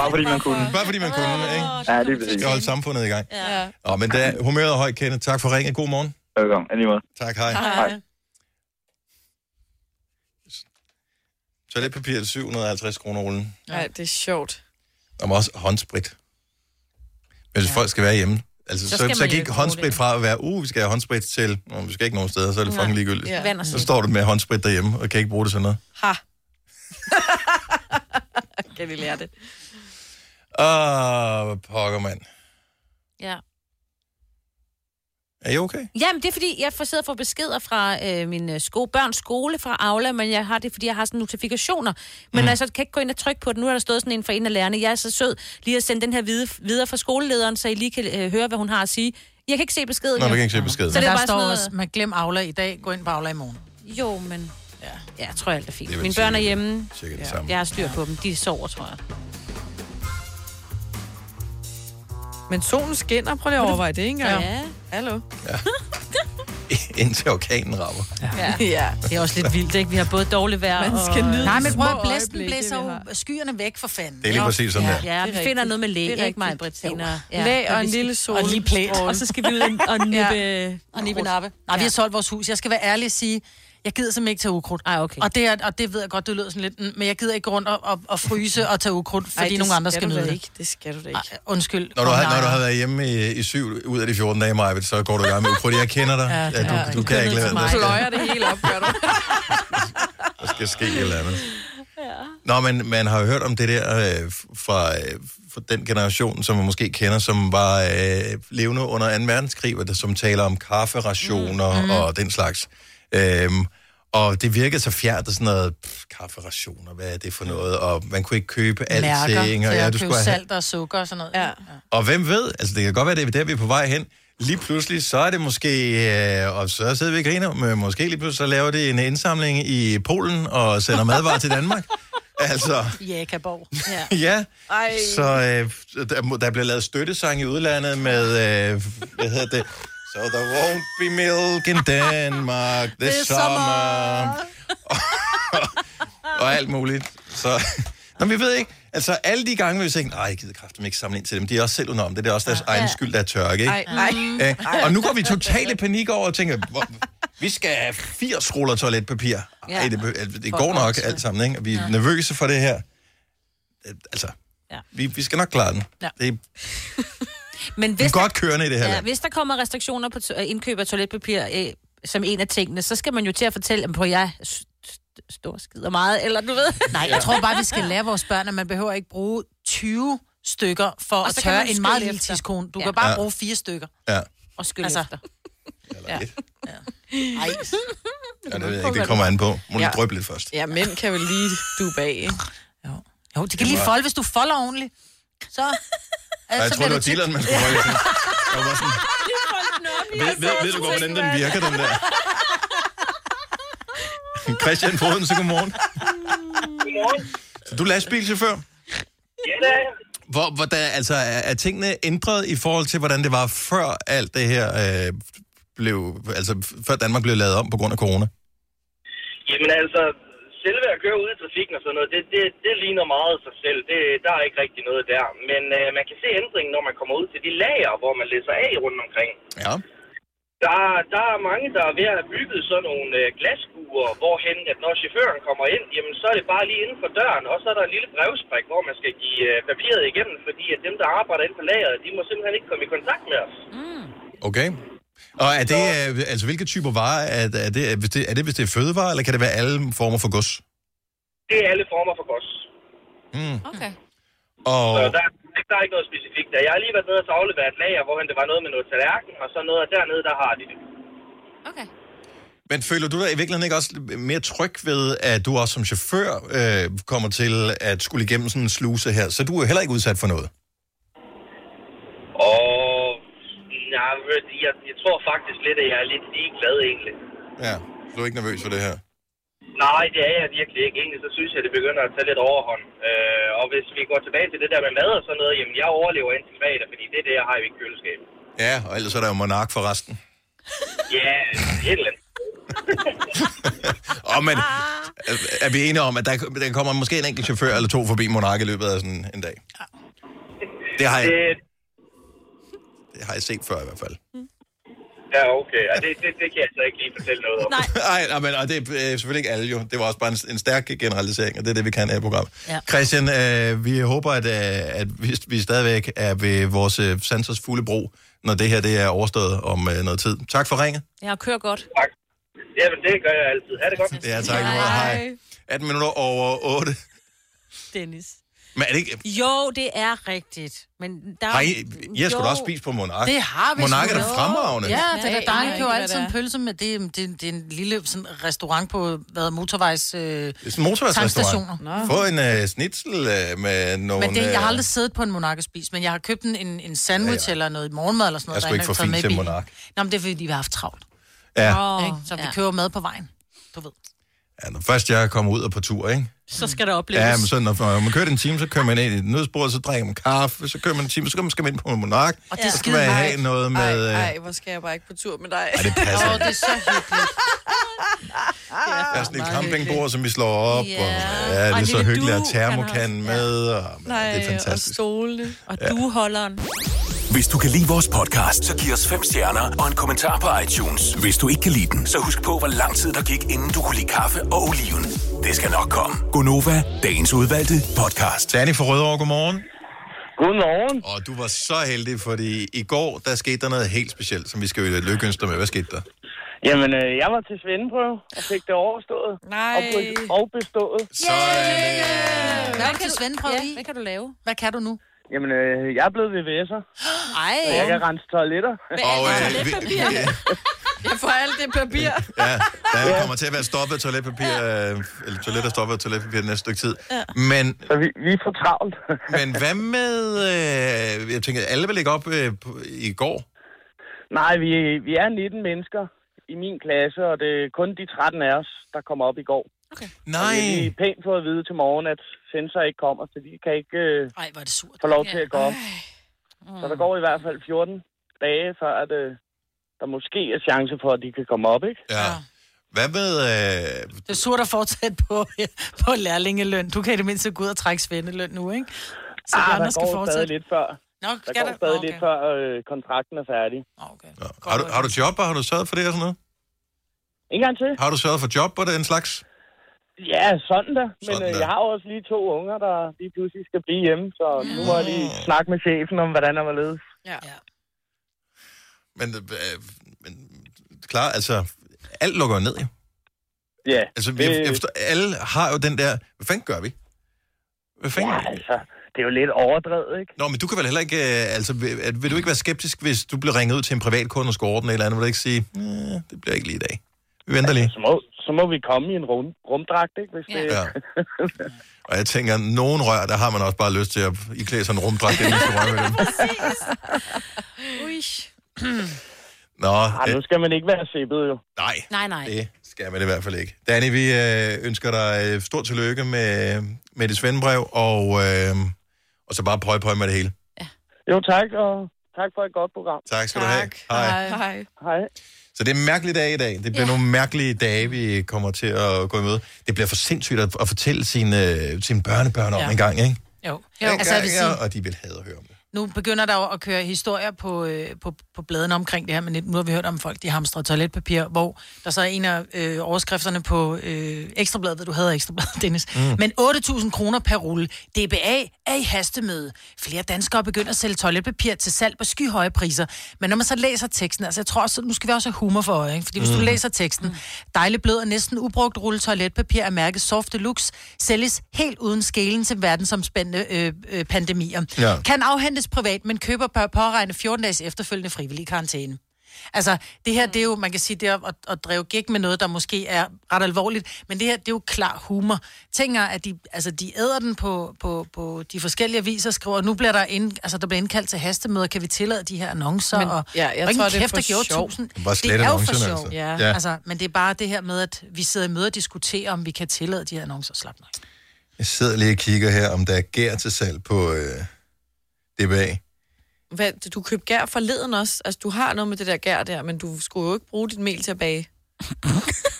Speaker 16: Bare fordi man kunne.
Speaker 1: Bare fordi man kunne, ikke?
Speaker 16: Ja, lige præcis.
Speaker 1: Skal holde samfundet i gang. Ja. Nå, men da, humøret er højt, Kenneth. Tak for ringen. God morgen.
Speaker 16: Velkommen. Anyway.
Speaker 1: Tak, hej.
Speaker 16: Hej.
Speaker 1: Toiletpapir til 750 kroner rullen.
Speaker 4: Nej, det er sjovt.
Speaker 1: Og også håndsprit. Men hvis folk skal være hjemme, altså,
Speaker 4: Så
Speaker 1: så,
Speaker 4: skal
Speaker 1: så,
Speaker 4: man
Speaker 1: så
Speaker 4: jo ikke
Speaker 1: gik
Speaker 4: bruge
Speaker 1: håndsprit fra at være, uh, vi skal have håndsprit til, Nå, vi skal ikke nogen steder, så er det
Speaker 4: Nej.
Speaker 1: fucking ligegyldigt.
Speaker 4: Ja. Vand og
Speaker 1: Så
Speaker 4: slik.
Speaker 1: står du med håndsprit derhjemme, og kan ikke bruge det sådan noget.
Speaker 4: Ha. kan vi lære det?
Speaker 1: Åh, oh, pokker mand.
Speaker 3: Ja.
Speaker 1: Er I okay?
Speaker 3: Jamen, det er fordi, jeg får siddet og får beskeder fra øh, min øh, sko, børns skole fra Aula, men jeg har det, fordi jeg har sådan notifikationer. Men mm. altså, kan ikke gå ind og trykke på det. Nu er der stået sådan en fra en af lærerne. Jeg er så sød lige at sende den her vide, videre fra skolelederen, så I lige kan øh, høre, hvad hun har at sige. Jeg kan ikke se beskeden.
Speaker 1: Nå,
Speaker 3: jo.
Speaker 1: du kan ikke se beskeden.
Speaker 3: Så det er
Speaker 2: der står
Speaker 3: bare sådan noget...
Speaker 2: også, man glem Aula i dag, gå ind på Aula i morgen.
Speaker 3: Jo, men... Ja, ja jeg tror alt er fint.
Speaker 2: Det er vel
Speaker 3: Mine børn er
Speaker 2: cirka-
Speaker 3: hjemme.
Speaker 1: cirka det
Speaker 3: Ja.
Speaker 1: samme.
Speaker 3: Jeg har styr på dem. De sover, tror jeg.
Speaker 4: Men solen skinner, prøv lige at overveje det, ikke engang? Ja. Hallo?
Speaker 1: Indtil orkanen rammer.
Speaker 4: Ja. ja.
Speaker 3: Det er også lidt vildt, ikke? Vi har både dårligt vejr
Speaker 2: Man skal
Speaker 3: og...
Speaker 2: nyde Nej, men prøv at blæsten blæser jo skyerne væk for fanden.
Speaker 1: Det er lige præcis sådan
Speaker 3: ja.
Speaker 1: her.
Speaker 3: Ja,
Speaker 2: Det er
Speaker 3: vi
Speaker 2: rigtigt.
Speaker 3: finder noget med læ,
Speaker 2: Det er
Speaker 3: ikke
Speaker 2: rigtigt.
Speaker 3: mig, Britt, senere.
Speaker 2: Jo. Læ og
Speaker 3: Men
Speaker 2: en
Speaker 3: vi
Speaker 2: lille
Speaker 3: skal-
Speaker 2: sol-
Speaker 3: Og lige plæt.
Speaker 2: stråle.
Speaker 3: Og så skal vi ud og- og nippe...
Speaker 2: Og nippe nappe. Nej, vi har solgt vores hus. Jeg skal være ærlig og sige, jeg gider simpelthen ikke tage ukrudt.
Speaker 3: Ej, okay.
Speaker 2: Og det, er, og det ved jeg godt, det lyder sådan lidt, mm, men jeg gider ikke gå rundt og, og, og fryse og tage ukrudt, fordi
Speaker 4: det
Speaker 2: nogle andre
Speaker 4: skal
Speaker 2: skal
Speaker 4: du da
Speaker 2: nyde
Speaker 4: ikke. Det skal du da ikke.
Speaker 2: Ej, undskyld.
Speaker 1: Når du, har, når du
Speaker 2: Nej.
Speaker 1: har været hjemme i, i syv ud af de 14 dage, Maja, så går du i gang med ukrudt. Jeg kender dig. Ja, du, du, kan ikke lade
Speaker 4: Du
Speaker 1: være. Der
Speaker 4: pløjer det hele op, gør du.
Speaker 1: skal, der skal ske et eller andet. Nå, men man har jo hørt om det der øh, f- fra, øh, fra den generation, som man måske kender, som var øh, levende under 2. verdenskrig, hvor der- som taler om kafferationer mm. og den slags. Øhm, og det virkede så fjernt og sådan noget, pff, kafferationer, hvad er det for noget? Og man kunne ikke købe
Speaker 2: Mærker,
Speaker 1: alting.
Speaker 2: til
Speaker 1: Og,
Speaker 2: at købe
Speaker 1: du skulle have,
Speaker 2: salt og sukker og sådan noget. Ja.
Speaker 1: og hvem ved, altså det kan godt være, det er der, vi er på vej hen. Lige pludselig, så er det måske, øh, og så sidder vi og griner, men måske lige pludselig, så laver det en indsamling i Polen og sender madvarer til Danmark. Altså,
Speaker 2: Jækaborg. Ja.
Speaker 1: ja.
Speaker 2: Ej.
Speaker 1: Så øh, der, må- der bliver lavet støttesang i udlandet med, øh, hvad hedder det? So there won't be milk in Denmark this,
Speaker 14: This
Speaker 1: summer.
Speaker 14: summer.
Speaker 1: og alt muligt. Så, Nå, men vi ved ikke. Altså, alle de gange, hvor vi tænker, nej, jeg gider kraften ikke samle ind til dem. De er også selv udenom det. Det er også deres ja. egen skyld, der er tørke, ikke?
Speaker 14: Ej, ej.
Speaker 1: Øh, og nu går vi i total i panik over og tænker, hvor, vi skal have 80 ruller toiletpapir. Ej,
Speaker 14: Ja.
Speaker 1: det, be- det
Speaker 14: For
Speaker 1: går nok
Speaker 14: åndssvagt.
Speaker 1: alt sammen, ikke? Og vi er nervøse for det her. Øh, Altså,
Speaker 3: Ja.
Speaker 1: vi, vi skal nok klare den.
Speaker 3: Ja.
Speaker 1: Det er
Speaker 3: Men
Speaker 1: Hvis
Speaker 3: hvis,
Speaker 1: godt kørende i det her
Speaker 3: ja,
Speaker 1: land.
Speaker 3: hvis der kommer restriktioner på to- øh, indkøb af toiletpapir øh, som en af tingene, så skal man jo til at fortælle, at jeg står skider meget, eller du ved.
Speaker 2: Nej, jeg tror bare, vi skal lære vores børn, at man behøver ikke bruge 20 stykker for
Speaker 3: Og
Speaker 2: at
Speaker 3: så kan
Speaker 2: tørre
Speaker 3: man
Speaker 2: en
Speaker 3: skylle
Speaker 2: meget lille
Speaker 3: efter.
Speaker 2: tidskone. Du
Speaker 3: Ja.
Speaker 2: kan bare
Speaker 1: Ja.
Speaker 2: bruge fire stykker
Speaker 1: Ja.
Speaker 3: og skylle
Speaker 2: altså.
Speaker 3: altså. efter.
Speaker 1: Eller et.
Speaker 2: Ej.
Speaker 1: Ja, det ved jeg ikke. Det kommer an på. Må du
Speaker 4: Ja.
Speaker 1: ja. drøbe lidt først.
Speaker 4: Ja, mænd kan vel lige du bag, ikke?
Speaker 2: Jo, det kan lige folde, hvis du folder ordentligt. Så, øh,
Speaker 1: Og
Speaker 2: Altså,
Speaker 1: jeg tror, det var dealeren, man skulle rykke til. Jeg var sådan, ved, ved, ved du, godt, hvordan den virker, den der? Christian Foden, så godmorgen.
Speaker 15: Godmorgen.
Speaker 1: Så du er lastbilchauffør. Hvor, hvordan, altså, er, er tingene ændret i forhold til, hvordan det var før alt det her øh, blev, altså f- før Danmark blev lavet om på grund af corona?
Speaker 17: Jamen altså, selve at køre ude i trafikken og sådan noget, det, det, det ligner meget sig selv. Det, der er ikke rigtig noget der. Men øh, man kan se ændringen, når man kommer ud til de lager, hvor man læser af rundt omkring.
Speaker 1: Ja.
Speaker 17: Der, der er mange, der er ved at have bygget sådan nogle øh, glaskuer, hvorhen at når chaufføren kommer ind, jamen så er det bare lige inden for døren, og så er der en lille brevspræk, hvor man skal give øh, papiret igennem, fordi at dem, der arbejder inde på lageret, de må simpelthen ikke komme i kontakt med os.
Speaker 1: Okay. Og er det, øh, altså hvilke typer varer, er, er, det, er, det, er det, hvis det er fødevarer, eller kan det være alle former for gods?
Speaker 17: Det er alle former for gods.
Speaker 1: Mm.
Speaker 3: Okay.
Speaker 1: Og,
Speaker 17: Så der, der er ikke noget specifikt der. Jeg har lige været nede og så afleveret et lager, hvor det var noget med noget tallerken, og så noget, og dernede, der har de det.
Speaker 1: men føler du dig i virkeligheden ikke også mere tryg ved, at du også som chauffør øh, kommer til at skulle igennem sådan en sluse her, så du er jo heller ikke udsat for noget?
Speaker 17: Og nej, ved du, jeg, jeg tror faktisk lidt, at jeg er lidt ligeglad egentlig.
Speaker 1: Ja, du er ikke nervøs for det her.
Speaker 17: Nej, det er jeg virkelig ikke. Egentlig så synes jeg, det begynder at tage lidt overhånd. Øh, og hvis vi går tilbage til det der med mad og sådan noget, jamen jeg overlever indtil fredag, fordi det er det, jeg har i mit køleskab.
Speaker 1: Ja, og ellers er der jo monark for resten.
Speaker 17: Ja, et eller andet.
Speaker 1: Og man, er vi enige om, at der, der kommer måske en enkelt chauffør eller to forbi monark i løbet af sådan en dag? Det har jeg, det har jeg set før i hvert fald.
Speaker 17: Ja, okay. Og det, det, det kan
Speaker 9: altså
Speaker 17: jeg så ikke lige fortælle noget om. Nej.
Speaker 1: Nej, nej, men og det er øh, selvfølgelig ikke alle jo. Det var også bare en, en stærk generalisering, og det er det, vi kan her i programmet.
Speaker 17: Ja.
Speaker 1: Ja. Christian, øh, vi håber, at, øh, at vi, vi stadigvæk er ved vores øh, sansers fulde brug, når det her det er overstået om øh, noget tid. Tak for ringet.
Speaker 3: Jeg har kørt godt.
Speaker 17: Tak. Jamen, det gør jeg altid. Ha' det godt.
Speaker 1: Ja, tak. Hej. Hej. 18 minutter over 8.
Speaker 3: Dennis.
Speaker 1: Men er det ikke...
Speaker 3: Jo, det er rigtigt. Men der...
Speaker 1: Har I, I har sgu da også spist på Monark.
Speaker 2: Det har vi
Speaker 1: Monark er
Speaker 2: sgu
Speaker 1: da
Speaker 2: da.
Speaker 1: fremragende.
Speaker 2: Ja, det er
Speaker 3: Ja,
Speaker 2: Altså, der.
Speaker 3: ja,
Speaker 2: Der køber
Speaker 3: ja.
Speaker 2: altid en pølse med det. Det, det er en lille sådan, restaurant på hvad, motorvejs... Øh, det
Speaker 1: Det er sådan en motorvejsrestaurant. Få en øh, snitsel øh, med nogle...
Speaker 2: Men det, jeg har
Speaker 1: øh,
Speaker 2: aldrig siddet på en monark og spist, men jeg har købt en, en, en sandwich ja, ja. eller noget morgenmad eller sådan noget.
Speaker 1: Jeg er sgu ikke
Speaker 2: derinde,
Speaker 1: for
Speaker 2: og taget
Speaker 1: fin
Speaker 2: med i
Speaker 1: til
Speaker 2: bilen.
Speaker 1: Monark.
Speaker 2: Nå, men det er fordi, vi har haft travlt.
Speaker 1: Ja.
Speaker 2: Oh, ikke? Så vi
Speaker 3: ja.
Speaker 2: køber mad på vejen.
Speaker 1: Ja, når først jeg kommer ud og på tur, ikke?
Speaker 3: Så skal det opleves.
Speaker 1: Ja, men så når man kører en time, så kører man ind i et nødsbord, så drikker man kaffe, så kører man en time, så skal man ind på en monark,
Speaker 4: Og det
Speaker 1: så
Speaker 4: er
Speaker 1: skal
Speaker 4: skide
Speaker 1: man
Speaker 4: nice.
Speaker 1: have noget med... øh,
Speaker 4: Ej, ej, hvor skal jeg bare ikke på tur med dig. Ej,
Speaker 1: det passer
Speaker 4: det er så hyggeligt.
Speaker 1: Der er sådan et campingbord, som vi slår op,
Speaker 4: Ja.
Speaker 1: og ja, det
Speaker 4: Og
Speaker 1: er
Speaker 4: en
Speaker 1: så
Speaker 4: lille
Speaker 1: hyggeligt at
Speaker 4: dug, han
Speaker 1: termokanden med, og men,
Speaker 4: Nej,
Speaker 1: det er
Speaker 4: og
Speaker 1: fantastisk.
Speaker 4: stole.
Speaker 3: Og dueholderen.
Speaker 7: Hvis du kan lide vores podcast, så giv os fem stjerner og en kommentar på iTunes. Hvis du ikke kan lide den, så husk på, hvor lang tid der gik, inden du kunne lide kaffe og oliven. Det skal nok komme.
Speaker 1: Gonova, dagens udvalgte podcast. Danny fra Rødovre, godmorgen.
Speaker 18: Godmorgen.
Speaker 1: Og du var så heldig, fordi i går, der skete der noget helt specielt, som vi skal jo lykkeønske dig med. Hvad skete der?
Speaker 18: Jamen, øh, jeg var til svendeprøve og fik det overstået.
Speaker 4: Nej.
Speaker 18: Og, be- og bestået.
Speaker 20: øh,
Speaker 2: Hvad kan du svendeprøve ja, i? Hvad
Speaker 3: kan du lave?
Speaker 2: Hvad kan du nu?
Speaker 18: Jamen, øh, jeg er blevet VVS'er.
Speaker 2: Ej.
Speaker 18: Så jeg kan rense toiletter.
Speaker 1: Og, øh, vi,
Speaker 4: Jeg får alt det papir.
Speaker 1: ja, der kommer til at være stoppet af toiletpapir, øh, eller toiletter stoppet af toiletpapir det næste stykke tid.
Speaker 18: Ja.
Speaker 1: Men,
Speaker 18: så vi, vi er for travlt.
Speaker 1: men hvad med, øh, jeg tænker, alle vil ikke op øh, på- i går?
Speaker 18: Nej, vi, vi er 19 mennesker i min klasse, og det er kun de 13 af os, der kommer op i går. Okay.
Speaker 1: Nej.
Speaker 18: Og vi er pænt fået at vide til morgen, at sensor ikke kommer, så de kan ikke øh,
Speaker 2: Ej, hvor er det surt.
Speaker 18: få lov til at gå op. Så der går i hvert fald 14 dage, før at, øh, der måske er chance for, at de kan komme op, ikke?
Speaker 1: Ja. Hvad med... Øh,
Speaker 2: Det er surt at fortsætte på, på lærlingeløn. Du kan i det mindste gå ud og trække svendeløn nu, ikke? Så
Speaker 18: Ah,
Speaker 2: de
Speaker 18: der
Speaker 2: andre skal
Speaker 18: går stadig
Speaker 2: fortsætte.
Speaker 18: lidt før.
Speaker 2: Nå,
Speaker 18: der
Speaker 2: skal
Speaker 18: går
Speaker 2: der?
Speaker 18: stadig
Speaker 2: Nå,
Speaker 18: lidt før øh, kontrakten er færdig.
Speaker 2: Okay.
Speaker 1: har, du, har du job, og har du sørget for det og sådan noget?
Speaker 18: En gang til.
Speaker 1: Har du sørget for job og den slags?
Speaker 18: Ja, sådan da. Men
Speaker 1: Sådan
Speaker 18: øh,
Speaker 1: da.
Speaker 18: jeg har også lige to unger, der lige pludselig skal blive hjemme, så nu må jeg lige snakke med chefen om, hvordan der var ledes.
Speaker 4: Ja.
Speaker 1: Men, øh, men klar, altså, alt lukker jo ned, jo.
Speaker 18: Ja.
Speaker 1: Altså, vi,
Speaker 18: Øh.
Speaker 1: jeg forstår, alle har jo den der, hvad fanden gør vi? Hvad fanden ja,
Speaker 18: altså, det er jo lidt overdrevet, ikke?
Speaker 1: Nå, men du kan vel heller ikke, øh, altså, vil, at- vil du ikke være skeptisk, hvis du bliver ringet ud til en privatkunde og skulle ordne et eller andet, vil du ikke sige, "Næh, det bliver ikke lige i dag. Vi venter lige.
Speaker 18: Så må, så må vi komme i en rum, rumdragt, ikke? Hvis det...
Speaker 1: Ja.
Speaker 18: Altså-
Speaker 1: Og jeg tænker, nogen rør, der har man også bare lyst til at iklæde sig en rumdragt, inden man skal røre ved dem.
Speaker 3: Ui.
Speaker 1: Nå,
Speaker 18: Ej, nu skal man ikke være sippet, jo.
Speaker 1: Nej.
Speaker 3: Nej, nej.
Speaker 1: Det skal man i hvert fald ikke. Danny, vi øh, ønsker dig øh, stort tillykke med, med dit svendebrev, og, øh, og så bare prøve, prøve med det hele.
Speaker 18: Jo, tak, og tak for et godt program.
Speaker 1: Tak skal du have. Hej.
Speaker 18: Hej. Hej.
Speaker 1: Så det er en mærkelig dag i dag. Det bliver ja. nogle mærkelige dage, vi kommer til at gå imod. Det bliver for sindssygt at, at fortælle sine, øh, sine børnebørn om
Speaker 2: Ja.
Speaker 1: ja. en gang, ikke?
Speaker 2: Jo. jo.
Speaker 1: Ja,
Speaker 2: Altså, jeg vil sige,
Speaker 1: og de vil have at høre om det.
Speaker 2: nu begynder der jo at køre historier på, øh, på, på bladene omkring det her, men nu har vi hørt om folk, de hamstrer toiletpapir, hvor der så er en af øh, overskrifterne på øh, Ekstrabladet, ved du havde Ekstrabladet, Dennis, mm.
Speaker 5: Mm.
Speaker 2: men 8.000 kroner per rulle. DBA er i hastemøde. Flere danskere begynder at sælge toiletpapir til salg på skyhøje priser. Men når man så læser teksten, altså jeg tror også, nu skal vi også have humor for øje, ikke? fordi hvis mm. du
Speaker 5: Mm.
Speaker 2: læser teksten, dejlig blød og næsten ubrugt rulle toiletpapir af mærket Soft Deluxe, sælges helt uden skelen til verdensomspændende øh, øh, pandemier.
Speaker 5: Ja.
Speaker 2: Kan afhentes privat, men køber bør påregne 14 dages efterfølgende frivillig karantæne. Altså, det her,
Speaker 4: Mm.
Speaker 2: det er jo, man kan sige, det er at, at drive gæk med noget, der måske er ret alvorligt, men det her, det er jo klar humor. Tænker, at de, altså, de æder den på, på, på de forskellige aviser, skriver, nu bliver der, ind, altså, der bliver indkaldt til hastemøder, kan vi tillade de her annoncer?
Speaker 4: Men-
Speaker 2: og,
Speaker 4: ja, jeg
Speaker 2: og ingen
Speaker 4: tror, det er
Speaker 2: kæft,
Speaker 4: for
Speaker 2: der gjorde
Speaker 4: sjov.
Speaker 2: tusind.
Speaker 1: Bare
Speaker 2: Det
Speaker 1: slet
Speaker 2: er jo for
Speaker 1: annoncerne,
Speaker 2: sjov.
Speaker 1: altså.
Speaker 2: Ja.
Speaker 1: Ja.
Speaker 2: Altså, men det er bare det her med, at vi sidder i møde og diskuterer, om vi kan tillade de her annoncer. Slap nu. af.
Speaker 1: Jeg sidder lige og kigger her, om der er gær til salg på øh, DBA.
Speaker 4: Hvad, du købte gær forleden også. Altså, du har noget med det der gær der, men du skulle jo ikke bruge dit mel til at bage.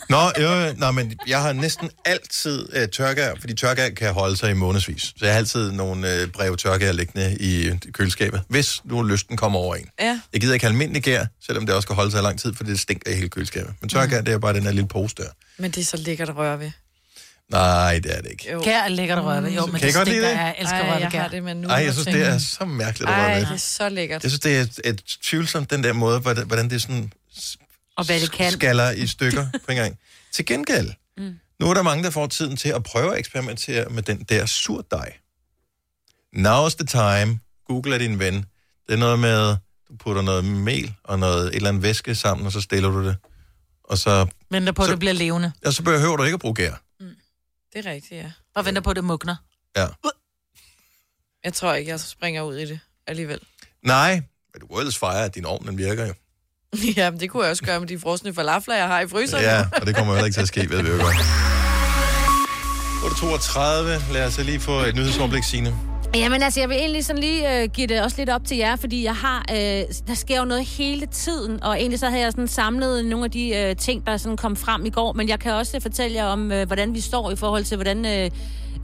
Speaker 1: Nå, jo, nej, men jeg har næsten altid øh, tørgær, fordi tørgær kan holde sig i månedsvis. Så jeg har altid nogle øh, brev tørgær liggende i øh, køleskabet, hvis nu lysten kommer over en.
Speaker 4: Ja.
Speaker 1: Jeg gider ikke have almindelig gær, selvom det også kan holde sig i lang tid, fordi det stinker i hele køleskabet. Men
Speaker 2: Mhm.
Speaker 1: tørgær, det er bare den her lille pose der.
Speaker 4: Men det er så lækkert at røre ved.
Speaker 1: Nej, det er det ikke. Mm.
Speaker 4: Jo.
Speaker 2: Gær er lækkert at røre ved. Jo, men
Speaker 1: Kan
Speaker 2: det
Speaker 1: I godt lide
Speaker 2: stinker.
Speaker 1: det?
Speaker 2: Jeg elsker at
Speaker 4: Ej,
Speaker 2: røre ved
Speaker 4: jeg
Speaker 2: gær.
Speaker 4: har det med nu.
Speaker 1: Ej, jeg synes, det er så mærkeligt at røre
Speaker 4: Ej,
Speaker 1: ved.
Speaker 4: det er så lækkert.
Speaker 1: Jeg synes, det er et, et tvivlsomt, den der måde, hvordan hvordan det sådan s-
Speaker 2: Og hvad det kan.
Speaker 1: skaller i stykker på en gang. Til gengæld,
Speaker 2: Mm.
Speaker 1: nu er der mange, der får tiden til at prøve at eksperimentere med den der surdej. Now's the time. Google er din ven. Det er noget med, du putter noget mel og noget, et eller andet væske sammen, og så stiller du det. Og så,
Speaker 2: Venter på, at
Speaker 1: Så-
Speaker 2: det bliver levende.
Speaker 1: og så behøver du ikke at bruge gær.
Speaker 4: Det er rigtigt, ja.
Speaker 2: Og venter på, at det mugner.
Speaker 1: Ja.
Speaker 4: Jeg tror ikke, jeg springer ud i det alligevel.
Speaker 1: Nej, men du må ellers fejre, at din ovn den virker jo.
Speaker 4: ja, men det kunne jeg også gøre med de frosne falafler, jeg har i fryseren.
Speaker 1: Ja, og det kommer heller ikke til at ske, ved vi jo godt. 8.32. Lad os lige få et nyhedsoverblik, Signe.
Speaker 3: Jamen altså, jeg vil egentlig sådan lige øh, give det også lidt op til jer, fordi jeg har, øh, der sker jo noget hele tiden, og egentlig så havde jeg sådan samlet nogle af de øh, ting, der sådan kom frem i går, men jeg kan også fortælle jer om, øh, hvordan vi står i forhold til, hvordan, øh,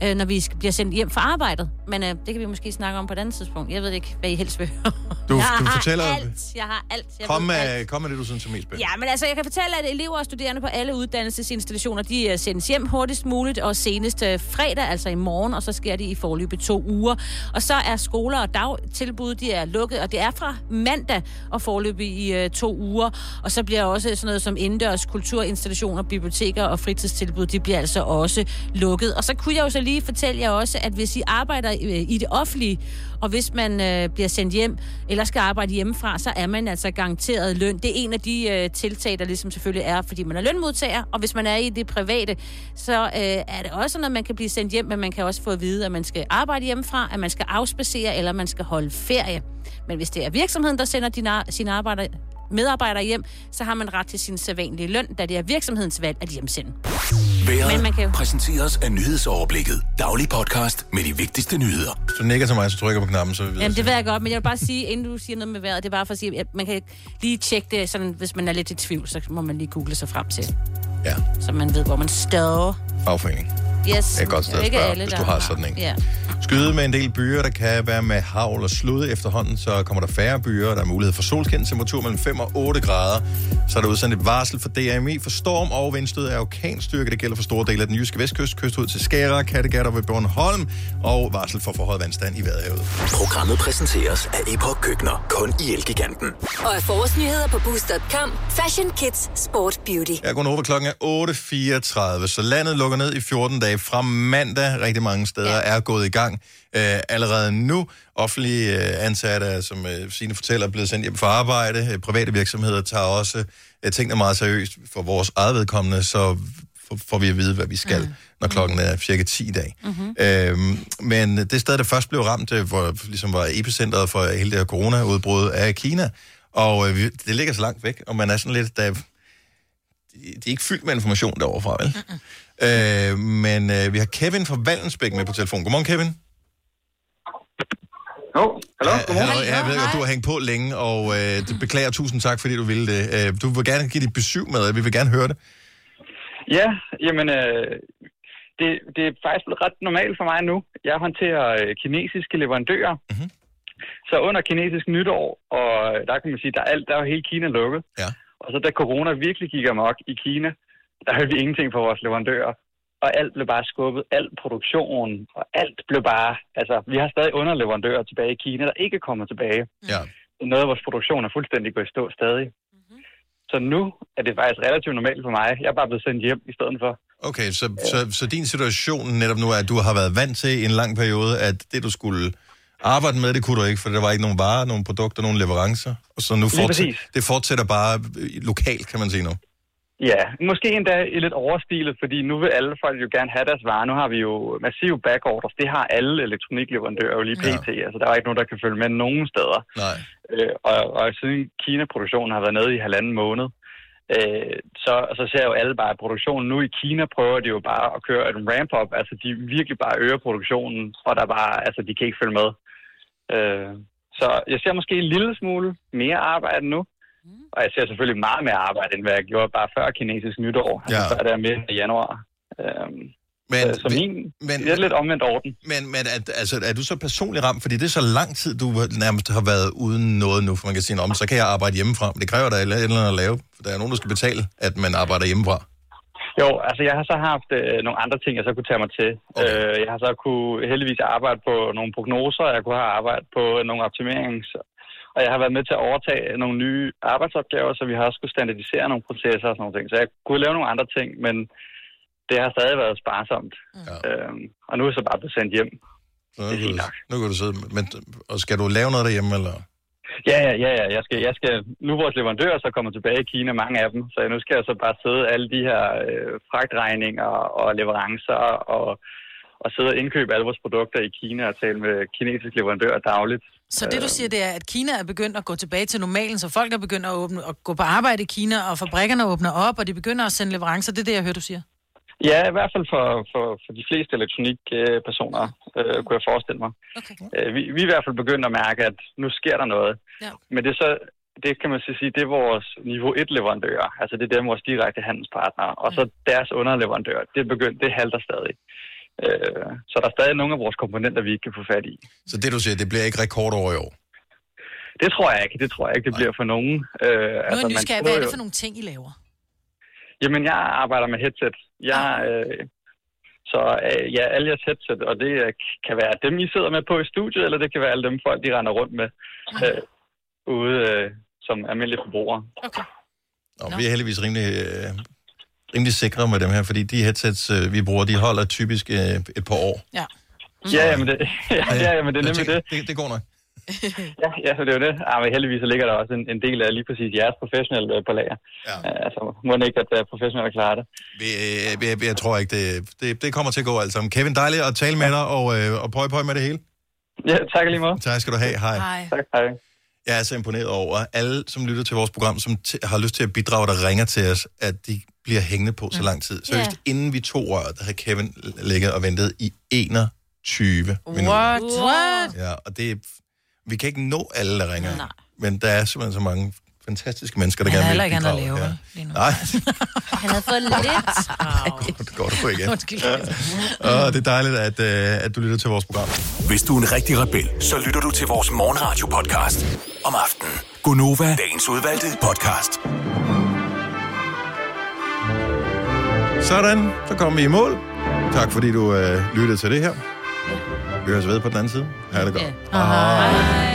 Speaker 3: øh, når vi sk- bliver sendt hjem fra arbejdet. Men øh, det kan vi måske snakke om på et andet tidspunkt. Jeg ved ikke, hvad I helst vil høre.
Speaker 1: Du,
Speaker 3: jeg
Speaker 1: du
Speaker 3: har
Speaker 1: fortæller...
Speaker 3: alt, jeg har alt. Jeg
Speaker 1: Kom
Speaker 3: ved alt.
Speaker 1: med, kom med det, du synes er mest spændende.
Speaker 3: Ja, men altså, jeg kan fortælle, at elever og studerende på alle uddannelsesinstitutioner, de øh, sendes hjem hurtigst muligt, og senest øh, fredag, altså i morgen, og så sker det i forløbet to uger. Og så er skoler og dagtilbud, de er lukket, og det er fra mandag og forløbet i øh, to uger. Og så bliver også sådan noget som indendørs kulturinstitutioner, biblioteker og fritidstilbud, de bliver altså også lukket. Og så kunne jeg jo så lige fortælle jer også, at hvis I arbejder øh, i det offentlige, og hvis man øh, bliver sendt hjem, eller skal arbejde hjemmefra, så er man altså garanteret løn. Det er en af de øh, tiltag, der ligesom selvfølgelig er, fordi man er lønmodtager, og hvis man er i det private, så øh, er det også noget, man kan blive sendt hjem, men man kan også få at vide, at man skal arbejde hjemmefra, at man skal afspacere, eller man skal holde ferie. Men hvis det er virksomheden, der sender din ar- sine arbejder, medarbejdere hjem, så har man ret til sin sædvanlige løn, da det er virksomhedens valg at hjemsende.
Speaker 7: Vejret
Speaker 3: Men man kan jo-
Speaker 7: præsenteres af nyhedsoverblikket. Daglig podcast med de vigtigste nyheder.
Speaker 1: Hvis du nikker til mig, så trykker på knappen, så vi ved.
Speaker 3: Jamen, det ved jeg godt, men jeg vil bare sige, inden du siger noget med vejret, det er bare for at sige, at man kan lige tjekke det, sådan, hvis man er lidt i tvivl, så må man lige google sig frem til.
Speaker 1: Ja.
Speaker 3: Så man ved, hvor man står.
Speaker 1: Fagforening.
Speaker 3: Yes.
Speaker 1: Det er et godt sted
Speaker 3: Det
Speaker 1: at
Speaker 3: er ikke
Speaker 1: spørge,
Speaker 3: alle,
Speaker 1: hvis
Speaker 3: der
Speaker 1: du har
Speaker 3: har.
Speaker 1: sådan en.
Speaker 3: Ja.
Speaker 1: Skyde med en del byer, der kan være med havl og slud efterhånden, så kommer der færre byer, og der er mulighed for solskin, temperatur mellem 5 og 8 grader. Så er der udsendt et varsel for DMI for storm og vindstød af orkanstyrke. Det gælder for store dele af den jyske vestkyst, kyst ud til Skæra, Kattegat og ved Bornholm, og varsel for forhøjet vandstand i Vadehavet.
Speaker 7: Programmet præsenteres af Epoch Køkkener. Kun i Elgiganten.
Speaker 6: Og af forårsnyheder på Boost.com. Fashion Kids Sport Beauty.
Speaker 1: Ja, kun over klokken er 8.34, så landet lukker ned i 14 dage fra mandag. Rigtig mange steder ja. er gået i gang øh, allerede nu. Offentlige øh, ansatte, er, som øh, Signe fortæller, er blevet sendt hjem fra arbejde. Øh, private virksomheder tager også øh, tingene meget seriøst for vores eget vedkommende, så f- får vi at vide, hvad vi skal, mm. når klokken er cirka 10 i dag. Mm-hmm. Øhm, men det sted, der først blev ramt, øh, hvor ligesom var epicentret for hele det her corona-udbrud, er Kina. Og øh, vi- det ligger så langt væk, og man er sådan lidt... Der, det er ikke fyldt med information derovre fra, vel? Øh, men øh, vi har Kevin fra Vallensbæk med på telefon. Godmorgen, Kevin.
Speaker 24: Jo, hallo,
Speaker 1: godmorgen. Hallo, jeg ved, at du har hængt på længe, og øh, det beklager tusind tak, fordi du ville det. Øh, du vil gerne give dit besøg med, og vi vil gerne høre det.
Speaker 24: Ja, jamen, øh, det, det er faktisk blevet ret normalt for mig nu. Jeg håndterer øh, kinesiske leverandører.
Speaker 1: Mhm.
Speaker 24: Mm-hmm. Så under kinesisk nytår, og øh, der kan man sige, der er, alt, der er jo hele Kina lukket.
Speaker 1: Ja.
Speaker 24: Og så da corona virkelig gik amok i Kina, der havde vi ingenting for vores leverandører. Og alt blev bare skubbet, alt produktion, og alt blev bare... Altså, vi har stadig underleverandører tilbage i Kina, der ikke kommer tilbage.
Speaker 1: Ja.
Speaker 24: Noget af vores produktion er fuldstændig gået i stå stadig. Mm-hmm. Så nu er det faktisk relativt normalt for mig. Jeg er bare blevet sendt hjem i stedet for.
Speaker 1: Okay, så, så, så din situation netop nu er, at du har været vant til i en lang periode, at det, du skulle arbejde med, det kunne du ikke, for der var ikke nogen varer, nogen produkter, nogen leverancer. Og så nu
Speaker 24: Lige
Speaker 1: fortsætter,
Speaker 24: præcis.
Speaker 1: det fortsætter bare øh, lokalt, kan man sige nu.
Speaker 24: Ja, måske endda i lidt overstilet, fordi nu vil alle folk jo gerne have deres varer. Nu har vi jo massive backorders. Det har alle elektronikleverandører jo lige pt. Ja. Altså, der er ikke nogen, der kan følge med nogen steder.
Speaker 1: Nej.
Speaker 24: Øh, og, og siden Kina-produktionen har været nede i halvanden måned, øh, så, så ser jo alle bare at produktionen. Nu i Kina prøver de jo bare at køre en ramp-up. Altså, de virkelig bare øger produktionen, og der bare, altså, de kan ikke følge med. Øh, Så jeg ser måske en lille smule mere arbejde nu. Og jeg ser selvfølgelig meget mere arbejde, end hvad jeg gjorde bare før kinesisk nytår. Ja. Altså, før der midt i januar. Øhm,
Speaker 1: Men,
Speaker 24: så min, men, det er lidt omvendt orden.
Speaker 1: Men, men at, altså, er du så personligt ramt? Fordi det er så lang tid, du nærmest har været uden noget nu. For man kan sige, om så kan jeg arbejde hjemmefra. Men det kræver da et eller andet at lave. For der er nogen, der skal betale, at man arbejder hjemmefra.
Speaker 24: Jo, altså jeg har så haft øh, nogle andre ting, jeg så kunne tage mig til. Okay. Øh, jeg har så kunne heldigvis arbejde på nogle prognoser, jeg kunne have arbejdet på nogle optimerings... Og jeg har været med til at overtage nogle nye arbejdsopgaver, så vi har også skulle standardisere nogle processer og sådan nogle ting. Så jeg kunne lave nogle andre ting, men det har stadig været sparsomt. Ja. Øhm, og nu er jeg så bare blevet sendt hjem.
Speaker 1: Så nu, kan du, nu kan du sidde. Men, og skal du lave noget derhjemme, eller?
Speaker 24: Ja, ja, ja, ja. Jeg skal, jeg skal, nu er vores leverandører så kommer tilbage i Kina, mange af dem, så nu skal jeg så bare sidde alle de her øh, fragtregninger og leverancer og, og sidde og indkøbe alle vores produkter i Kina og tale med kinesiske leverandører dagligt.
Speaker 2: Så
Speaker 24: Øh.
Speaker 2: det, du siger, det er, at Kina er begyndt at gå tilbage til normalen, så folk er begyndt at, åbne, at gå på arbejde i Kina, og fabrikkerne åbner op, og de begynder at sende leverancer. Det er det, jeg hører, du siger.
Speaker 24: Ja, i hvert fald for, for, for de fleste elektronikpersoner, øh, kunne jeg forestille mig. Okay. Øh, vi, vi er i hvert fald begyndt at mærke, at nu sker der noget.
Speaker 2: Ja.
Speaker 24: Men det er så, det kan man så sige, det er vores niveau 1-leverandører, altså det er dem, vores direkte handelspartnere, og så deres underleverandører, det er begyndt, det halter stadig. Øh, så der er stadig nogle af vores komponenter, vi ikke kan få fat i.
Speaker 1: Så det, du siger, det bliver ikke rekordår i år?
Speaker 24: Det tror jeg ikke, det tror jeg ikke, det bliver for nogen. Øh,
Speaker 2: Nu er jeg nysgerrig. Hvad er det for nogle ting, I laver?
Speaker 24: Jamen, jeg arbejder med headset. Jeg, øh, så øh, ja, alle jeres headset, og det øh, kan være dem, I sidder med på i studiet, eller det kan være alle dem folk, de render rundt med øh, ude øh, som almindelige forbrugere.
Speaker 1: Nå, vi er heldigvis rimelig, øh, rimelig sikre med dem her, fordi de headsets, øh, vi bruger, de holder typisk øh, et par år.
Speaker 2: Ja.
Speaker 24: Ja, jamen det, ja, ja, jamen det er
Speaker 1: Jeg
Speaker 24: nemlig
Speaker 1: tænker,
Speaker 24: det.
Speaker 1: det. Det går nok.
Speaker 24: Ja, ja så det er jo det. Ah, men heldigvis så ligger der også en, en del af lige præcis jeres professionelle øh, på lager.
Speaker 1: Ja.
Speaker 24: Altså, må den ikke, at øh, professionelle klarer det.
Speaker 1: Vi, øh, jeg, jeg tror ikke, det, det, det kommer til at gå alt sammen. Kevin, dejligt at tale med dig, og, øh, og pøj, pøj med det hele.
Speaker 24: Ja, tak lige måde.
Speaker 1: Tak skal du have. Hej.
Speaker 2: Hej.
Speaker 24: Tak, hej.
Speaker 1: Jeg er så imponeret over alle, som lytter til vores program, som t- har lyst til at bidrage, der ringer til os, at de bliver hængende på så lang tid. Så
Speaker 2: Mm. Ja.
Speaker 1: yeah. inden vi to rør, der har Kevin ligget og ventet i 21 minutter.
Speaker 2: What?
Speaker 1: Ja, og det er, vi kan ikke nå alle, der ringer. Nej. Men der er simpelthen så mange fantastiske mennesker, der
Speaker 2: Han har
Speaker 1: gerne
Speaker 2: heller ikke
Speaker 1: vil
Speaker 2: andet at
Speaker 1: bidrage.
Speaker 2: lave, vel,
Speaker 1: ja. Nej,
Speaker 3: Han havde fået lidt.
Speaker 1: Ah, det går du på igen.
Speaker 2: Undskyld.
Speaker 1: Og det er dejligt, at, øh, at du lytter til vores program.
Speaker 7: Hvis du er en rigtig rebel, så lytter du til vores morgenradio-podcast om aftenen. Gunova, dagens udvalgte podcast.
Speaker 1: Sådan, så kommer vi i mål. Tak fordi du øh, lyttede til det her. Vi høres ved på den anden side. Ha' det godt.
Speaker 2: Hej.